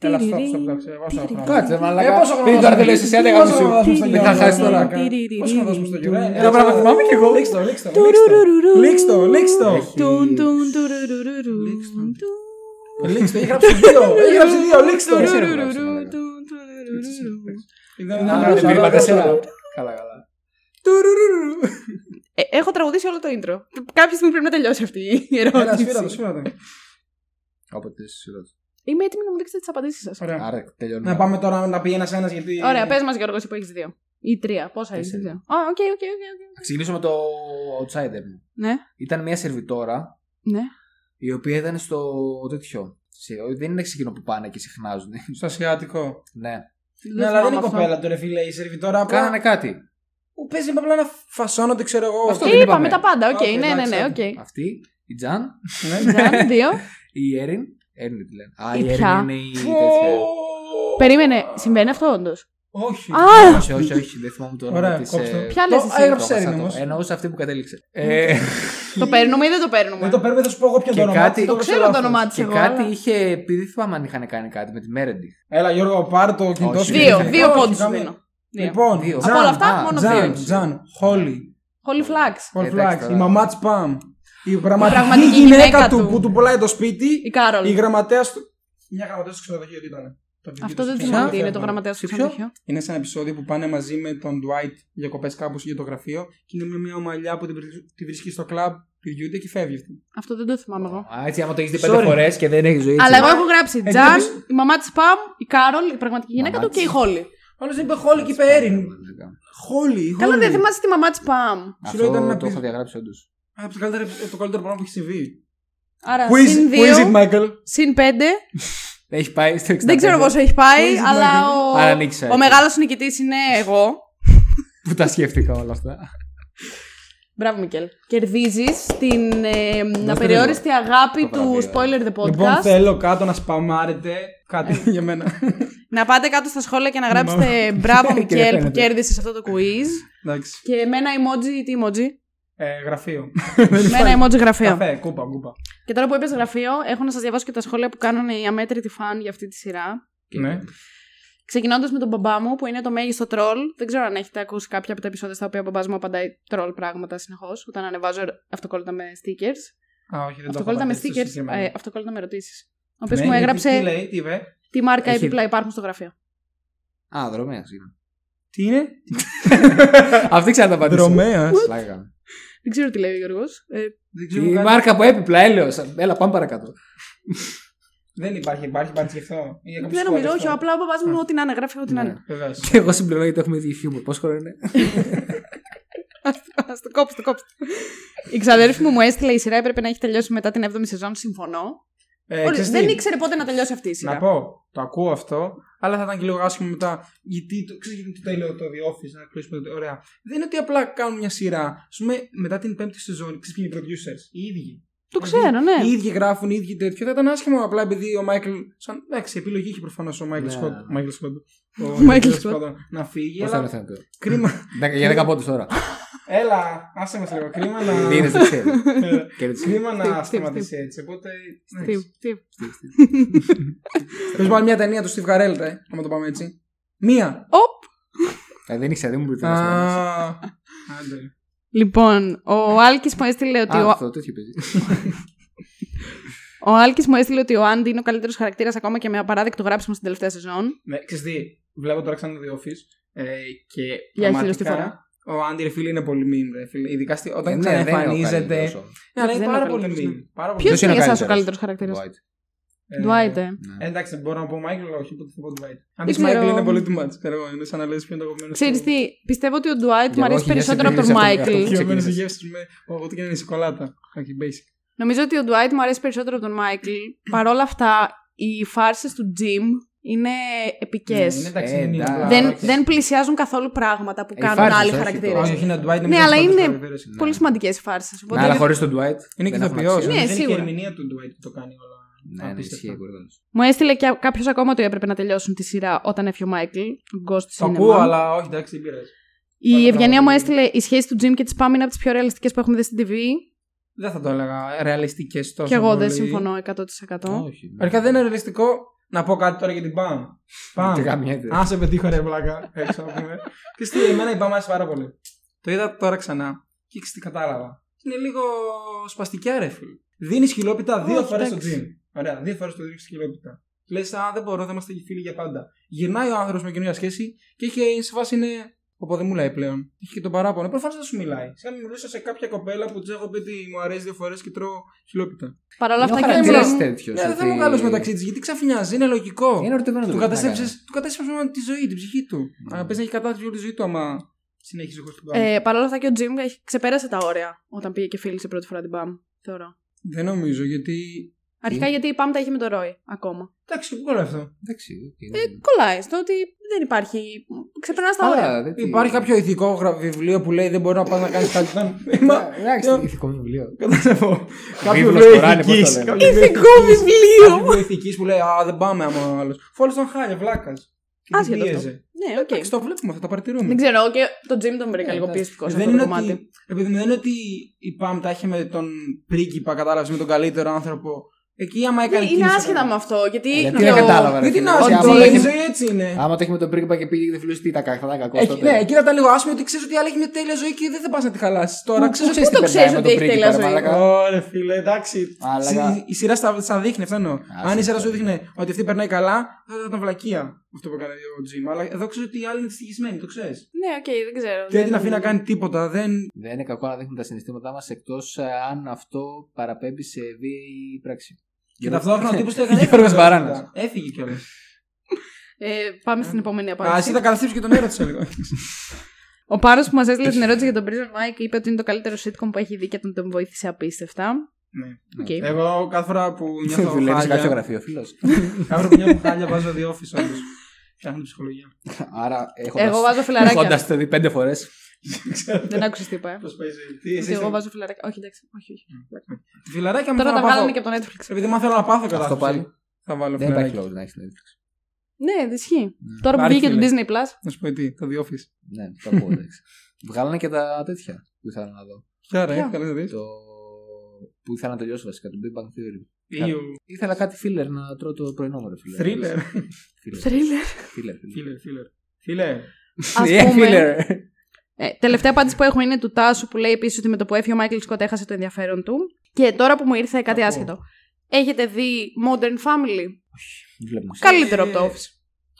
Speaker 3: Έλα, stop, stop, stop, ξέρω, πόσο χρόνο.
Speaker 2: Κάτσε, μαλακά.
Speaker 3: Ε, πόσο χρόνο
Speaker 2: Πριν τώρα
Speaker 3: θα
Speaker 2: τη λες εσύ, άντε, γάμο σου. Δεν θα χάσει τώρα.
Speaker 3: Πόσο να δώσουμε στο γιο, ε,
Speaker 2: Ένα πράγμα θυμάμαι κι εγώ.
Speaker 3: Λίξ το, λίξ το, λίξ το. Λίξ το, λίξ το.
Speaker 1: Τουν, τουν,
Speaker 3: Λίξ
Speaker 1: τουρουρουρουρου,
Speaker 3: τον.
Speaker 1: τουν.
Speaker 2: Ε,
Speaker 3: Λίξ
Speaker 1: Ε,
Speaker 3: το, έχει γράψει δύο. Έχει γράψει δύο, λίξ το.
Speaker 2: Τουρουρου.
Speaker 1: Τουρουρουρου, τουν, τουρουρουρου.
Speaker 3: Εσύ έγραψε, μαλάκα. Έτσι, Είδα να γράψει
Speaker 2: Α, δεν πήρε
Speaker 3: άλλα
Speaker 2: τέσσερα.
Speaker 3: τέσσερα.
Speaker 2: Καλά, καλά.
Speaker 1: Ε, Έχω τραγουδήσει όλο το intro. Κάποια στιγμή πρέπει να τελειώσει αυτή η
Speaker 3: Έλα, σφύρα το,
Speaker 1: ερώτηση.
Speaker 3: σφύρα το.
Speaker 2: Όποτε είσαι σειρός.
Speaker 1: Είμαι έτοιμη να μου δείξετε τις απαντήσεις σας.
Speaker 3: Ωραία.
Speaker 2: Άρα τελειώνουμε.
Speaker 3: Να πάμε τώρα να πει ένας ένας γιατί...
Speaker 1: Ωραία, πες μας, Γιώργος, εσύ που έχει δύο. Ή τρία. Πόσα έχει.
Speaker 2: Τέσσερα.
Speaker 1: Α, οκ, οκ, οκ, οκ.
Speaker 2: Θα ξεκινήσω με το outsider μου.
Speaker 1: Ναι,
Speaker 2: Ήταν μια σερβιτόρα
Speaker 1: ναι.
Speaker 2: η οποία ήταν στο τέτοιο. Σε- Δεν είναι ξεκινό που πάνε και συχνάζουν.
Speaker 3: Στο ασιατικό.
Speaker 2: ναι.
Speaker 3: Ναι, αλλά δεν είναι
Speaker 1: Ε,
Speaker 3: κοπέλα του ρε φίλε, η σερβιτόρα απλά...
Speaker 2: Κάνανε κάτι.
Speaker 3: Που παίζει απλά να φασώνονται, ξέρω εγώ.
Speaker 2: Αυτό
Speaker 1: Τι
Speaker 2: δεν
Speaker 1: είπαμε
Speaker 2: είπαμε.
Speaker 1: τα πάντα, οκ,
Speaker 3: Οκ,
Speaker 1: ναι, ναι,
Speaker 3: εντάξει,
Speaker 1: ναι,
Speaker 3: οκ.
Speaker 1: οκ.
Speaker 2: Αυτή, η Τζαν,
Speaker 3: Ναι.
Speaker 1: Ζαν, δύο.
Speaker 2: η Έριν. Έριν τη λένε. Α,
Speaker 1: Η
Speaker 2: η
Speaker 1: ποια?
Speaker 2: Έριν είναι η
Speaker 3: Πω.
Speaker 2: τέτοια.
Speaker 1: Περίμενε, συμβαίνει αυτό όντως.
Speaker 3: Ε. Όχι.
Speaker 1: Α!
Speaker 2: Όχι, όχι, όχι, δεν θυμάμαι τώρα.
Speaker 3: Ωραία,
Speaker 2: ε,
Speaker 3: κόψτε.
Speaker 1: Ποια λες εσύ?
Speaker 3: Έγραψε Έριν όμως. Ναι,
Speaker 2: Εννοώ σε αυτή που κατέληξε. Ε,
Speaker 1: Το παίρνουμε ή δεν το παίρνουμε.
Speaker 3: Δεν Ε, το παίρνουμε, θα σου πω εγώ ποιον
Speaker 2: Και
Speaker 3: το όνομα.
Speaker 2: κάτι-
Speaker 3: της,
Speaker 2: Το
Speaker 3: έγραψε
Speaker 1: ξέρω το
Speaker 3: λάθος.
Speaker 1: όνομά της.
Speaker 2: και
Speaker 1: εγώ,
Speaker 2: κάτι
Speaker 1: αλλά-
Speaker 2: είχε. Επειδή θυμάμαι αν είχαν κάνει κάτι με τη Μέρεντι.
Speaker 3: Έλα Γιώργο, πάρ το κινητό
Speaker 2: Όχι.
Speaker 3: σου.
Speaker 1: Δύο,
Speaker 3: Όχι,
Speaker 1: δύο
Speaker 3: Ε, όχι,
Speaker 1: πόντου σου
Speaker 3: καμία.
Speaker 1: δίνω. Δύο.
Speaker 3: Λοιπόν,
Speaker 2: Δύο.
Speaker 3: Τζαν,
Speaker 1: Από όλα αυτά,
Speaker 2: α,
Speaker 1: μόνο
Speaker 2: Τζαν.
Speaker 1: δύο.
Speaker 3: Τζαν, Τζαν, Χόλι,
Speaker 1: Holy flags.
Speaker 3: Πολ
Speaker 2: Ε, Εντάξει,
Speaker 3: Φλάξ,
Speaker 2: τώρα.
Speaker 3: η μαμά της Παμ. Η πραγματική
Speaker 1: πραγματική
Speaker 3: γυναίκα
Speaker 1: γυναίκα
Speaker 3: του
Speaker 1: του.
Speaker 3: που του πουλάει το σπίτι,
Speaker 1: Η Κάρολ.
Speaker 3: η γραμματέας του. Μια γραμματέας στο ξενοδοχείο τι ήταν. Το βγήκε
Speaker 1: Αυτό
Speaker 3: στο
Speaker 1: δεν
Speaker 3: ξενοδοχείο.
Speaker 1: θυμάμαι τι είναι
Speaker 3: Φεύγω.
Speaker 1: το γραμματέα
Speaker 2: Σε
Speaker 1: του
Speaker 3: ε,
Speaker 2: ποιο?
Speaker 1: ξενοδοχείου.
Speaker 3: Είναι σε ένα επεισόδιο που πάνε μαζί με τον Dwight διακοπέ κάπου για το γραφείο και είναι μια- μια ομαλιά που την βρι- τη βρίσκει στο κλαμπ, τη γιούνται και φεύγει αυτή.
Speaker 1: Αυτό δεν το θυμάμαι εγώ.
Speaker 2: Α, έτσι, άμα το έχεις δει
Speaker 3: Sorry.
Speaker 2: πέντε φορές και δεν έχεις ζωή.
Speaker 1: Αλλά
Speaker 2: έτσι.
Speaker 1: εγώ έχω γράψει
Speaker 3: Ε,
Speaker 1: Τζαν,
Speaker 3: τι
Speaker 1: η μαμά της Παμ, η Κάρολ, η πραγματική γυναίκα
Speaker 2: Μαμά
Speaker 1: του και η
Speaker 2: της.
Speaker 1: Χόλι.
Speaker 3: Όλο δεν είπε Χόλι και είπε Έριν. Χόλι,
Speaker 1: Καλά, δεν θυμάσαι τη μαμά της Παμ.
Speaker 3: Σου λέω ήταν να
Speaker 2: Αυτό το
Speaker 3: πεις-
Speaker 2: έχω διαγράψει όντως.
Speaker 3: Από το καλύτερο, το καλύτερο πράγμα που έχει συμβεί.
Speaker 1: Άρα
Speaker 3: Who is,
Speaker 1: συν
Speaker 3: who is it,
Speaker 1: 2,
Speaker 3: Michael?
Speaker 1: συν 5.
Speaker 2: Έχει πάει στο 65.
Speaker 1: Δεν ξέρω πόσο έχει πάει,
Speaker 3: Who is it,
Speaker 1: αλλά
Speaker 3: Michael?
Speaker 1: ο,
Speaker 2: Άρα νίκησα,
Speaker 1: ο
Speaker 2: έτσι.
Speaker 1: μεγάλος νικητής είναι εγώ.
Speaker 2: Που τα σκέφτηκα όλα αυτά.
Speaker 1: Μπράβο, Μικέλ. Κερδίζεις την ε, απεριόριστη
Speaker 2: Το
Speaker 1: αγάπη του
Speaker 2: βραβείο.
Speaker 1: Spoiler the Podcast.
Speaker 3: Λοιπόν, θέλω κάτω να σπαμάρετε κάτι
Speaker 1: Ε.
Speaker 3: για μένα.
Speaker 1: Να πάτε κάτω στα σχόλια και να γράψετε
Speaker 2: Ναι, Και
Speaker 1: μπράβο,
Speaker 2: δεν
Speaker 1: Μικέλ, που
Speaker 2: φαίνεται.
Speaker 1: κέρδισες αυτό το quiz.
Speaker 3: Εντάξει.
Speaker 1: Και με ένα emoji, τι emoji.
Speaker 3: Ε, γραφείο.
Speaker 1: με ένα emoji γραφείο.
Speaker 3: Καφέ, κούπα, κούπα.
Speaker 1: και τώρα που είπες γραφείο, έχω να σας διαβάσω και τα σχόλια που κάνουν οι αμέτρητοι φαν για αυτή τη σειρά.
Speaker 3: Ναι.
Speaker 1: Ξεκινώντας με τον μπαμπά μου, που είναι το μέγιστο τρόλ. Δεν ξέρω αν έχετε ακούσει κάποια από τα επεισόδια στα οποία ο μπαμπάς μου απαντάει τρόλ πράγματα συνεχώς, όταν ανεβάζω αυτοκόλλητα με stickers.
Speaker 3: Α, όχι, δεν το
Speaker 1: Αυτοκόλλητα με
Speaker 3: απαντήσει στο
Speaker 1: stickers,
Speaker 3: συγκεκριμένο.
Speaker 1: ε, αυτοκόλλητα με ερωτήσεις. Ο οποίος
Speaker 3: Ναι,
Speaker 1: μου
Speaker 3: γιατί Τι
Speaker 1: έγραψε
Speaker 3: λέει, τι είπε.
Speaker 1: τι μάρκα
Speaker 2: Έχει-
Speaker 1: έπιπλα υπάρχουν στο γραφείο.
Speaker 2: Α, δρομέα.
Speaker 3: Τι είναι.
Speaker 2: Αυτή ξέρω να τα απαντήσω.
Speaker 3: Δρομέας.
Speaker 2: Πλάκα.
Speaker 1: Δεν ξέρω τι λέει ο Γιώργος. Ε,
Speaker 3: Δεν
Speaker 2: Η
Speaker 3: ξέρω καν-
Speaker 2: μάρκα που έπιπλα, έλεος. Έλα, πάμε παρακάτω.
Speaker 3: Δεν υπάρχει, υπάρχει, υπάρχει και αυτό. Είναι κάποιο
Speaker 1: δεν νομίζω,
Speaker 3: σχόλιο
Speaker 1: όχι.
Speaker 3: αυτό.
Speaker 1: Απλά ο μπαμπά μου ό,τι να είναι, γράφει ό,τι να
Speaker 2: Ναι.
Speaker 1: είναι.
Speaker 3: Βεβαίως.
Speaker 2: Και εγώ συμπληρώνω γιατί έχουμε ίδιο χιούμορ. Πόσο χρόνο είναι.
Speaker 1: Ας το κόψω, το κόψω. Η ξαδέρφη μου μου έστειλε η σειρά έπρεπε να έχει τελειώσει μετά την 7η σεζόν. Συμφωνώ.
Speaker 3: Ε,
Speaker 1: Όλοι-
Speaker 3: ξέρεις τι,
Speaker 1: δεν ήξερε πότε να τελειώσει αυτή η σειρά.
Speaker 3: Να πω, το ακούω αυτό, αλλά θα ήταν και λίγο άσχημο μετά. Γιατί το, ξέρεις, γιατί το τέλειο το The Office, να κλείσουμε το. Ωραία. Δεν είναι ότι απλά κάνουν μια σειρά. Ας πούμε, μετά την πέμπτη σεζόν, ξέρεις ποιοι είναι οι producers. Οι ίδιοι.
Speaker 1: Το
Speaker 3: Δηλαδή,
Speaker 1: ξέρω, ναι.
Speaker 3: Οι ίδιοι γράφουν, οι ίδιοι τέτοιο. Θα ήταν άσχημο απλά επειδή ο Μάικλ. Σαν, εντάξει, επιλογή είχε προφανώς ο Μάικλ
Speaker 2: Ναι.
Speaker 3: Σκότ. ο Μάικλ Σκότ. Ο
Speaker 1: Μάικλ
Speaker 3: Μάικλ
Speaker 1: Σκότ.
Speaker 3: Σκότ. Να φύγει.
Speaker 2: Πώς θα είναι
Speaker 3: Αλλά
Speaker 2: αυτό.
Speaker 3: κρίμα.
Speaker 2: Για 10 πόντους τώρα.
Speaker 3: Έλα, άσε μας λίγο. Κρίμα να.
Speaker 2: Δίνει, δεν ξέρει.
Speaker 3: Ε,
Speaker 2: Κέρδισε.
Speaker 3: Κρίμα να
Speaker 1: Στιβ,
Speaker 3: σταματήσει έτσι. Οπότε.
Speaker 1: Τι, τι.
Speaker 3: Πε πάλι μια ταινία του Steve Carell, ε, άμα το πάμε έτσι. Μία.
Speaker 1: Οπ.
Speaker 2: Ε, Δεν ήξερα, δεν μου πει
Speaker 3: Α,
Speaker 2: τίποτα.
Speaker 3: άντε.
Speaker 1: Λοιπόν, ο Άλκης μου έστειλε ότι. ο...
Speaker 2: Ναι. Αυτό τέτοιο παίζει.
Speaker 1: ο Άλκης μου έστειλε ότι ο Άντι είναι ο καλύτερος χαρακτήρας ακόμα και με απαράδεκτο γράψιμο στην τελευταία σεζόν.
Speaker 3: Ναι, ξέρεις τι, βλέπω τώρα ξανά το The Office ε, και
Speaker 1: Για
Speaker 3: πραγματικά
Speaker 1: χιλιοστή φορά.
Speaker 3: ο Άντι ρε φίλε είναι πολύ mean ρε φίλε, ειδικά στη-
Speaker 2: Ε,
Speaker 3: όταν
Speaker 2: ναι, δεν είναι ο
Speaker 3: ξαναεμφανίζεται.
Speaker 2: καλύτερος όμως.
Speaker 3: Ναι, αλλά
Speaker 1: Δεν
Speaker 3: είναι
Speaker 1: είναι ο
Speaker 3: πάρα πολύ
Speaker 1: καλύτερος,
Speaker 3: mean. Πάρα πολύ
Speaker 1: Ποιος
Speaker 2: Ποιος
Speaker 1: είναι για
Speaker 2: είναι ο
Speaker 1: εσά ο
Speaker 2: καλύτερος?
Speaker 1: καλύτερος χαρακτήρας.
Speaker 2: Dwight.
Speaker 3: Ε,
Speaker 1: Dwight, ε.
Speaker 2: Ναι.
Speaker 3: ε, εντάξει, μπορώ να πω Michael, όχι, πότε θα πω Dwight.
Speaker 1: Δεν
Speaker 3: Αν πεις Michael
Speaker 1: ξέρω.
Speaker 3: είναι πολύ too much, ξέρω εγώ, είναι σαν να λες ποιο είναι το κομμένο.
Speaker 1: Ξέρει τι, πιστεύω ότι ο Dwight μου
Speaker 2: Ε, εγώ
Speaker 1: αρέσει
Speaker 2: χιλιάς
Speaker 1: περισσότερο από τον
Speaker 2: επιλογές αυτό-
Speaker 1: Michael.
Speaker 2: αυτό-
Speaker 3: Κομμένες
Speaker 2: Ξεκίνησες.
Speaker 3: γεύσεις με ό,τι και να είναι σοκολάτα. Όχι, basic.
Speaker 1: Νομίζω ότι ο Dwight μου αρέσει περισσότερο από τον Michael. Παρ' όλα αυτά, οι φάρσες του Jim είναι
Speaker 3: Ναι,
Speaker 1: επικές.
Speaker 3: ναι, εντάξει,
Speaker 2: Ε,
Speaker 3: είναι
Speaker 2: εντάξει.
Speaker 3: απλά,
Speaker 1: δεν,
Speaker 3: εντάξει.
Speaker 1: δεν πλησιάζουν καθόλου πράγματα που
Speaker 2: Ε, οι
Speaker 1: κάνουν
Speaker 2: φάρσες,
Speaker 1: άλλοι
Speaker 2: όχι
Speaker 1: χαρακτήρες.
Speaker 3: Όχι, όχι, είναι ο Dwight,
Speaker 1: Ναι, αλλά
Speaker 3: μεγάλος
Speaker 1: είναι
Speaker 3: χαρακτήρας.
Speaker 2: Ναι.
Speaker 1: Πολύ σημαντικές οι φάρσες.
Speaker 2: Ναι,
Speaker 1: Οπότε
Speaker 2: αλλά
Speaker 1: δεν-
Speaker 2: χωρίς τον Dwight.
Speaker 3: Είναι και
Speaker 2: δεν έχουμε
Speaker 3: ηθοποιός,
Speaker 2: αξία.
Speaker 1: Ναι,
Speaker 3: είναι και η
Speaker 1: σίγουρα.
Speaker 3: ερμηνεία του Dwight που το κάνει όλα.
Speaker 2: Ναι, ναι,
Speaker 3: Απίστευτο.
Speaker 2: ισχύει Gordon.
Speaker 1: Μου έστειλε και κάποιος ακόμα ότι έπρεπε να τελειώσουν τη σειρά όταν έφυγε ο Μάικλ. Ghost
Speaker 3: Το
Speaker 1: Cinema.
Speaker 3: ακούω, αλλά όχι, εντάξει, δεν πειράζει.
Speaker 1: Η Ευγενία
Speaker 3: Πράγμα
Speaker 1: μου
Speaker 3: πολύ.
Speaker 1: έστειλε η σχέση του Τζιμ και της Πάμ είναι από τις πιο ρεαλιστικές που έχουμε δει στην TV.
Speaker 3: Δεν θα το έλεγα ρεαλιστικές τόσο.
Speaker 1: και εγώ δεν
Speaker 3: πολύ.
Speaker 1: συμφωνώ 100%.
Speaker 2: Όχι. ναι.
Speaker 1: Ναι.
Speaker 3: Αρχικά δεν είναι ρεαλιστικό να πω κάτι τώρα για την Παμ.
Speaker 2: Τι
Speaker 3: Παμ.
Speaker 2: γαμιέται.
Speaker 3: Α σε πετύχω ρε βλάκα. Έξω να πούμε. και στη εμένα η Παμ άρεσε πάρα πολύ. Το είδα τώρα ξανά και ξέρεις τι κατάλαβα. Είναι λίγο σπαστικιά ρε φίλε. Δίνεις χιλόπιτα δύο
Speaker 1: Όχι,
Speaker 3: φορές στο
Speaker 1: εντάξει.
Speaker 3: τζιμ. Ωραία, δύο φορές το δίνεις χιλόπιτα. Λες, α, δεν μπορώ, θα είμαστε φίλοι για πάντα. Γυρνάει ο άνθρωπος με καινούργια σχέση και έχει σε φάση είναι. Οπό δεν μου λέει πλέον. Έχει και τον παράπονο. Προφανώς δεν σου μιλάει. Σαν να μιλούσα σε κάποια κοπέλα που τη έχω πει ότι μου αρέσει δύο φορές και τρώω χιλόπιτα.
Speaker 1: Παρ' όλα
Speaker 2: Είναι
Speaker 1: αυτά
Speaker 2: ο
Speaker 1: και
Speaker 3: χαρακτήρας
Speaker 1: εγώ.
Speaker 2: χαρακτήρας
Speaker 3: Τζον.
Speaker 2: τέτοιος,
Speaker 3: Ναι, δεν θα
Speaker 2: ότι-
Speaker 3: είμαι καλό μεταξύ της, γιατί ξαφνιάζει, είναι λογικό.
Speaker 2: Είναι ερωτευμένο
Speaker 3: Του
Speaker 2: παιδί, τι να
Speaker 3: κατέστρεψε του κατέστρεψες τη ζωή, την ψυχή του.
Speaker 2: Ναι.
Speaker 3: Αλλά πες να έχει κατάθλιψη όλη τη ζωή του, άμα συνέχισε χωρίς την Παμ.
Speaker 1: Ε, Παρ' όλα αυτά και ο Τζιμ έχει- ξεπέρασε τα όρια όταν πήγε και φίλησε πρώτη φορά την Πάμ. Θεωρώ.
Speaker 3: Δεν νομίζω, γιατί.
Speaker 1: Αρχικά γιατί η Πάμ τα είχε με τον Ρόι ακόμα.
Speaker 3: Εντάξει, πού κολλάει αυτό.
Speaker 2: Εντάξει. οκ.
Speaker 1: Ε, κολλάει στο ότι δεν υπάρχει. Ξεπερνάς τα όρια.
Speaker 2: Άρα, δεν- τι-
Speaker 3: Υπάρχει κάποιο ηθικό γρα- βιβλίο που λέει δεν μπορεί να πα να κάνεις κάτι. όταν-
Speaker 2: Μα,
Speaker 3: Μα.
Speaker 2: Ναι, Εντάξει,
Speaker 3: μα-
Speaker 2: ηθικό βιβλίο.
Speaker 3: Ναι. Κατάλαβα. Κάποιο
Speaker 2: Ε. Βίβλος
Speaker 3: βιβλίο
Speaker 2: Κοράνι, πώς το
Speaker 3: ηθικής,
Speaker 2: λένε.
Speaker 3: κάποιο βιβλίο
Speaker 1: Ηθικό
Speaker 3: ηθικής,
Speaker 1: βιβλίο.
Speaker 3: κάποιο βιβλίο ηθικής που λέει Α, δεν πάμε άμα ο άλλος. Φόλο τον χάλια, βλάκα.
Speaker 1: Άσχετο αυτό. Ναι, οκ.
Speaker 3: Εντάξει, το βλέπουμε, θα τα παρατηρούμε.
Speaker 1: Δεν ξέρω, και το Τζιμ τον βρήκα
Speaker 3: Ε,
Speaker 1: λίγο
Speaker 3: εντάξει.
Speaker 1: πιεστικό σε
Speaker 3: Δεν
Speaker 1: αυτό το
Speaker 3: είναι
Speaker 1: κομμάτι.
Speaker 3: ότι- ρε παιδί μου, δεν είναι ότι η Παμ τα είχε με τον πρίγκιπα, κατάλαβες με τον καλύτερο άνθρωπο. Εκεί άμα έκανε.
Speaker 1: Ε, Ναι, Είναι
Speaker 3: κίνηση,
Speaker 1: άσχετα
Speaker 3: έκανε.
Speaker 1: με αυτό, γιατί.
Speaker 2: Ε, γιατί
Speaker 1: και
Speaker 2: δεν
Speaker 1: ο-
Speaker 2: κατάλαβα, ρε.
Speaker 3: Γιατί να
Speaker 2: Ο
Speaker 3: άσχετα,
Speaker 1: Τζιμ-
Speaker 3: αλλά η ζωή έτσι είναι.
Speaker 2: Άμα το έχεις με τον πρίγκιπα και πήγε και δεν φιλούσε, τι τα κάνει, θα τα κακό.
Speaker 3: Έχει, ναι, εκεί θα ήταν λίγο άσχημο ότι ξέρεις ότι η άλλη έχει μια τέλεια ζωή και δεν θα πας να τη χαλάσεις. Τώρα
Speaker 1: Πού-
Speaker 3: ξέρεις
Speaker 1: πού το ξέρεις ότι έχει τέλεια ζωή.
Speaker 3: Ωραία, φίλε, εντάξει.
Speaker 2: Μαλάκα.
Speaker 3: Συ- Η σειρά στα, στα δείχνει, αυτό εννοώ. Αν η σειρά σου δείχνει ότι αυτή περνάει καλά, θα ήταν βλακεία αυτό που έκανε ο Τζιμ. Αλλά εδώ ξέρεις ότι η άλλη είναι δυστυχισμένη, το ξέρεις.
Speaker 1: Ναι, οκ, δεν ξέρω.
Speaker 3: Δεν την
Speaker 1: Δεν-
Speaker 3: αφήνει να κάνει τίποτα. Δεν
Speaker 2: Δεν είναι κακό να δείχνουν τα συναισθήματά μας εκτός αν αυτό παραπέμπει σε βίαιη πράξη.
Speaker 3: Και ταυτόχρονα ο τύπος το έκανε.
Speaker 2: Γιώργος
Speaker 3: έφυγε κιόλας.
Speaker 2: Βαράνας.
Speaker 3: Έφυγε κιόλας.
Speaker 1: Ε, πάμε στην επόμενη
Speaker 3: Α, εσύ θα
Speaker 1: απάντηση.
Speaker 3: καταστρέψεις και τον έρωτα λοιπόν. λίγο.
Speaker 1: Ο Πάρος που μας έστειλε την ερώτηση για τον Prison Mike είπε ότι είναι το καλύτερο sitcom που έχει δει και τον, τον βοήθησε απίστευτα.
Speaker 3: Ναι.
Speaker 1: Οκ.
Speaker 3: Εγώ κάθε φορά που νιώθω
Speaker 2: Δουλεύεις σε κάποιο
Speaker 3: χάλια.
Speaker 2: γραφείο, φίλος.
Speaker 3: Κάθε φορά που νιώθω χάλια βάζω The Office όντως. Φτιάχνω ψυχολογία.
Speaker 2: Άρα έχω.
Speaker 1: Εγώ βάζω φιλαράκια.
Speaker 2: Έχοντας το δει πέντε φορές.
Speaker 1: Δεν άκουσε τι είπα. ε.
Speaker 3: Πώς παίζει. Τι
Speaker 1: Ότι
Speaker 3: εσύ.
Speaker 1: εγώ βάζω φιλαράκια. Όχι, εντάξει. Όχι, όχι.
Speaker 3: Φιλαράκια μου
Speaker 1: Τώρα
Speaker 3: θέλω
Speaker 1: τα
Speaker 3: να
Speaker 1: βγάλαμε και
Speaker 3: πάθω.
Speaker 1: από το Netflix.
Speaker 3: Επειδή μάθω να πάθω
Speaker 2: Αυτό πάλι.
Speaker 3: κατάσταση. Θα βάλω
Speaker 2: Δεν υπάρχει
Speaker 3: φιλαράκια.
Speaker 2: λόγος να έχεις Netflix.
Speaker 1: Ναι, δεν ισχύει. Τώρα που
Speaker 3: Υπάρχει,
Speaker 1: βγήκε το
Speaker 3: φίλε.
Speaker 1: Disney Plus.
Speaker 3: Να σου πω τι, το The Office.
Speaker 2: Ναι, το ακούω, εντάξει. Βγάλανε και τα τέτοια που ήθελα να δω.
Speaker 3: Ποια ρε,
Speaker 1: Ποια?
Speaker 3: καλά να δεις.
Speaker 2: Το. που ήθελα να τελειώσω βασικά, το Big Bang Theory.
Speaker 3: Ιου.
Speaker 2: Ήθελα κάτι filler να τρώω το πρωινό μου, ρε φίλε.
Speaker 3: Thriller.
Speaker 2: Thriller,
Speaker 1: Thriller.
Speaker 2: thriller, thriller.
Speaker 3: Φίλε, φίλε. Φίλε.
Speaker 1: Ας
Speaker 2: Yeah,
Speaker 1: πούμε.
Speaker 2: thriller.
Speaker 1: Ε, τελευταία απάντηση που έχω είναι του Τάσου που λέει επίσης ότι με το που έφυγε ο Μάικλ Σκοτ έχασε το ενδιαφέρον του. Και τώρα που μου ήρθε κάτι
Speaker 3: Ακούω.
Speaker 1: άσχετο. Έχετε δει Modern Family.
Speaker 2: Βλέπουμε.
Speaker 1: Καλύτερο από το Office.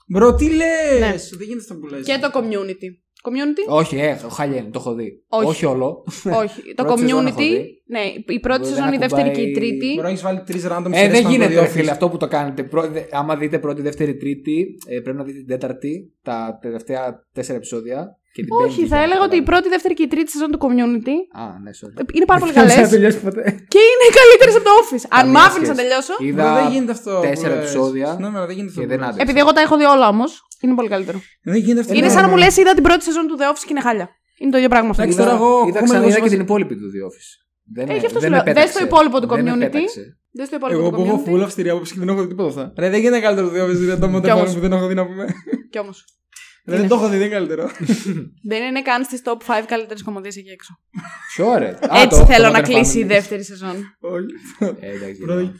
Speaker 3: Μπρο, τι λες.
Speaker 1: Ναι.
Speaker 3: Δεν γίνεται αυτό που λες.
Speaker 1: Και το Community. Community.
Speaker 2: Όχι, ε, χάλια είναι, το έχω δει.
Speaker 1: Όχι.
Speaker 2: όλο.
Speaker 1: Όχι. Το
Speaker 2: Ναι. Πρώτη σεζόν έχω
Speaker 1: community.
Speaker 2: δει.
Speaker 1: Ναι, η πρώτη
Speaker 2: Δεν
Speaker 1: σεζόν, η δεύτερη και
Speaker 2: ακουμπάει-
Speaker 1: η τρίτη.
Speaker 3: Μπορεί να έχεις βάλει τρεις random
Speaker 2: Ε,
Speaker 3: σειρές
Speaker 2: δεν
Speaker 3: πάνω από
Speaker 2: γίνεται,
Speaker 3: το
Speaker 2: ρε
Speaker 3: The
Speaker 2: φίλε,
Speaker 3: Office.
Speaker 2: αυτό που το κάνετε. Πρω- δε- Άμα δείτε πρώτη, δεύτερη, τρίτη, ε, πρέπει να δείτε την τέταρτη, τα τελευταία τέσσερα επεισόδια. Και την
Speaker 1: Όχι,
Speaker 2: πέμπτη
Speaker 1: θα
Speaker 2: για να
Speaker 1: έλεγα ότι η
Speaker 2: καταλάβετε.
Speaker 1: πρώτη, δεύτερη και η τρίτη σεζόν του community
Speaker 2: Α, ναι, sorry.
Speaker 1: ε, είναι πάρα πολύ
Speaker 2: Δεν
Speaker 1: καλέ
Speaker 2: θα τελειώσει ποτέ.
Speaker 1: και είναι οι καλύτερες από το office. Αν
Speaker 2: Καμία
Speaker 1: μ' άφηνε να
Speaker 2: σχέση.
Speaker 1: τελειώσω.
Speaker 3: Μπρο, δεν
Speaker 2: Είδα.
Speaker 3: γίνεται αυτό.
Speaker 2: τέσσερα
Speaker 3: που λες.
Speaker 2: επεισόδια
Speaker 3: Συγγνώμη, αλλά δεν γίνεται αυτό.
Speaker 2: και Ε, ναι,
Speaker 3: που
Speaker 2: δεν
Speaker 3: λες.
Speaker 2: άντεξα.
Speaker 1: Επειδή εγώ τα έχω δει όλα όμως, είναι πολύ καλύτερο.
Speaker 3: Δεν γίνεται αυτό.
Speaker 1: Είναι
Speaker 3: που
Speaker 1: σαν να μου
Speaker 3: λέμε.
Speaker 1: λες: Είδα την πρώτη σεζόν του The Office και είναι χάλια. Είναι το ίδιο πράγμα αυτό.
Speaker 3: Εντάξει, τώρα εγώ
Speaker 2: Είδα
Speaker 3: κομμένα
Speaker 2: ξανά είδα
Speaker 3: εγώ
Speaker 2: και
Speaker 3: σε-
Speaker 2: την υπόλοιπη του The Office. Δεν
Speaker 1: Ε,
Speaker 2: με-
Speaker 1: γι' αυτό
Speaker 2: δεν
Speaker 1: σου
Speaker 2: με
Speaker 1: λέω, δες
Speaker 2: πέταξε.
Speaker 1: το υπόλοιπο του
Speaker 2: Δεν με
Speaker 1: community.
Speaker 2: πέταξε.
Speaker 1: Δεν στο
Speaker 3: Εγώ
Speaker 1: υπόλοιπο
Speaker 3: που έχω
Speaker 1: το
Speaker 3: full
Speaker 1: community.
Speaker 3: αυστηρή άποψη και δεν έχω δει τίποτα αυτά. Ρε, δεν γίνεται καλύτερο το The Office, δεν το
Speaker 1: Κι
Speaker 3: Modern
Speaker 1: όμως.
Speaker 3: Family που δεν έχω δει να πούμε.
Speaker 1: Κι όμως.
Speaker 3: Ρε, Δεν το έχω δει, δεν είναι καλύτερο.
Speaker 1: Δεν είναι καν στις top 5 καλύτερες κομμωδίες εκεί έξω.
Speaker 2: Ποιο ρε. Α,
Speaker 1: Έτσι
Speaker 2: το-
Speaker 1: θέλω
Speaker 2: το
Speaker 1: να
Speaker 2: Modern
Speaker 1: κλείσει η
Speaker 2: Family.
Speaker 1: δεύτερη σεζόν.
Speaker 3: Όχι.
Speaker 2: Ε, εντάξει,
Speaker 3: Μπρο,
Speaker 2: γελάω.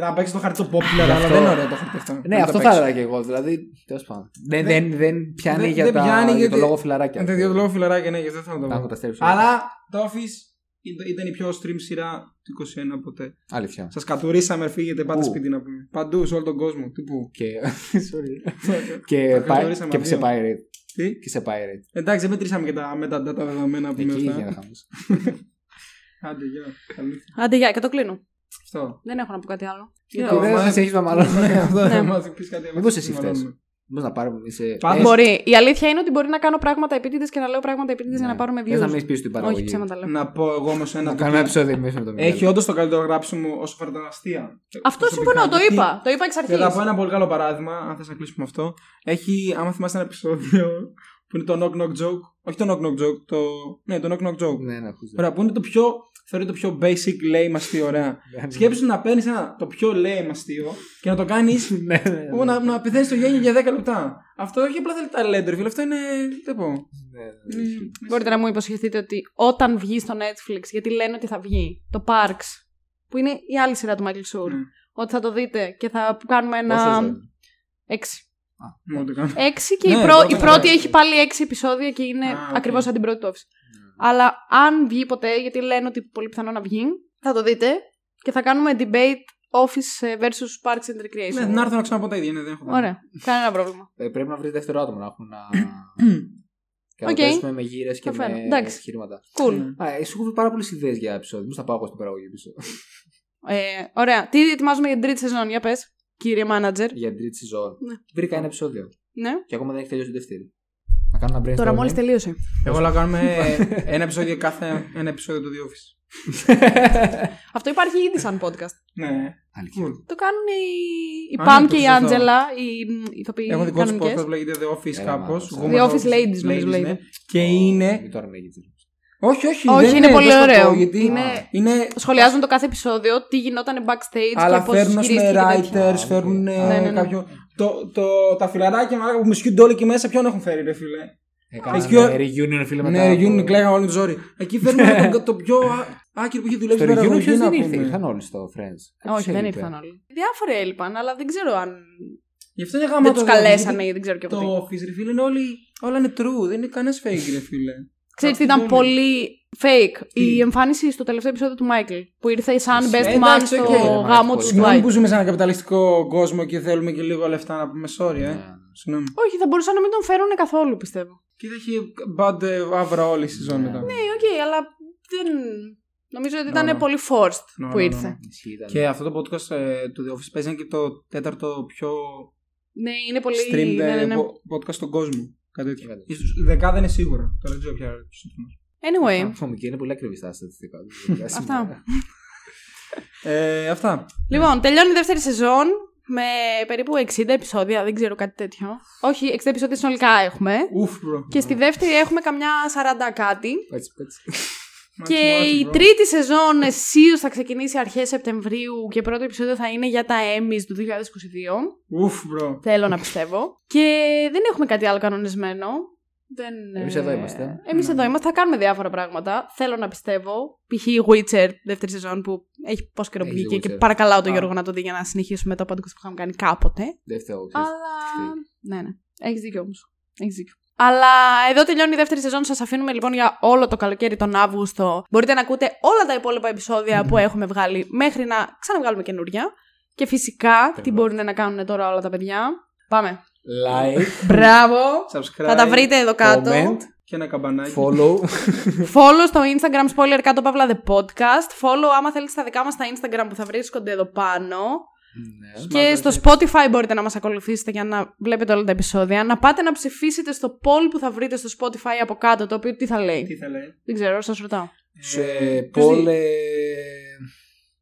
Speaker 3: Να παίξει το χαρτί το popular,
Speaker 2: Γι'
Speaker 3: αλλά
Speaker 2: αυτό-
Speaker 3: δεν είναι ωραίο το χαρτί αυτό. Να
Speaker 2: Ναι, αυτό
Speaker 3: το
Speaker 2: θα
Speaker 3: παίξεις.
Speaker 2: έλεγα και εγώ. Δηλαδή, τέλος πάντων. Δεν, δεν, δεν πιάνει
Speaker 3: δεν-
Speaker 2: για,
Speaker 3: δεν
Speaker 2: τα,
Speaker 3: πιάνει
Speaker 2: για
Speaker 3: γιατί-
Speaker 2: το λόγο φιλαράκια.
Speaker 3: Ε, Δεν δύο λόγο φιλαράκια, ναι, γι' αυτό θα το
Speaker 2: Τα έχω
Speaker 3: πω.
Speaker 2: καταστρέψει.
Speaker 3: Αλλά το Office ήταν- ήταν η πιο stream σειρά του 21 ποτέ.
Speaker 2: Αλήθεια.
Speaker 3: Σας κατουρίσαμε, φύγετε, πάτε
Speaker 2: Πού?
Speaker 3: σπίτι να πούμε. Παντού, σε όλο τον κόσμο. Τι που.
Speaker 2: Και, sorry.
Speaker 3: Τα
Speaker 2: και, πάει,
Speaker 3: γνωρίσαμε
Speaker 2: και
Speaker 3: δύο.
Speaker 2: σε pirate.
Speaker 3: Τι?
Speaker 2: Και σε pirate.
Speaker 3: Εντάξει, δεν μετρήσαμε και τα metadata δεδομένα που
Speaker 2: Εκεί
Speaker 3: είναι
Speaker 2: έγινε
Speaker 3: αυτά.
Speaker 2: χαμός.
Speaker 3: Άντε, γεια. Καλή νύχτα.
Speaker 1: Άντε, γεια, και το κλείνω.
Speaker 3: Αυτό.
Speaker 1: Δεν έχω να πω κάτι άλλο.
Speaker 3: Για
Speaker 2: Και
Speaker 3: το-
Speaker 2: Δεν
Speaker 3: μα-
Speaker 2: σε έχεις να μάλλον.
Speaker 3: Ναι, αυτό
Speaker 1: Ναι.
Speaker 3: δεν μα πεις κάτι άλλο.
Speaker 2: Μήπως εσύ
Speaker 3: Μαλώνουμε.
Speaker 2: φταίς. Μπορείς να πάρουμε εμείς σε...
Speaker 3: Πάντως-
Speaker 2: Ε,
Speaker 1: Μπορεί. Η αλήθεια είναι ότι μπορεί να κάνω πράγματα επίτηδες και να λέω πράγματα επίτηδες για να
Speaker 2: ναι.
Speaker 1: πάρουμε
Speaker 2: Θες να
Speaker 1: views.
Speaker 2: μην πίσω την παραγωγή.
Speaker 1: Όχι, ψέματα λέω.
Speaker 3: Να πω εγώ όμως ένα.
Speaker 2: Να
Speaker 3: το
Speaker 2: κάνουμε ένα
Speaker 3: οποίο-
Speaker 2: επεισόδιο εμείς με το Μιχάλη.
Speaker 3: Έχει όντως το καλύτερο γράψιμο όσο αφορά την αστεία.
Speaker 1: Αυτό
Speaker 3: Προσωπικά,
Speaker 1: συμφωνώ, το
Speaker 3: γιατί-
Speaker 1: είπα. Το είπα εξ αρχή.
Speaker 3: Και θα πω ένα πολύ καλό παράδειγμα, αν θες να κλείσουμε αυτό. Έχει, άμα θυμάστε ένα επεισόδιο που είναι το knock knock joke. Όχι το knock knock joke, το. Ναι, το knock knock joke.
Speaker 2: Ναι, ναι, ακούστε.
Speaker 3: Ωραία, που είναι το πιο θεωρεί το πιο basic lame αστείο, ωραία.
Speaker 2: Ναι.
Speaker 3: Σκέψου να παίρνεις το πιο lame αστείο και να το κάνεις.
Speaker 2: Ναι, ναι, ναι.
Speaker 3: να, να πεθαίνει το γένιο για 10 λεπτά. Αυτό όχι απλά θέλει ταλέντο, ρε φίλε. Αυτό είναι. Τι θα πω.
Speaker 2: Ναι, ναι,
Speaker 3: Ε,
Speaker 2: ισχύει.
Speaker 1: Μπορείτε να μου υποσχεθείτε ότι όταν βγει στο Netflix, γιατί λένε ότι θα βγει, το Parks, που είναι η άλλη σειρά του Michael Schur,
Speaker 3: Ναι.
Speaker 1: ότι θα το δείτε και θα κάνουμε
Speaker 2: Πόσες
Speaker 1: ένα.
Speaker 2: δεν.
Speaker 1: Έξι.
Speaker 3: Μόνο το κάνω.
Speaker 1: Έξι και
Speaker 3: Ναι,
Speaker 1: η, πρω-
Speaker 3: πρώτα
Speaker 1: η πρώτη
Speaker 2: καλά.
Speaker 1: έχει πάλι έξι επεισόδια και είναι
Speaker 3: Α, οκ. Ναι.
Speaker 1: ακριβώς σαν την πρώτη του Office. Αλλά αν βγει ποτέ, γιατί λένε ότι πολύ πιθανό να βγει, θα το δείτε και θα κάνουμε debate Office ε, versus Parks and Recreation.
Speaker 3: Ναι, να έρθω να ξαναπώ τα ίδια. Ναι, δεν έχω
Speaker 1: Ωραία. Κανένα πρόβλημα.
Speaker 2: Ε, Πρέπει να βρει δεύτερο άτομο να έχουμε να. και να
Speaker 1: Οκ.
Speaker 2: παίζουμε με γύρες και
Speaker 1: Θα φέρω.
Speaker 2: με
Speaker 1: Εντάξει.
Speaker 2: επιχειρήματα.
Speaker 1: Cool.
Speaker 3: Ναι.
Speaker 2: Α, ε, σου έχω πει πάρα πολλές ιδέες για επεισόδιο. Μήπως θα πάω εγώ στην παραγωγή πίσω.
Speaker 1: Ε, ωραία. Τι ετοιμάζουμε για την τρίτη σεζόν, για πες, κύριε manager.
Speaker 2: για την τρίτη σεζόν.
Speaker 1: Ναι.
Speaker 2: Βρήκα ένα επεισόδιο.
Speaker 1: Ναι.
Speaker 2: Και ακόμα δεν έχει τελειώσει το δεύτερο. Να κάνω ένα brainstorming.
Speaker 1: Τώρα μόλις τελείωσε.
Speaker 3: Εγώ όλα κάνουμε ένα επεισόδιο κάθε ένα επεισόδιο του The Office.
Speaker 1: Αυτό υπάρχει ήδη σαν podcast.
Speaker 3: Ναι.
Speaker 2: Αλήθεια.
Speaker 3: Cool.
Speaker 1: Το κάνουν οι, η
Speaker 3: Α,
Speaker 1: Pam
Speaker 3: ναι,
Speaker 1: και η
Speaker 3: το σωστό.
Speaker 1: Άντζελα, οι μ, ηθοποιοί
Speaker 3: Έχω δικό τους
Speaker 1: κανονικές.
Speaker 3: podcast που λέγεται The Office
Speaker 2: Έλα,
Speaker 3: κάπως.
Speaker 2: μάλιστα.
Speaker 1: The Office Ladies, νομίζω λέγεται.
Speaker 3: ναι. Και
Speaker 2: Μην
Speaker 3: είναι.
Speaker 2: το ανοίγετε.
Speaker 3: Όχι, όχι.
Speaker 1: Όχι,
Speaker 3: δεν
Speaker 1: είναι πολύ
Speaker 3: δεν θα το πω,
Speaker 1: ωραίο.
Speaker 3: Γιατί
Speaker 1: Είναι-
Speaker 3: είναι
Speaker 1: Σχολιάζουν το κάθε επεισόδιο, τι γινόταν backstage
Speaker 3: Αλλά
Speaker 1: και πώς
Speaker 3: φέρνουν
Speaker 1: γυρίστηκε
Speaker 3: με
Speaker 1: και τέτοια.
Speaker 3: writers,
Speaker 2: τέτοια.
Speaker 3: φέρνουν ε,
Speaker 2: Ναι,
Speaker 1: ναι, ναι.
Speaker 3: κάποιο. Το, το, τα φιλαράκια μαλάκα, που μισιούνται όλοι εκεί μέσα, ποιον έχουν φέρει, ρε φίλε.
Speaker 2: Έκανα
Speaker 3: Έχει ο-
Speaker 2: ένα reunion φίλε μετά.
Speaker 3: Ναι,
Speaker 2: από-
Speaker 3: reunion, κλαίγαμε όλοι με το ζόρι. Εκεί φέρνουν μαλάκα, τον, το πιο α- άκυρο που είχε δουλέψει
Speaker 2: Στο
Speaker 3: στην
Speaker 2: reunion
Speaker 3: παραγωγή,
Speaker 2: ποιος
Speaker 3: να
Speaker 2: δεν
Speaker 3: πούμε.
Speaker 2: ήρθε. Ήρθαν όλοι στο Friends.
Speaker 1: Όχι, δεν ήρθαν όλοι. Διάφοροι έλειπαν, αλλά δεν ξέρω αν.
Speaker 3: Γι' αυτό είναι γάμα
Speaker 1: δεν
Speaker 3: το
Speaker 1: του
Speaker 3: The Office,
Speaker 1: καλέσανε
Speaker 3: γιατί
Speaker 1: ή δεν ξέρω και εγώ τι.
Speaker 3: Το office, ρε φίλε, είναι όλοι. Όλα είναι true, δεν είναι κανένας fake, ρε φίλε.
Speaker 1: Ξέρεις τι
Speaker 3: Αυτό
Speaker 1: ήταν
Speaker 3: δεν είναι.
Speaker 1: πολύ fake.
Speaker 3: Τι?
Speaker 1: Η εμφάνιση στο τελευταίο επεισόδιο του Μάικλ. Που ήρθε σαν
Speaker 2: Ε,
Speaker 1: best man
Speaker 3: εντάξει,
Speaker 1: στο
Speaker 3: οκ, ρε,
Speaker 1: γάμο
Speaker 2: μαλάκα,
Speaker 1: του
Speaker 2: πολύ
Speaker 3: Συγγνώμη
Speaker 1: Dwight.
Speaker 3: που ζούμε σε έναν καπιταλιστικό κόσμο και θέλουμε και λίγο λεφτά να πούμε sorry, ε.
Speaker 2: Ναι.
Speaker 3: Συγγνώμη.
Speaker 1: Όχι, θα μπορούσαν να μην τον φέρουν καθόλου πιστεύω.
Speaker 3: Και θα έχει bad ε, αύρα όλη η σεζόν
Speaker 2: Ναι.
Speaker 3: μετά.
Speaker 1: Ναι, οκ, αλλά δεν. Νομίζω ότι
Speaker 3: Ναι,
Speaker 1: ήταν
Speaker 3: ναι.
Speaker 1: πολύ forced
Speaker 3: Ναι,
Speaker 1: που
Speaker 3: ναι,
Speaker 1: ήρθε.
Speaker 3: Και αυτό το podcast ε, του The Office παίζει και το τέταρτο πιο
Speaker 1: Ναι, είναι πολύ.
Speaker 3: streamed
Speaker 1: ναι, ναι,
Speaker 3: ε,
Speaker 1: ναι.
Speaker 3: πο- podcast στον κόσμο. Κάτι τέτοιο.
Speaker 2: Κάτι.
Speaker 3: Ίσως δεκάδα είναι σίγουρα. Τώρα δεν ξέρω ποια είναι.
Speaker 1: Anyway,
Speaker 2: Και είναι πολύ ακριβή τα στατιστικά.
Speaker 1: Αυτά.
Speaker 3: Ε, αυτά.
Speaker 1: λοιπόν, τελειώνει η δεύτερη σεζόν με περίπου 60 επεισόδια, δεν ξέρω κάτι τέτοιο. Όχι, 60 επεισόδια συνολικά έχουμε.
Speaker 3: Ουφ, bro.
Speaker 1: Και στη δεύτερη έχουμε καμιά 40 κάτι.
Speaker 2: Έτσι, έτσι.
Speaker 3: Much
Speaker 1: Και
Speaker 3: watch,
Speaker 1: η
Speaker 3: bro.
Speaker 1: τρίτη σεζόν εσίως θα ξεκινήσει αρχές Σεπτεμβρίου και πρώτο επεισόδιο θα είναι για τα Emmys του 2022.
Speaker 3: Ουφ, bro.
Speaker 1: Θέλω να πιστεύω. Και δεν έχουμε κάτι άλλο κανονισμένο. Δεν,
Speaker 2: Εμείς εδώ είμαστε.
Speaker 1: Εμείς
Speaker 3: Ναι.
Speaker 1: εδώ είμαστε. Θα κάνουμε διάφορα πράγματα. Θέλω να πιστεύω. Π.χ. η Witcher, δεύτερη σεζόν που έχει πώς καιρό που
Speaker 2: Έχει
Speaker 1: βγήκε
Speaker 2: The
Speaker 1: και
Speaker 2: Witcher.
Speaker 1: παρακαλάω τον
Speaker 3: Α.
Speaker 1: Γιώργο να το δει για να συνεχίσουμε το podcast που είχαμε κάνει κάποτε.
Speaker 2: Δεύτερο.
Speaker 1: Αλλά.
Speaker 2: Αυτή.
Speaker 1: Ναι, ναι. Έχεις δίκιο όμως. Έχεις δίκιο. Αλλά εδώ τελειώνει η δεύτερη σεζόν. Σας αφήνουμε λοιπόν για όλο το καλοκαίρι τον Αύγουστο. Μπορείτε να ακούτε όλα τα υπόλοιπα επεισόδια που έχουμε βγάλει μέχρι να ξαναβγάλουμε καινούρια. Και φυσικά, τι
Speaker 2: Ακριβώς.
Speaker 1: μπορούν να κάνουν τώρα όλα τα παιδιά. Πάμε.
Speaker 2: Like,
Speaker 1: Μπράβο!
Speaker 3: Subscribe.
Speaker 1: Θα τα βρείτε εδώ κάτω.
Speaker 2: comment,
Speaker 3: Και ένα καμπανάκι.
Speaker 2: follow.
Speaker 1: Follow στο Instagram spoiler κάτω παύλα the podcast. Follow άμα θέλετε τα δικά μας στα Instagram που θα βρίσκονται εδώ πάνω.
Speaker 2: Ναι.
Speaker 1: Και στο Spotify μπορείτε να μας ακολουθήσετε για να βλέπετε όλα τα επεισόδια. Να πάτε να ψηφίσετε στο poll που θα βρείτε στο Spotify από κάτω, το οποίο τι θα
Speaker 3: Τι
Speaker 1: λέει.
Speaker 3: θα λέει.
Speaker 1: Δεν ξέρω, σας ρωτάω.
Speaker 2: Σε
Speaker 3: Ε, ποιος δι-
Speaker 2: πόλε.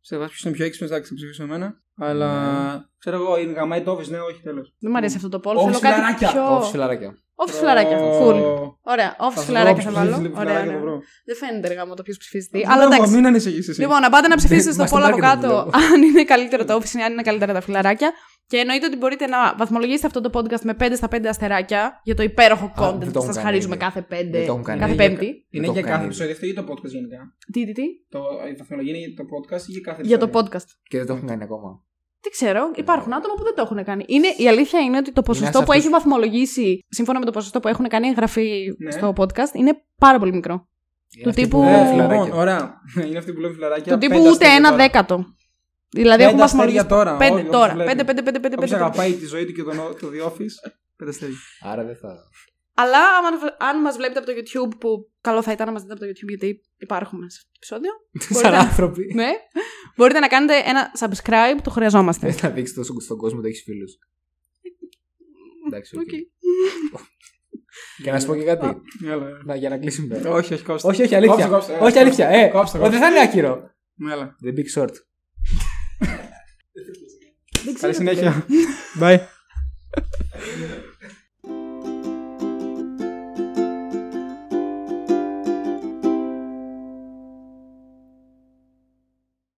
Speaker 3: Σε βάση ποιος είναι πιο έξυπνος, εντάξει, θα ψηφίσω εμένα. Αλλά ξέρω εγώ, είναι γαμάει το office, ναι, όχι τέλος.
Speaker 1: Δεν μου αρέσει αυτό το
Speaker 3: Office
Speaker 1: poll. Θέλω κάτι
Speaker 3: φιλαράκια.
Speaker 1: πιο.
Speaker 2: Όχι, Ε, φιλαράκια.
Speaker 1: Office φιλαράκια.
Speaker 3: Ω,
Speaker 1: Cool. Ωραία. Office
Speaker 3: βρω
Speaker 1: φιλαράκια θα
Speaker 3: ποιος
Speaker 1: βάλω.
Speaker 3: ψηφίζει
Speaker 1: Ωραία,
Speaker 3: φιλαράκια, θα
Speaker 1: ναι.
Speaker 3: βρω.
Speaker 1: Δεν φαίνεται εργά μου το ποιος ψηφίζει τι.
Speaker 3: Βρω,
Speaker 1: Αλλά εντάξει.
Speaker 3: Μην ανησυχείς εσύ.
Speaker 1: Λοιπόν, να πάτε να ψηφίσετε στο
Speaker 2: Μας το
Speaker 1: poll από
Speaker 2: marketing
Speaker 1: κάτω
Speaker 2: βλέπω.
Speaker 1: αν είναι καλύτερο το office ή αν είναι καλύτερα τα φιλαράκια. Και εννοείται ότι μπορείτε να βαθμολογήσετε αυτό το podcast με 5 στα 5 αστεράκια για το υπέροχο
Speaker 2: δεν
Speaker 1: content
Speaker 2: το
Speaker 1: που σα
Speaker 2: έχουν κάνει
Speaker 1: χαρίζουμε
Speaker 2: ήδη.
Speaker 1: κάθε
Speaker 2: Δεν
Speaker 1: πέντε.
Speaker 2: το έχουν κάνει
Speaker 1: Κάθε
Speaker 3: ήδη.
Speaker 1: πέμπτη.
Speaker 3: Είναι
Speaker 2: το
Speaker 3: για
Speaker 2: έχω
Speaker 3: κάθε
Speaker 2: κάνει.
Speaker 3: επεισόδιο αυτό ή για το podcast γενικά.
Speaker 1: Τι, τι, τι.
Speaker 3: Το- Η βαθμολογία είναι για το podcast ή για κάθε
Speaker 1: Για το
Speaker 3: επεισόδιο.
Speaker 1: podcast.
Speaker 2: Και δεν το έχουν κάνει ακόμα.
Speaker 1: Δεν ξέρω, υπάρχουν άτομα που δεν το έχουν κάνει. Είναι, η αλήθεια είναι ότι το ποσοστό
Speaker 2: σε
Speaker 1: που
Speaker 2: αυτούς-
Speaker 1: έχει βαθμολογήσει, σύμφωνα με το ποσοστό που έχουν κάνει εγγραφή
Speaker 3: Ναι.
Speaker 1: στο podcast, είναι πάρα πολύ μικρό.
Speaker 2: Είναι αυτοί
Speaker 1: τύπου-
Speaker 2: που
Speaker 3: Ε,
Speaker 2: λένε
Speaker 3: λοιπόν,
Speaker 2: φιλαράκια.
Speaker 3: ωραία. Είναι αυτή που λέμε φιλαράκια.
Speaker 1: Του τύπου
Speaker 3: πέντε
Speaker 1: ούτε
Speaker 3: αστέρια
Speaker 1: ένα
Speaker 3: τώρα.
Speaker 1: δέκατο. Δηλαδή
Speaker 3: Πέντε
Speaker 1: έχουν βαθμολογήσει.
Speaker 3: αστέρια τώρα,
Speaker 1: Πέντε
Speaker 3: όλοι,
Speaker 1: τώρα.
Speaker 3: όσοι
Speaker 1: Πέντε,
Speaker 3: βλέπει.
Speaker 1: πέντε, πέντε, πέντε,
Speaker 3: Όποιος
Speaker 1: πέντε.
Speaker 3: αγαπάει τη ζωή του και τον, το The Office, πέντε αστέρια.
Speaker 2: Άρα δεν θα.
Speaker 1: Αλλά αν, αν μας βλέπετε από το YouTube, που καλό θα ήταν να μας δείτε από το YouTube, γιατί υπάρχουμε σε αυτό το επεισόδιο.
Speaker 2: Σαν
Speaker 1: μπορείτε,
Speaker 2: άνθρωποι.
Speaker 1: ναι, μπορείτε να κάνετε ένα subscribe, το χρειαζόμαστε.
Speaker 2: Δεν θα δείξει τόσο στον κόσμο ότι έχεις φίλους. Εντάξει. οκ.
Speaker 1: Οκ.
Speaker 2: Και να σου πω και κάτι.
Speaker 3: Έλα, έλα.
Speaker 2: Να, για να κλείσουμε.
Speaker 3: Όχι, όχι, κόψτε.
Speaker 2: όχι, όχι,
Speaker 3: Κόψτε,
Speaker 2: αλήθεια.
Speaker 3: κόψτε, ε,
Speaker 2: όχι, αλήθεια. Ε,
Speaker 3: Κόψτε,
Speaker 2: δεν
Speaker 3: κόψτε.
Speaker 2: θα είναι άκυρο.
Speaker 3: Έλα.
Speaker 2: The Big Short.
Speaker 1: Δεν ξέρω.
Speaker 3: Καλή συνέχεια. Bye.